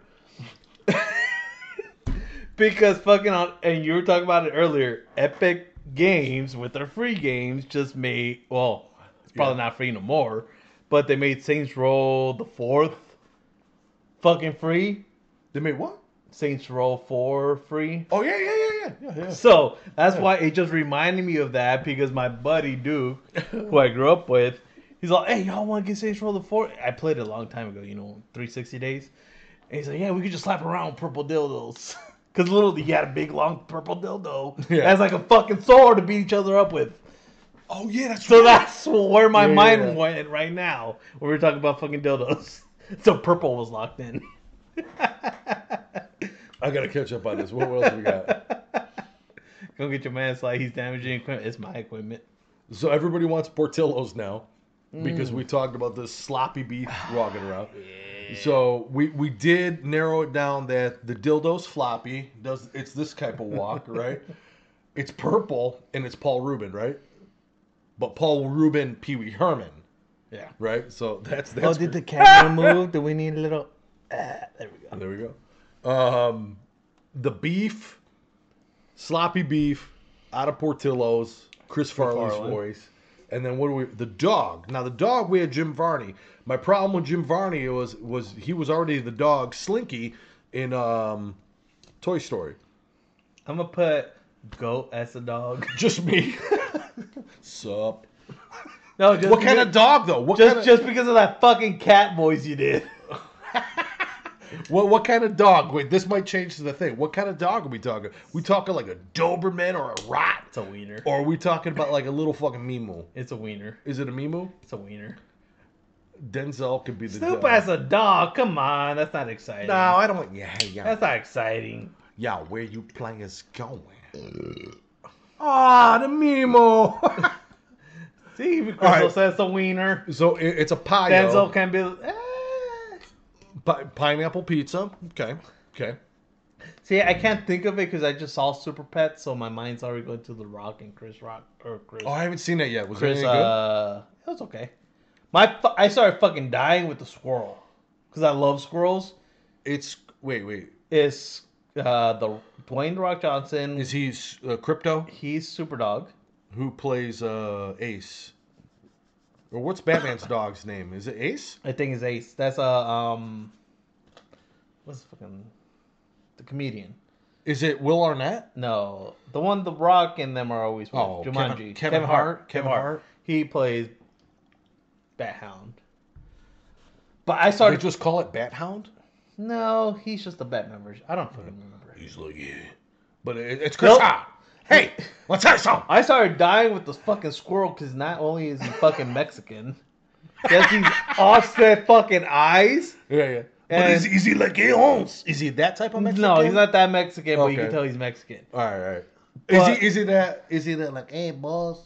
[SPEAKER 2] because fucking on, and you were talking about it earlier. Epic Games with their free games just made well, it's probably not free no more, but they made Saints Row the fourth fucking free.
[SPEAKER 1] They made what?
[SPEAKER 2] Saints Row four free.
[SPEAKER 1] Oh yeah, yeah, yeah, yeah, yeah, yeah.
[SPEAKER 2] So that's why it just reminded me of that because my buddy Duke, who I grew up with, he's like, "Hey, y'all want to get Saints Row the Four? I played it a long time ago, you know, 360 days." And he's like, "Yeah, we could just slap around purple dildos, cause literally you had a big long purple dildo
[SPEAKER 1] Yeah.
[SPEAKER 2] that's like a fucking sword to beat each other up with."
[SPEAKER 1] Oh yeah, that's
[SPEAKER 2] So that's where my
[SPEAKER 1] Yeah.
[SPEAKER 2] mind went right now when we were talking about fucking dildos. So purple was locked in.
[SPEAKER 1] I gotta catch up on this. What else we got?
[SPEAKER 2] Go get your man's like he's damaging equipment. It's my equipment.
[SPEAKER 1] So everybody wants Portillos now because
[SPEAKER 2] Mm.
[SPEAKER 1] we talked about this sloppy beef walking around. So we we did narrow it down that the dildo's floppy. Does it's this type of walk, right? It's purple and it's Paul Rubin, right? But Paul Rubin, Pee Wee Herman,
[SPEAKER 2] Yeah.
[SPEAKER 1] right? So that's that's.
[SPEAKER 2] Oh, did the camera move? Do we need a little? Ah, there we go.
[SPEAKER 1] Oh, There we go. Um, the beef, sloppy beef, out of Portillo's, Chris Farley's
[SPEAKER 2] Farley.
[SPEAKER 1] voice, and then what do we? The dog. Now the dog we had Jim Varney. My problem with Jim Varney was was he was already the dog Slinky in um, Toy Story.
[SPEAKER 2] I'm gonna put goat as a dog.
[SPEAKER 1] Just me. Sup?
[SPEAKER 2] No, just
[SPEAKER 1] What kind of
[SPEAKER 2] because-
[SPEAKER 1] dog though? What
[SPEAKER 2] Just
[SPEAKER 1] kind of,
[SPEAKER 2] just because of that fucking cat voice you did.
[SPEAKER 1] What what kind of dog? Wait, this might change the thing. What kind of dog are we talking? We talking like a Doberman or a Rat?
[SPEAKER 2] It's a wiener.
[SPEAKER 1] Or are we talking about like a little fucking Mimu?
[SPEAKER 2] It's a wiener.
[SPEAKER 1] Is it a Mimu?
[SPEAKER 2] It's a wiener.
[SPEAKER 1] Denzel could be the
[SPEAKER 2] Snoop
[SPEAKER 1] dog.
[SPEAKER 2] as a dog. Come on, that's not exciting.
[SPEAKER 1] No, I don't want. Yeah, yeah,
[SPEAKER 2] That's not exciting.
[SPEAKER 1] yeah. Where you players going? Ah, the Mimu.
[SPEAKER 2] See, even
[SPEAKER 1] All right.
[SPEAKER 2] Crystal says a wiener.
[SPEAKER 1] so it, it's a pie.
[SPEAKER 2] Denzel
[SPEAKER 1] Denzel.
[SPEAKER 2] can be. Ah.
[SPEAKER 1] Pi- pineapple pizza. Okay, okay.
[SPEAKER 2] See, I can't think of it because I just saw Super Pets, so my mind's already going to The Rock and Chris Rock or Chris.
[SPEAKER 1] Oh, I haven't seen that yet. Was it
[SPEAKER 2] Chris,
[SPEAKER 1] any
[SPEAKER 2] uh, it was okay. My fu- I started fucking dying with the squirrel because I love squirrels.
[SPEAKER 1] good? It's wait, wait.
[SPEAKER 2] It's uh, the Dwayne the Rock Johnson.
[SPEAKER 1] Is he uh, crypto?
[SPEAKER 2] he's super dog?
[SPEAKER 1] Who plays uh, Ace? Or what's Batman's dog's name? Is it Ace?
[SPEAKER 2] I think he's Ace. That's a um, what's the fucking the comedian?
[SPEAKER 1] Is it Will Arnett?
[SPEAKER 2] No, the one the Rock and them are always with.
[SPEAKER 1] Oh, Kevin-
[SPEAKER 2] Jumanji.
[SPEAKER 1] Kevin Hart, Kevin
[SPEAKER 2] Kevin Hart.
[SPEAKER 1] Hart.
[SPEAKER 2] He plays Bat Hound. But I
[SPEAKER 1] They
[SPEAKER 2] started.
[SPEAKER 1] just call it Bat Hound.
[SPEAKER 2] No, he's just a Batman version. I don't fucking remember.
[SPEAKER 3] He's like, yeah.
[SPEAKER 1] But it, it's Chris
[SPEAKER 2] Nope.
[SPEAKER 1] Rock. Hey, let's have some.
[SPEAKER 2] I started dying with this fucking squirrel because not only is he fucking Mexican, he has these offset fucking eyes.
[SPEAKER 1] Yeah, yeah.
[SPEAKER 3] But
[SPEAKER 2] And
[SPEAKER 3] is, is he like, hey, Holmes?
[SPEAKER 1] Is he that type of Mexican?
[SPEAKER 2] no, he's not that Mexican, but you can
[SPEAKER 1] Okay.
[SPEAKER 2] tell he's Mexican.
[SPEAKER 1] All right, all right.
[SPEAKER 2] But-
[SPEAKER 1] is he? Is he that? Is he that like?
[SPEAKER 4] hey boss,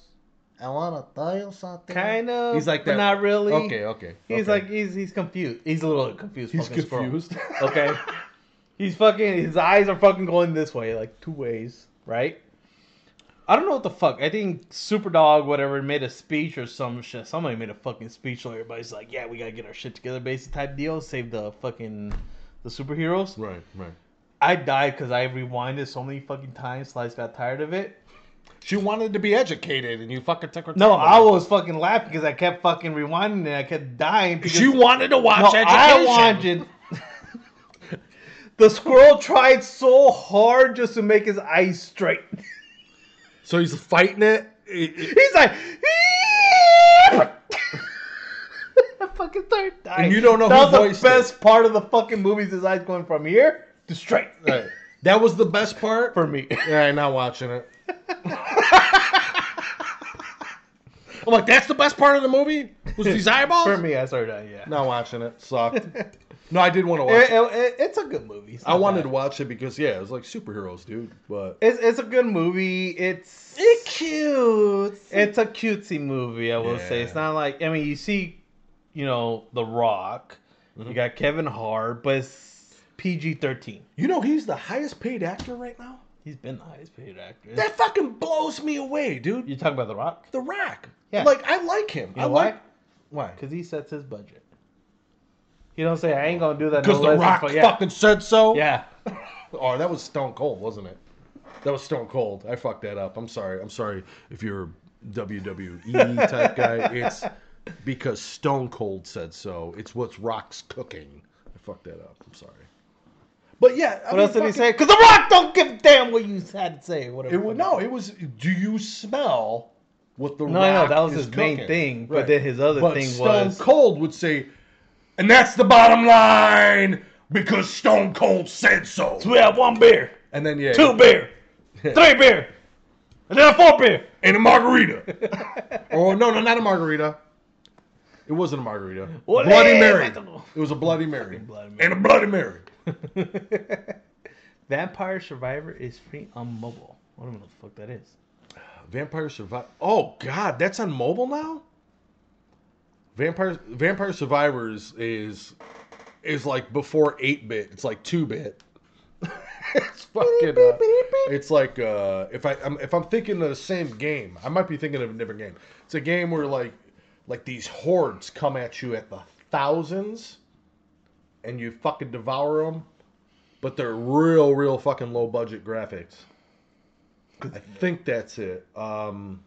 [SPEAKER 4] I wanna tell you something.
[SPEAKER 2] Kind of.
[SPEAKER 1] He's like
[SPEAKER 2] but
[SPEAKER 1] that-
[SPEAKER 2] Not really.
[SPEAKER 1] Okay, okay.
[SPEAKER 2] He's
[SPEAKER 1] okay.
[SPEAKER 2] like he's he's confused. He's a little confused.
[SPEAKER 1] he's
[SPEAKER 2] fucking squirrel.
[SPEAKER 1] confused.
[SPEAKER 2] Okay. he's fucking. His eyes are fucking going this way, like two ways, right? I don't know what the fuck. I think Superdog, whatever, made a speech or some shit. Somebody made a fucking speech. So everybody's like, "Yeah, we gotta get our shit together." Basic type deal. Save the fucking the superheroes.
[SPEAKER 1] Right, right.
[SPEAKER 2] I died because I rewinded so many fucking times. Slice got tired of it.
[SPEAKER 1] She wanted to be educated, and you fucking took her.
[SPEAKER 2] No,
[SPEAKER 1] time
[SPEAKER 2] I
[SPEAKER 1] away.
[SPEAKER 2] was fucking laughing because I kept fucking rewinding and I kept dying. Because,
[SPEAKER 1] She wanted to watch
[SPEAKER 2] No,
[SPEAKER 1] education.
[SPEAKER 2] I wanted. the squirrel tried so hard just to make his eyes straight.
[SPEAKER 1] So he's fighting it. It- it-
[SPEAKER 2] He's like. I fucking started dying.
[SPEAKER 1] And you don't know
[SPEAKER 2] that
[SPEAKER 1] who
[SPEAKER 2] was
[SPEAKER 1] voiced
[SPEAKER 2] the best part of the fucking movie. is His eyes going from here to straight
[SPEAKER 1] right. That was the best part.
[SPEAKER 2] for me.
[SPEAKER 1] Yeah, not watching it. I'm like, that's the best part of the movie was these eyeballs.
[SPEAKER 2] for me, I started dying. Yeah.
[SPEAKER 1] Not watching it. Sucked. No, I did want to watch.
[SPEAKER 2] It-
[SPEAKER 1] it.
[SPEAKER 2] it- it- it's a good movie. It's
[SPEAKER 1] I
[SPEAKER 2] not
[SPEAKER 1] wanted
[SPEAKER 2] bad.
[SPEAKER 1] to watch it because yeah, it was like superheroes, dude. But
[SPEAKER 2] It's it's a good movie. It's
[SPEAKER 4] It's cute.
[SPEAKER 2] it's a cutesy movie. I will say it's
[SPEAKER 1] Yeah.
[SPEAKER 2] not like I mean you see, you know, The Rock.
[SPEAKER 1] Mm-hmm.
[SPEAKER 2] You got Kevin Hart, but it's PG thirteen.
[SPEAKER 1] you know, he's the highest paid actor right now.
[SPEAKER 2] He's been the highest paid actor.
[SPEAKER 1] That fucking blows me away, dude.
[SPEAKER 2] You talking about The Rock?
[SPEAKER 1] The Rock.
[SPEAKER 2] Yeah.
[SPEAKER 1] Like I like him.
[SPEAKER 2] You know
[SPEAKER 1] I
[SPEAKER 2] why?
[SPEAKER 1] like why?
[SPEAKER 2] Because he sets his budget. He don't say I ain't gonna do that.
[SPEAKER 1] Because
[SPEAKER 2] no
[SPEAKER 1] The
[SPEAKER 2] less than
[SPEAKER 1] Rock
[SPEAKER 2] fu-" yeah.
[SPEAKER 1] fucking said so.
[SPEAKER 2] yeah.
[SPEAKER 1] Oh, that was Stone Cold, wasn't it? That was Stone Cold. I fucked that up. I'm sorry. I'm sorry if you're a WWE type guy. It's because Stone Cold said so. It's what's Rock's cooking. I fucked that up. I'm sorry. But yeah, I
[SPEAKER 2] What
[SPEAKER 1] mean,
[SPEAKER 2] else did he
[SPEAKER 1] fucking-
[SPEAKER 2] say? Because The Rock don't give a damn what you had to say. Whatever.
[SPEAKER 1] It was no. It was. Do you smell what the
[SPEAKER 2] No, I
[SPEAKER 1] Rock
[SPEAKER 2] know that was
[SPEAKER 1] is
[SPEAKER 2] his main
[SPEAKER 1] cooking?"
[SPEAKER 2] thing, but
[SPEAKER 1] Right.
[SPEAKER 2] then his other
[SPEAKER 1] But
[SPEAKER 2] thing
[SPEAKER 1] Stone
[SPEAKER 2] was
[SPEAKER 1] Cold would say, and that's the bottom line because Stone Cold said so.
[SPEAKER 2] we have one beer,
[SPEAKER 1] And then yeah,
[SPEAKER 2] two beer, three beer, and then a four beer.
[SPEAKER 1] and a margarita. oh no, no, not a margarita. It wasn't a margarita.
[SPEAKER 2] What
[SPEAKER 1] Bloody
[SPEAKER 2] is-
[SPEAKER 1] Mary.
[SPEAKER 2] eh, I don't know.
[SPEAKER 1] It was a Bloody Mary.
[SPEAKER 2] Bloody Mary.
[SPEAKER 1] And a Bloody Mary.
[SPEAKER 2] Vampire Survivor is free on mobile. I don't know what the fuck that is.
[SPEAKER 1] Vampire Survivor. Oh God, that's on mobile now. Vampire Vampire Survivors is is like before eight bit. It's like two bit. it's fucking. uh, it's like uh, if I I'm, if I'm thinking of the same game, I might be thinking of a different game. It's a game where like like these hordes come at you at the thousands, and you fucking devour them, but they're real real fucking low budget graphics. I think that's it. Um,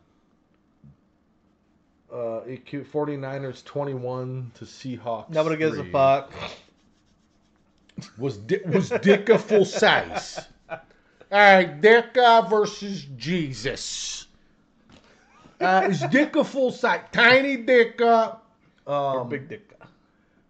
[SPEAKER 1] uh, EQ 49ers 21 to Seahawks.
[SPEAKER 2] Nobody gives a
[SPEAKER 1] three.
[SPEAKER 2] fuck.
[SPEAKER 1] Was Di- was Dicka full size? All right, Dicka versus Jesus. Uh, is Dicka full size? Tiny Dicka. Um,
[SPEAKER 2] Oh, Big dick.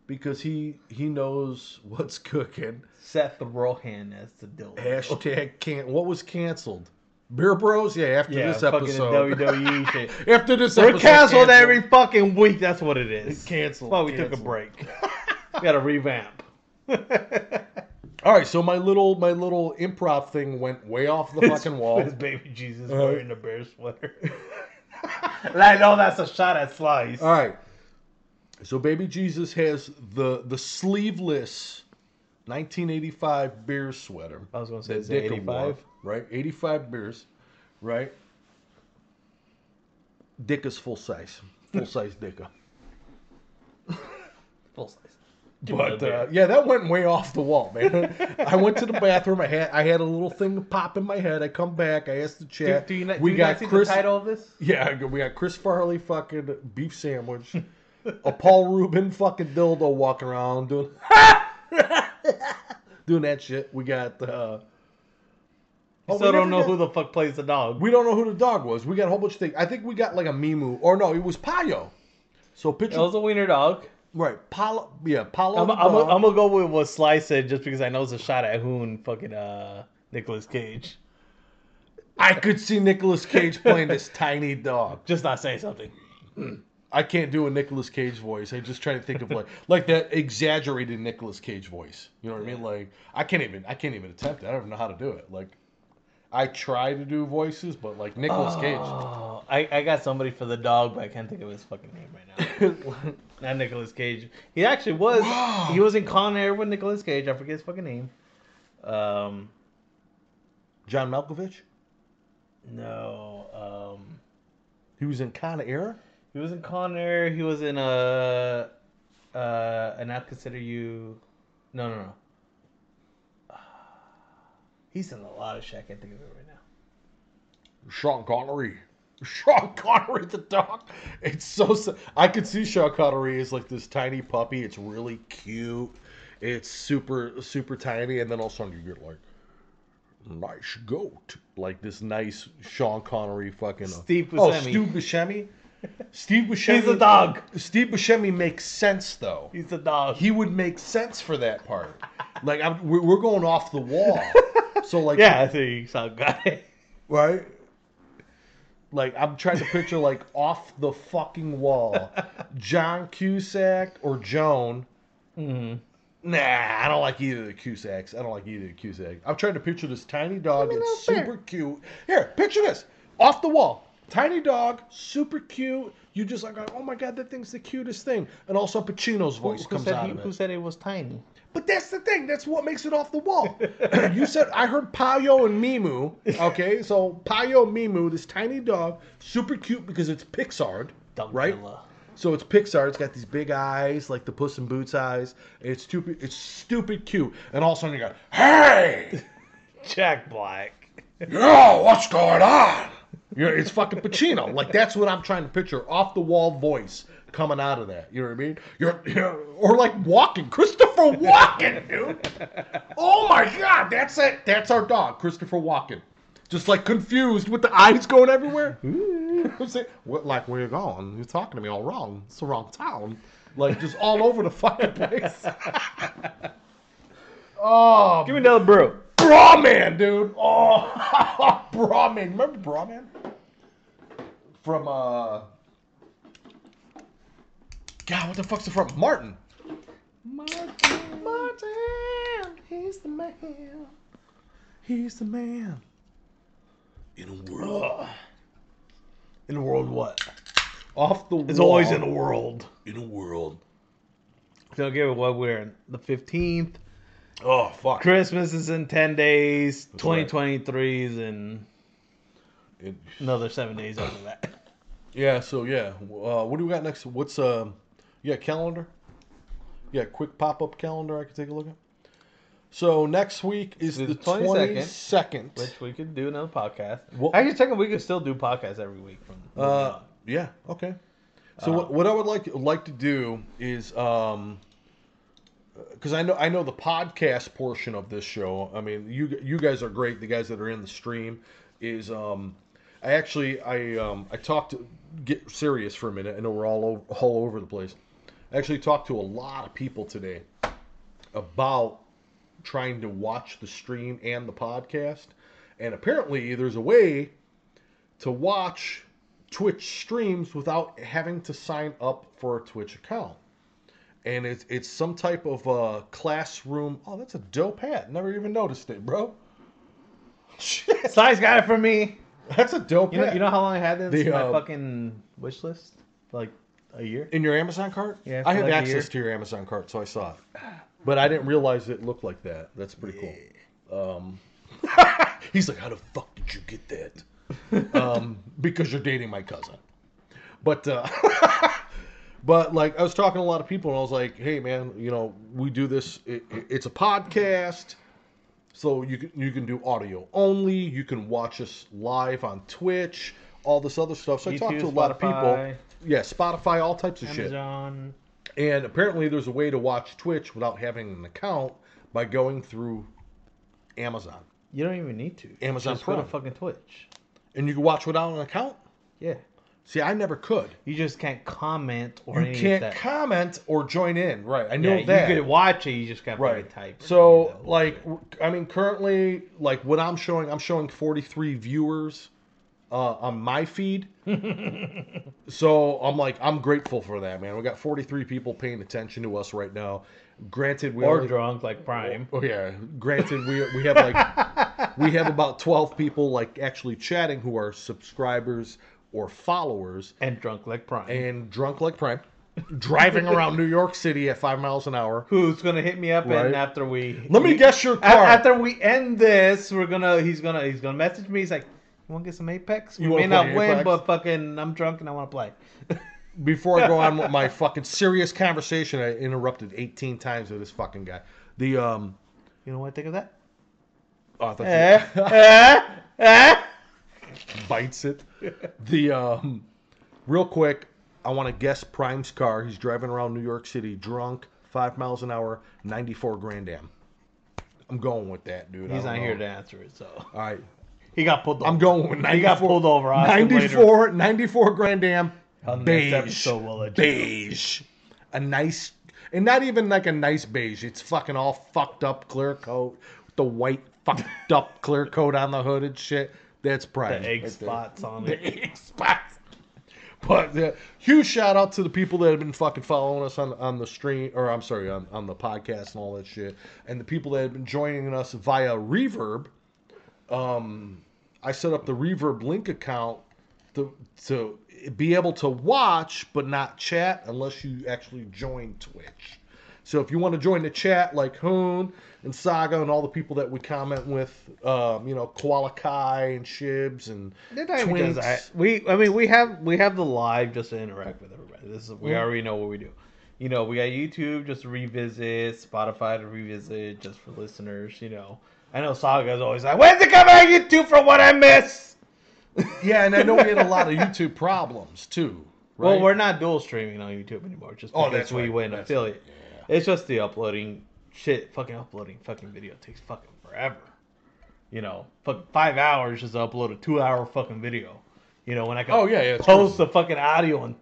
[SPEAKER 1] because he he knows what's cooking.
[SPEAKER 2] Seth Rohan as the dildo.
[SPEAKER 1] Hashtag can't. What was canceled? Beer Bros. Yeah, after
[SPEAKER 2] yeah,
[SPEAKER 1] this
[SPEAKER 2] fucking
[SPEAKER 1] episode.
[SPEAKER 2] WWE E shit.
[SPEAKER 1] After this
[SPEAKER 2] We're
[SPEAKER 1] episode,
[SPEAKER 2] canceled
[SPEAKER 1] canceled.
[SPEAKER 2] every fucking week. That's what it is.
[SPEAKER 1] Canceled,
[SPEAKER 2] Well, we took a
[SPEAKER 1] canceled.
[SPEAKER 2] break. we got to revamp.
[SPEAKER 1] All right, so my little my little improv thing went way off the fucking wall.
[SPEAKER 2] It's baby Jesus wearing a bear sweater. and I know that's a shot at Slice.
[SPEAKER 1] All right. So baby Jesus has the the sleeveless 1985 beer sweater.
[SPEAKER 2] I was gonna say it's
[SPEAKER 1] Dick
[SPEAKER 2] eighty
[SPEAKER 1] wore,
[SPEAKER 2] five.
[SPEAKER 1] right? 85 beers, right? Dick is full size, full size Dicka.
[SPEAKER 2] Full size.
[SPEAKER 1] But
[SPEAKER 2] another
[SPEAKER 1] uh,
[SPEAKER 2] beer.
[SPEAKER 1] yeah, that went way off the wall, man. I went to the bathroom. I had I had a little thing pop in my head. I come back. I asked the
[SPEAKER 2] Do,
[SPEAKER 1] chat.
[SPEAKER 2] do you not,
[SPEAKER 1] we
[SPEAKER 2] do you
[SPEAKER 1] got
[SPEAKER 2] not see
[SPEAKER 1] Chris.
[SPEAKER 2] the title of this?
[SPEAKER 1] Yeah, we got Chris Farley fucking beef sandwich, a Paul Rubin fucking dildo walking around doing doing that shit. We got uh
[SPEAKER 2] I
[SPEAKER 1] oh, we
[SPEAKER 2] still
[SPEAKER 1] never
[SPEAKER 2] don't know
[SPEAKER 1] got-
[SPEAKER 2] who the fuck plays the dog.
[SPEAKER 1] we don't know who the dog was. We got a whole bunch of things. I think we got like a Mimu or no, it was Payo. So
[SPEAKER 2] It
[SPEAKER 1] picture
[SPEAKER 2] was a wiener dog.
[SPEAKER 1] right, Palo yeah, Palo.
[SPEAKER 2] I'm,
[SPEAKER 1] the
[SPEAKER 2] I'm,
[SPEAKER 1] dog.
[SPEAKER 2] I'm gonna go with what Slice said just because I know it's a shot at Hoon fucking uh Nicolas Cage.
[SPEAKER 1] I could see Nicolas Cage playing this tiny dog.
[SPEAKER 2] Just not saying something.
[SPEAKER 1] I can't do a Nicolas Cage voice. I just try to think of like like that exaggerated Nicolas Cage voice. You know what I mean? Like I can't even I can't even attempt it. I don't even know how to do it. Like I try to do voices, but like Nicolas
[SPEAKER 2] Oh, I, I got somebody for the dog, but I can't think of his fucking name right now.
[SPEAKER 1] Cage.
[SPEAKER 2] Not Nicolas Cage. He actually was.
[SPEAKER 1] Wow.
[SPEAKER 2] He was in Con Air with Nicolas Cage. I forget his fucking name. Um,
[SPEAKER 1] John Malkovich.
[SPEAKER 2] no. Um,
[SPEAKER 1] He was in Con Air.
[SPEAKER 2] he was in Con Air. He was in uh, uh, and I'll consider you. No, no, no. He's in a lot of shit. I can't think of it right now.
[SPEAKER 1] Sean Connery. Sean Connery the dog. It's so. s- I could see Sean Connery is like this tiny puppy. It's really cute. It's super super tiny, and then all of a sudden you get like, nice goat, like this nice Sean Connery fucking.
[SPEAKER 2] Steve
[SPEAKER 1] Oh,
[SPEAKER 2] Buscemi.
[SPEAKER 1] Steve Buscemi. Steve Buscemi.
[SPEAKER 2] He's a dog.
[SPEAKER 1] Steve Buscemi makes sense though.
[SPEAKER 2] He's a dog.
[SPEAKER 1] He would make sense for that part. Like I'm, we're we're going off the wall. So like
[SPEAKER 2] yeah, I think you sound good.
[SPEAKER 1] right? Like I'm trying to picture like off the fucking wall, John Cusack or Joan.
[SPEAKER 2] mm.
[SPEAKER 1] Nah, I don't like either of the Cusacks. I don't like either of the Cusack. I'm trying to picture this tiny dog that's
[SPEAKER 2] out there.
[SPEAKER 1] super cute. Here, picture this off the wall, tiny dog, super cute. You just like, oh my god, that thing's the cutest thing. And also Pacino's voice comes
[SPEAKER 2] said
[SPEAKER 1] out
[SPEAKER 2] he-
[SPEAKER 1] of it.
[SPEAKER 2] Who said it was tiny?
[SPEAKER 1] But that's the thing. That's what makes it off the wall. you said I heard Payo and Mimu. Okay, so Payo and Mimu, this tiny dog, super cute because it's Pixar, right?
[SPEAKER 2] Dunkilla.
[SPEAKER 1] So it's Pixar. It's got these big eyes, like the Puss in Boots eyes. It's stupid. It's stupid cute. And all of a sudden you go, "Hey,
[SPEAKER 2] Jack Black.
[SPEAKER 1] yo, what's going on?" You know, it's fucking Pacino. Like that's what I'm trying to picture. Off the wall voice coming out of that. You know what I mean? You're, you're or like walking, Christopher Walken, dude. Oh my god, that's it. That's our dog, Christopher Walken. Just like confused with the eyes going everywhere. I'm saying, what, like where you going? You're talking to me all wrong. It's the wrong town. Like just all over the fucking place. oh,
[SPEAKER 2] Give me another brew.
[SPEAKER 1] Brawman, dude. Oh, Brawman. Remember Brawman? From, uh. God, what the fuck's it from? Martin. Martin. Martin. He's the man. He's the man.
[SPEAKER 3] In a world,
[SPEAKER 2] In the world, what?
[SPEAKER 1] Off the wall.
[SPEAKER 2] It's always in the world.
[SPEAKER 3] in a world.
[SPEAKER 2] Don't give it what we're in. The 15th.
[SPEAKER 1] Oh, fuck.
[SPEAKER 2] Christmas is in 10 days.
[SPEAKER 1] right.
[SPEAKER 2] 2023 is in
[SPEAKER 1] It-
[SPEAKER 2] another seven days after that.
[SPEAKER 1] yeah, so yeah. Uh, what do we got next? What's, um. You got calendar? You got quick pop up calendar I can take a look at? So next week is
[SPEAKER 2] It's
[SPEAKER 1] the
[SPEAKER 2] 22nd.
[SPEAKER 1] 22nd.
[SPEAKER 2] Which we could do another podcast.
[SPEAKER 1] Well-
[SPEAKER 2] I can check we could still do podcasts every week. From
[SPEAKER 1] Uh, yeah. Okay. So what, what I would like like to do is um, because I know I know the podcast portion of this show. I mean, you you guys are great. The guys that are in the stream is um, I actually I um I talked to get serious for a minute. I know we're all over, all over the place. I actually talked to a lot of people today about trying to watch the stream and the podcast, and apparently there's a way to watch Twitch streams without having to sign up for a Twitch account. And it's it's some type of uh, classroom. Oh, that's a dope hat. Never even noticed it, bro. Shit,
[SPEAKER 2] Sly's got it for me.
[SPEAKER 1] that's a dope
[SPEAKER 2] You know,
[SPEAKER 1] hat.
[SPEAKER 2] you know how long I had this
[SPEAKER 1] The,
[SPEAKER 2] in my
[SPEAKER 1] uh,
[SPEAKER 2] fucking wish list? Like a year.
[SPEAKER 1] in your Amazon cart?
[SPEAKER 2] Yeah,
[SPEAKER 1] I
[SPEAKER 2] for
[SPEAKER 1] had
[SPEAKER 2] like a year.
[SPEAKER 1] access to your Amazon cart, so I saw it. But I didn't realize it looked like that. That's pretty cool. Um, he's like, how the fuck did you get that? um, because you're dating my cousin. But uh, but like I was talking to a lot of people, and I was like, hey man, you know, we do this. It, it- it's a podcast, so you can you can do audio only. You can watch us live on Twitch, all this other stuff. So I talked
[SPEAKER 2] YouTube,
[SPEAKER 1] to a lot of
[SPEAKER 2] Spotify.
[SPEAKER 1] people. Yeah, Spotify, all types of shit.
[SPEAKER 2] Amazon.
[SPEAKER 1] And apparently, there's a way to watch Twitch without having an account by going through Amazon,
[SPEAKER 2] You don't even need to.
[SPEAKER 1] Amazon
[SPEAKER 2] Just go to
[SPEAKER 1] Prime.
[SPEAKER 2] fucking Twitch.
[SPEAKER 1] and you can watch without an account.
[SPEAKER 2] Yeah.
[SPEAKER 1] See, I never could.
[SPEAKER 2] You just can't comment or
[SPEAKER 1] You
[SPEAKER 2] anything.
[SPEAKER 1] can't
[SPEAKER 2] that.
[SPEAKER 1] comment or join in. Right, I know
[SPEAKER 2] yeah,
[SPEAKER 1] that.
[SPEAKER 2] You could watch it. You just got
[SPEAKER 1] right.
[SPEAKER 2] to type. or do
[SPEAKER 1] So,
[SPEAKER 2] that
[SPEAKER 1] like,
[SPEAKER 2] bullshit.
[SPEAKER 1] w- I mean, currently, like what I'm showing, I'm showing 43 viewers uh, on my feed. so I'm like, I'm grateful for that, man. We got 43 people paying attention to us right now. Granted, we
[SPEAKER 2] or
[SPEAKER 1] only-
[SPEAKER 2] drunk like Prime.
[SPEAKER 1] Oh yeah. Granted, we we have like we have about twelve people like actually chatting who are subscribers or followers
[SPEAKER 2] And drunk like Prime.
[SPEAKER 1] and drunk like prime, driving around New York City at five miles an hour.
[SPEAKER 2] Who's gonna hit me up
[SPEAKER 1] Right.
[SPEAKER 2] and after we
[SPEAKER 1] Let me
[SPEAKER 2] we-
[SPEAKER 1] guess your
[SPEAKER 2] a-
[SPEAKER 1] car.
[SPEAKER 2] after we end this, we're gonna he's gonna he's gonna message me. He's like, "You want to get some Apex? We
[SPEAKER 1] You wanna
[SPEAKER 2] may not
[SPEAKER 1] play
[SPEAKER 2] win,
[SPEAKER 1] Apex?"
[SPEAKER 2] but fucking I'm drunk and I want to play."
[SPEAKER 1] Before I go on with my fucking serious conversation, I interrupted eighteen times with this fucking guy. The um
[SPEAKER 2] You know what I think of that?
[SPEAKER 1] Oh, I thought you-
[SPEAKER 2] Eh, eh, eh.
[SPEAKER 1] bites it. The um, real quick, I want to guess Prime's car. He's driving around New York City drunk, five miles an hour, ninety-four Grand Am. I'm going with that, dude. I
[SPEAKER 2] He's
[SPEAKER 1] don't
[SPEAKER 2] not
[SPEAKER 1] know.
[SPEAKER 2] here to answer it, so
[SPEAKER 1] All right,
[SPEAKER 2] he got pulled. Over.
[SPEAKER 1] I'm going with
[SPEAKER 2] He got
[SPEAKER 1] 94.
[SPEAKER 2] pulled over. I'll ask him later.
[SPEAKER 1] 94, 94 Grand Am,
[SPEAKER 2] On the next
[SPEAKER 1] beige,
[SPEAKER 2] episode, we'll let you know.
[SPEAKER 1] beige, a nice, and not even like a nice beige. It's fucking all fucked up clear coat with the white fucked up clear coat on the hood and shit. That's
[SPEAKER 2] The
[SPEAKER 1] Prime. right
[SPEAKER 2] egg
[SPEAKER 1] there.
[SPEAKER 2] spots on
[SPEAKER 1] The
[SPEAKER 2] it.
[SPEAKER 1] egg spots. But yeah, huge shout out to the people that have been fucking following us on on the stream, or I'm sorry, on, on the podcast and all that shit, and the people that have been joining us via Reverb. Um, I set up the Reverb Link account to to be able to watch but not chat unless you actually join Twitch. So if you want to join the chat, like Hoon and Saga and all the people that we comment with, um, you know, Koala Kai and Shibs and
[SPEAKER 2] They're not even
[SPEAKER 1] Twinks.
[SPEAKER 2] just that. We, I mean, we have we have the live just to interact with everybody. This is we already know what we do. You know, we got YouTube just to revisit, Spotify to revisit, just for listeners. You know, I know Saga's always like, "When's it coming on YouTube for what I miss?"
[SPEAKER 1] Yeah, and I know we had a lot of YouTube problems too. Right?
[SPEAKER 2] Well, we're not dual streaming on YouTube anymore, just
[SPEAKER 1] Oh,
[SPEAKER 2] because
[SPEAKER 1] that's
[SPEAKER 2] we
[SPEAKER 1] right.
[SPEAKER 2] went
[SPEAKER 1] That's
[SPEAKER 2] affiliate. It's just the uploading shit. Fucking uploading fucking video takes fucking forever. You know, fuck five hours just to upload a two-hour fucking video. You know, when I can
[SPEAKER 1] Oh, yeah, yeah, it's
[SPEAKER 2] post the fucking audio in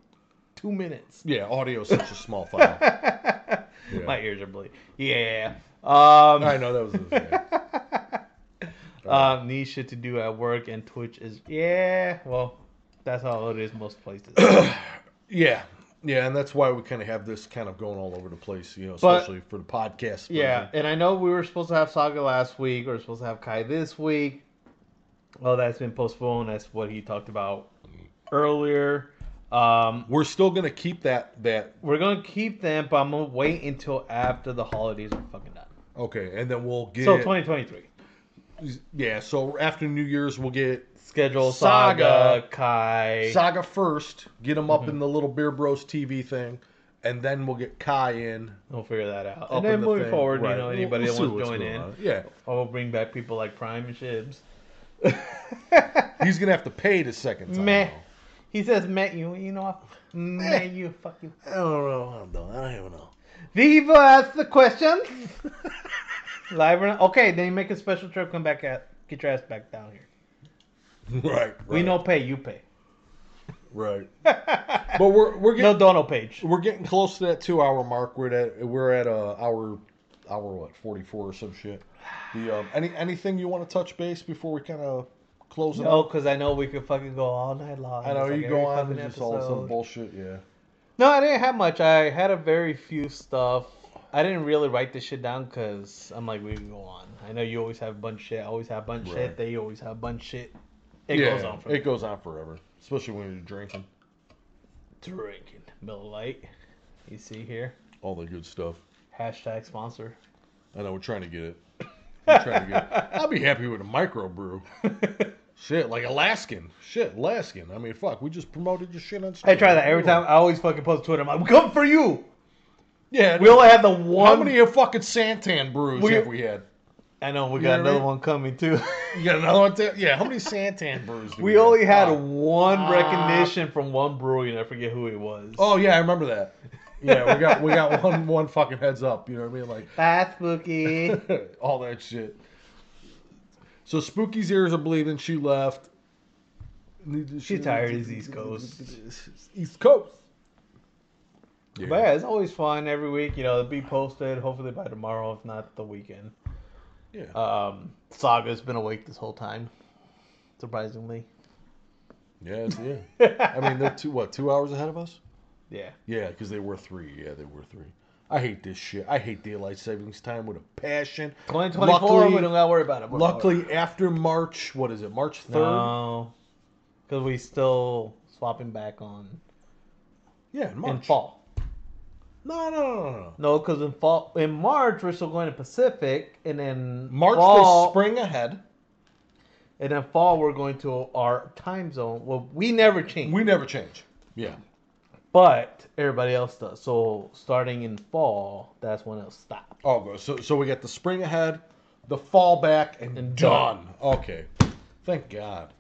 [SPEAKER 2] two minutes.
[SPEAKER 1] yeah, audio is such a small file. Yeah.
[SPEAKER 2] My ears are bleeding. Yeah. Um,
[SPEAKER 1] I know that was. yeah.
[SPEAKER 2] um, need shit to do at work and Twitch is yeah. Well, that's how it is most places.
[SPEAKER 1] Yeah, yeah, and that's why we kind of have this kind of going all over the place, you know,
[SPEAKER 2] But-
[SPEAKER 1] especially for the podcast.
[SPEAKER 2] yeah,
[SPEAKER 1] version.
[SPEAKER 2] and I know we were supposed to have Saga last week. We are supposed to have Kai this week. Well, that's been postponed. That's what he talked about earlier. Um,
[SPEAKER 1] we're still gonna keep that that
[SPEAKER 2] we're gonna keep them, but I'm gonna wait until after the holidays are fucking done.
[SPEAKER 1] okay, and then we'll get
[SPEAKER 2] So 2023
[SPEAKER 1] yeah. So after New Year's, we'll get
[SPEAKER 2] schedule
[SPEAKER 1] Saga.
[SPEAKER 2] Saga, Kai.
[SPEAKER 1] Saga first, get him
[SPEAKER 2] Mm-hmm.
[SPEAKER 1] up in the little Beer Bros TV thing, and then we'll get Kai in.
[SPEAKER 2] we'll figure that out.
[SPEAKER 1] up
[SPEAKER 2] And
[SPEAKER 1] in
[SPEAKER 2] then
[SPEAKER 1] the
[SPEAKER 2] moving
[SPEAKER 1] thing.
[SPEAKER 2] forward,
[SPEAKER 1] Right.
[SPEAKER 2] you know,
[SPEAKER 1] We'll-
[SPEAKER 2] anybody
[SPEAKER 1] we'll see
[SPEAKER 2] that wants
[SPEAKER 1] what's
[SPEAKER 2] to join
[SPEAKER 1] going
[SPEAKER 2] in.
[SPEAKER 1] on. yeah.
[SPEAKER 2] I'll bring back people like Prime and Shibs.
[SPEAKER 1] He's gonna have to pay the second time.
[SPEAKER 2] Meh.
[SPEAKER 1] though.
[SPEAKER 2] He says, "Met you, you know, meh you, fuck you."
[SPEAKER 3] I don't know. I don't, I don't know.
[SPEAKER 2] Viva asked the question. Live or not? Okay, then you make a special trip. Come back at get your ass back down here.
[SPEAKER 1] Right, right.
[SPEAKER 2] We no pay, you pay.
[SPEAKER 1] Right. but we're we're
[SPEAKER 2] No
[SPEAKER 1] getting
[SPEAKER 2] Dono page.
[SPEAKER 1] we're getting close to that two hour mark. We're at we're at uh hour hour what forty four or some shit. The um any anything you want to touch base before we kind of close it
[SPEAKER 2] No,
[SPEAKER 1] up.
[SPEAKER 2] because Oh, I know we could fucking go all night long.
[SPEAKER 1] I know
[SPEAKER 2] It's like
[SPEAKER 1] you
[SPEAKER 2] every
[SPEAKER 1] go on
[SPEAKER 2] fucking
[SPEAKER 1] and just all some
[SPEAKER 2] episode.
[SPEAKER 1] bullshit. Yeah.
[SPEAKER 2] No, I didn't have much. I had a very few stuff. I didn't really write this shit down because I'm like, we can go on. I know you always have a bunch of shit. I always have a bunch of
[SPEAKER 1] Right.
[SPEAKER 2] shit. They always have a bunch of shit. It
[SPEAKER 1] yeah,
[SPEAKER 2] goes on for
[SPEAKER 1] It goes on forever, especially when you're drinking
[SPEAKER 2] drinking. Miller Lite. You see here?
[SPEAKER 1] all the good stuff.
[SPEAKER 2] Hashtag sponsor.
[SPEAKER 1] I know we're trying to get it. We're trying to get it. I'll be happy with a microbrew. Shit, like Alaskan. Shit, Alaskan. I mean, fuck, we just promoted your shit on.
[SPEAKER 2] I
[SPEAKER 1] stream.
[SPEAKER 2] try that every time. I always fucking post Twitter. I'm like, we come for you.
[SPEAKER 1] Yeah,
[SPEAKER 2] We only have the
[SPEAKER 1] How
[SPEAKER 2] one.
[SPEAKER 1] many fucking Santan brews
[SPEAKER 2] We-
[SPEAKER 1] have we had?
[SPEAKER 2] I know we
[SPEAKER 1] You know
[SPEAKER 2] got
[SPEAKER 1] what I
[SPEAKER 2] another
[SPEAKER 1] mean?
[SPEAKER 2] one coming too.
[SPEAKER 1] You got another one? Too? Yeah, how many Santan brews? Do
[SPEAKER 2] we only had
[SPEAKER 1] Wow.
[SPEAKER 2] one
[SPEAKER 1] Ah.
[SPEAKER 2] recognition from one brewery, and I forget who it was.
[SPEAKER 1] Oh yeah, I remember that. Yeah, we got we got one one fucking heads up. You know what I mean? Like
[SPEAKER 2] that's spooky.
[SPEAKER 1] all that shit. So Spooky's ears are bleeding. She left.
[SPEAKER 2] She's tired as East Coast.
[SPEAKER 1] East Coast. Yeah.
[SPEAKER 2] But yeah, it's always fun every week. You know, it'll be posted hopefully by tomorrow, if not the weekend.
[SPEAKER 1] Yeah.
[SPEAKER 2] Um, Saga's been awake this whole time, surprisingly.
[SPEAKER 1] yeah, it's- yeah. I mean, they're two what two hours ahead of us.
[SPEAKER 2] Yeah.
[SPEAKER 1] Yeah, because they were three. Yeah, they were three. I hate this shit. I hate daylight savings time with a passion.
[SPEAKER 2] 2024, we
[SPEAKER 1] Luckily-
[SPEAKER 2] don't gotta worry about it. We're-
[SPEAKER 1] Luckily, after March, what is it? March third.
[SPEAKER 2] No, because we still swapping back on
[SPEAKER 1] Yeah, in March.
[SPEAKER 2] in fall.
[SPEAKER 1] No, no, no, no, no.
[SPEAKER 2] No, because in fall in March we're still going to Pacific, and then
[SPEAKER 1] March
[SPEAKER 2] fall,
[SPEAKER 1] they spring ahead.
[SPEAKER 2] and then fall we're going to our time zone. Well, we never change,
[SPEAKER 1] We never change. Yeah.
[SPEAKER 2] but everybody else does. So starting in fall, that's when it'll stop.
[SPEAKER 1] Oh, so so we got the spring ahead, the fallback, and,
[SPEAKER 2] And
[SPEAKER 1] done. Okay, thank God.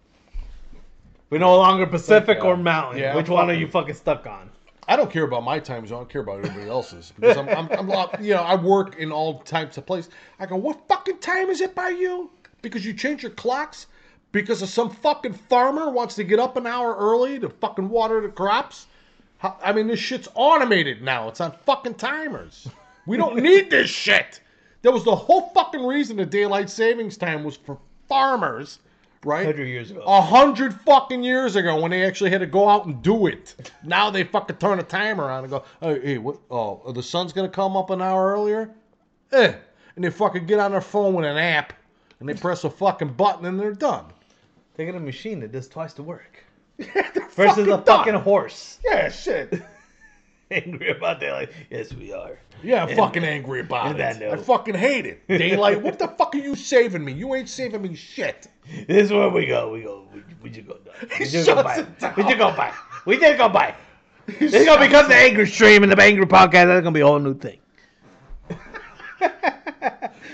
[SPEAKER 2] We're no longer Pacific
[SPEAKER 1] Fuck, yeah.
[SPEAKER 2] or Mountain.
[SPEAKER 1] Yeah,
[SPEAKER 2] Which
[SPEAKER 1] I'm
[SPEAKER 2] one are
[SPEAKER 1] fucking-
[SPEAKER 2] you fucking stuck on?
[SPEAKER 1] I don't care about my time zone. I don't care about anybody else's because I'm, I'm, I'm, I'm you know, I work in all types of places. I go, what fucking time is it by you? Because you change your clocks because of some fucking farmer wants to get up an hour early to fucking water the crops. How- I mean, this shit's automated now. It's on fucking timers. We don't need this shit. That was the whole fucking reason the daylight savings time was for farmers, right?
[SPEAKER 2] Hundred years ago.
[SPEAKER 1] A hundred fucking years ago when they actually had to go out and do it. Now they fucking turn a timer on and go, hey, hey what? Oh, the sun's gonna come up an hour earlier? Eh. And they fucking get on their phone with an app and they press a fucking button and they're done.
[SPEAKER 2] They got a machine that does twice the work
[SPEAKER 1] Versus
[SPEAKER 2] versus a fucking horse.
[SPEAKER 1] Yeah, shit.
[SPEAKER 2] Angry about that? Like, yes, we are.
[SPEAKER 1] Yeah, I'm fucking angry about
[SPEAKER 2] and I
[SPEAKER 1] it.
[SPEAKER 2] know.
[SPEAKER 1] I fucking hate it. Daylight, what the fuck are you saving me? You ain't saving me shit.
[SPEAKER 2] This is where we go. We go. We, we just go. down. We just
[SPEAKER 1] shuts
[SPEAKER 2] go by.
[SPEAKER 1] it down.
[SPEAKER 2] We just go by. We just go by. This is gonna become the angry stream and the angry podcast. That's gonna be a whole new thing.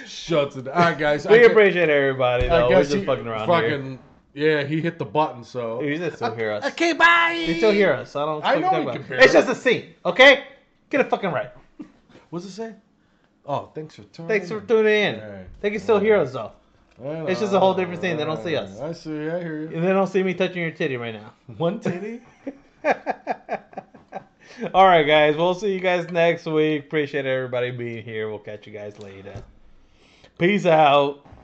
[SPEAKER 1] Shuts it. All right, guys.
[SPEAKER 2] We appreciate everybody. Though. We're just
[SPEAKER 1] he
[SPEAKER 2] fucking around here.
[SPEAKER 1] Yeah, he hit the button, so.
[SPEAKER 2] You just still hear us.
[SPEAKER 1] Okay, bye.
[SPEAKER 2] You still hear us. I don't.
[SPEAKER 1] I
[SPEAKER 2] fucking
[SPEAKER 1] know
[SPEAKER 2] talk
[SPEAKER 1] we
[SPEAKER 2] about
[SPEAKER 1] can
[SPEAKER 2] it.
[SPEAKER 1] hear
[SPEAKER 2] It's
[SPEAKER 1] us.
[SPEAKER 2] just a scene, okay? Get it fucking right.
[SPEAKER 1] What's it say? Oh, thanks for tuning.
[SPEAKER 2] Thanks for tuning in.
[SPEAKER 1] Alright.
[SPEAKER 2] They can still hear us though.
[SPEAKER 1] tuning.
[SPEAKER 2] It's just a whole different thing. They don't see us.
[SPEAKER 1] I see. I hear you.
[SPEAKER 2] And they don't see me touching your titty right now.
[SPEAKER 1] One titty.
[SPEAKER 2] All right, guys. We'll see you guys next week. Appreciate everybody being here. We'll catch you guys later. Peace out.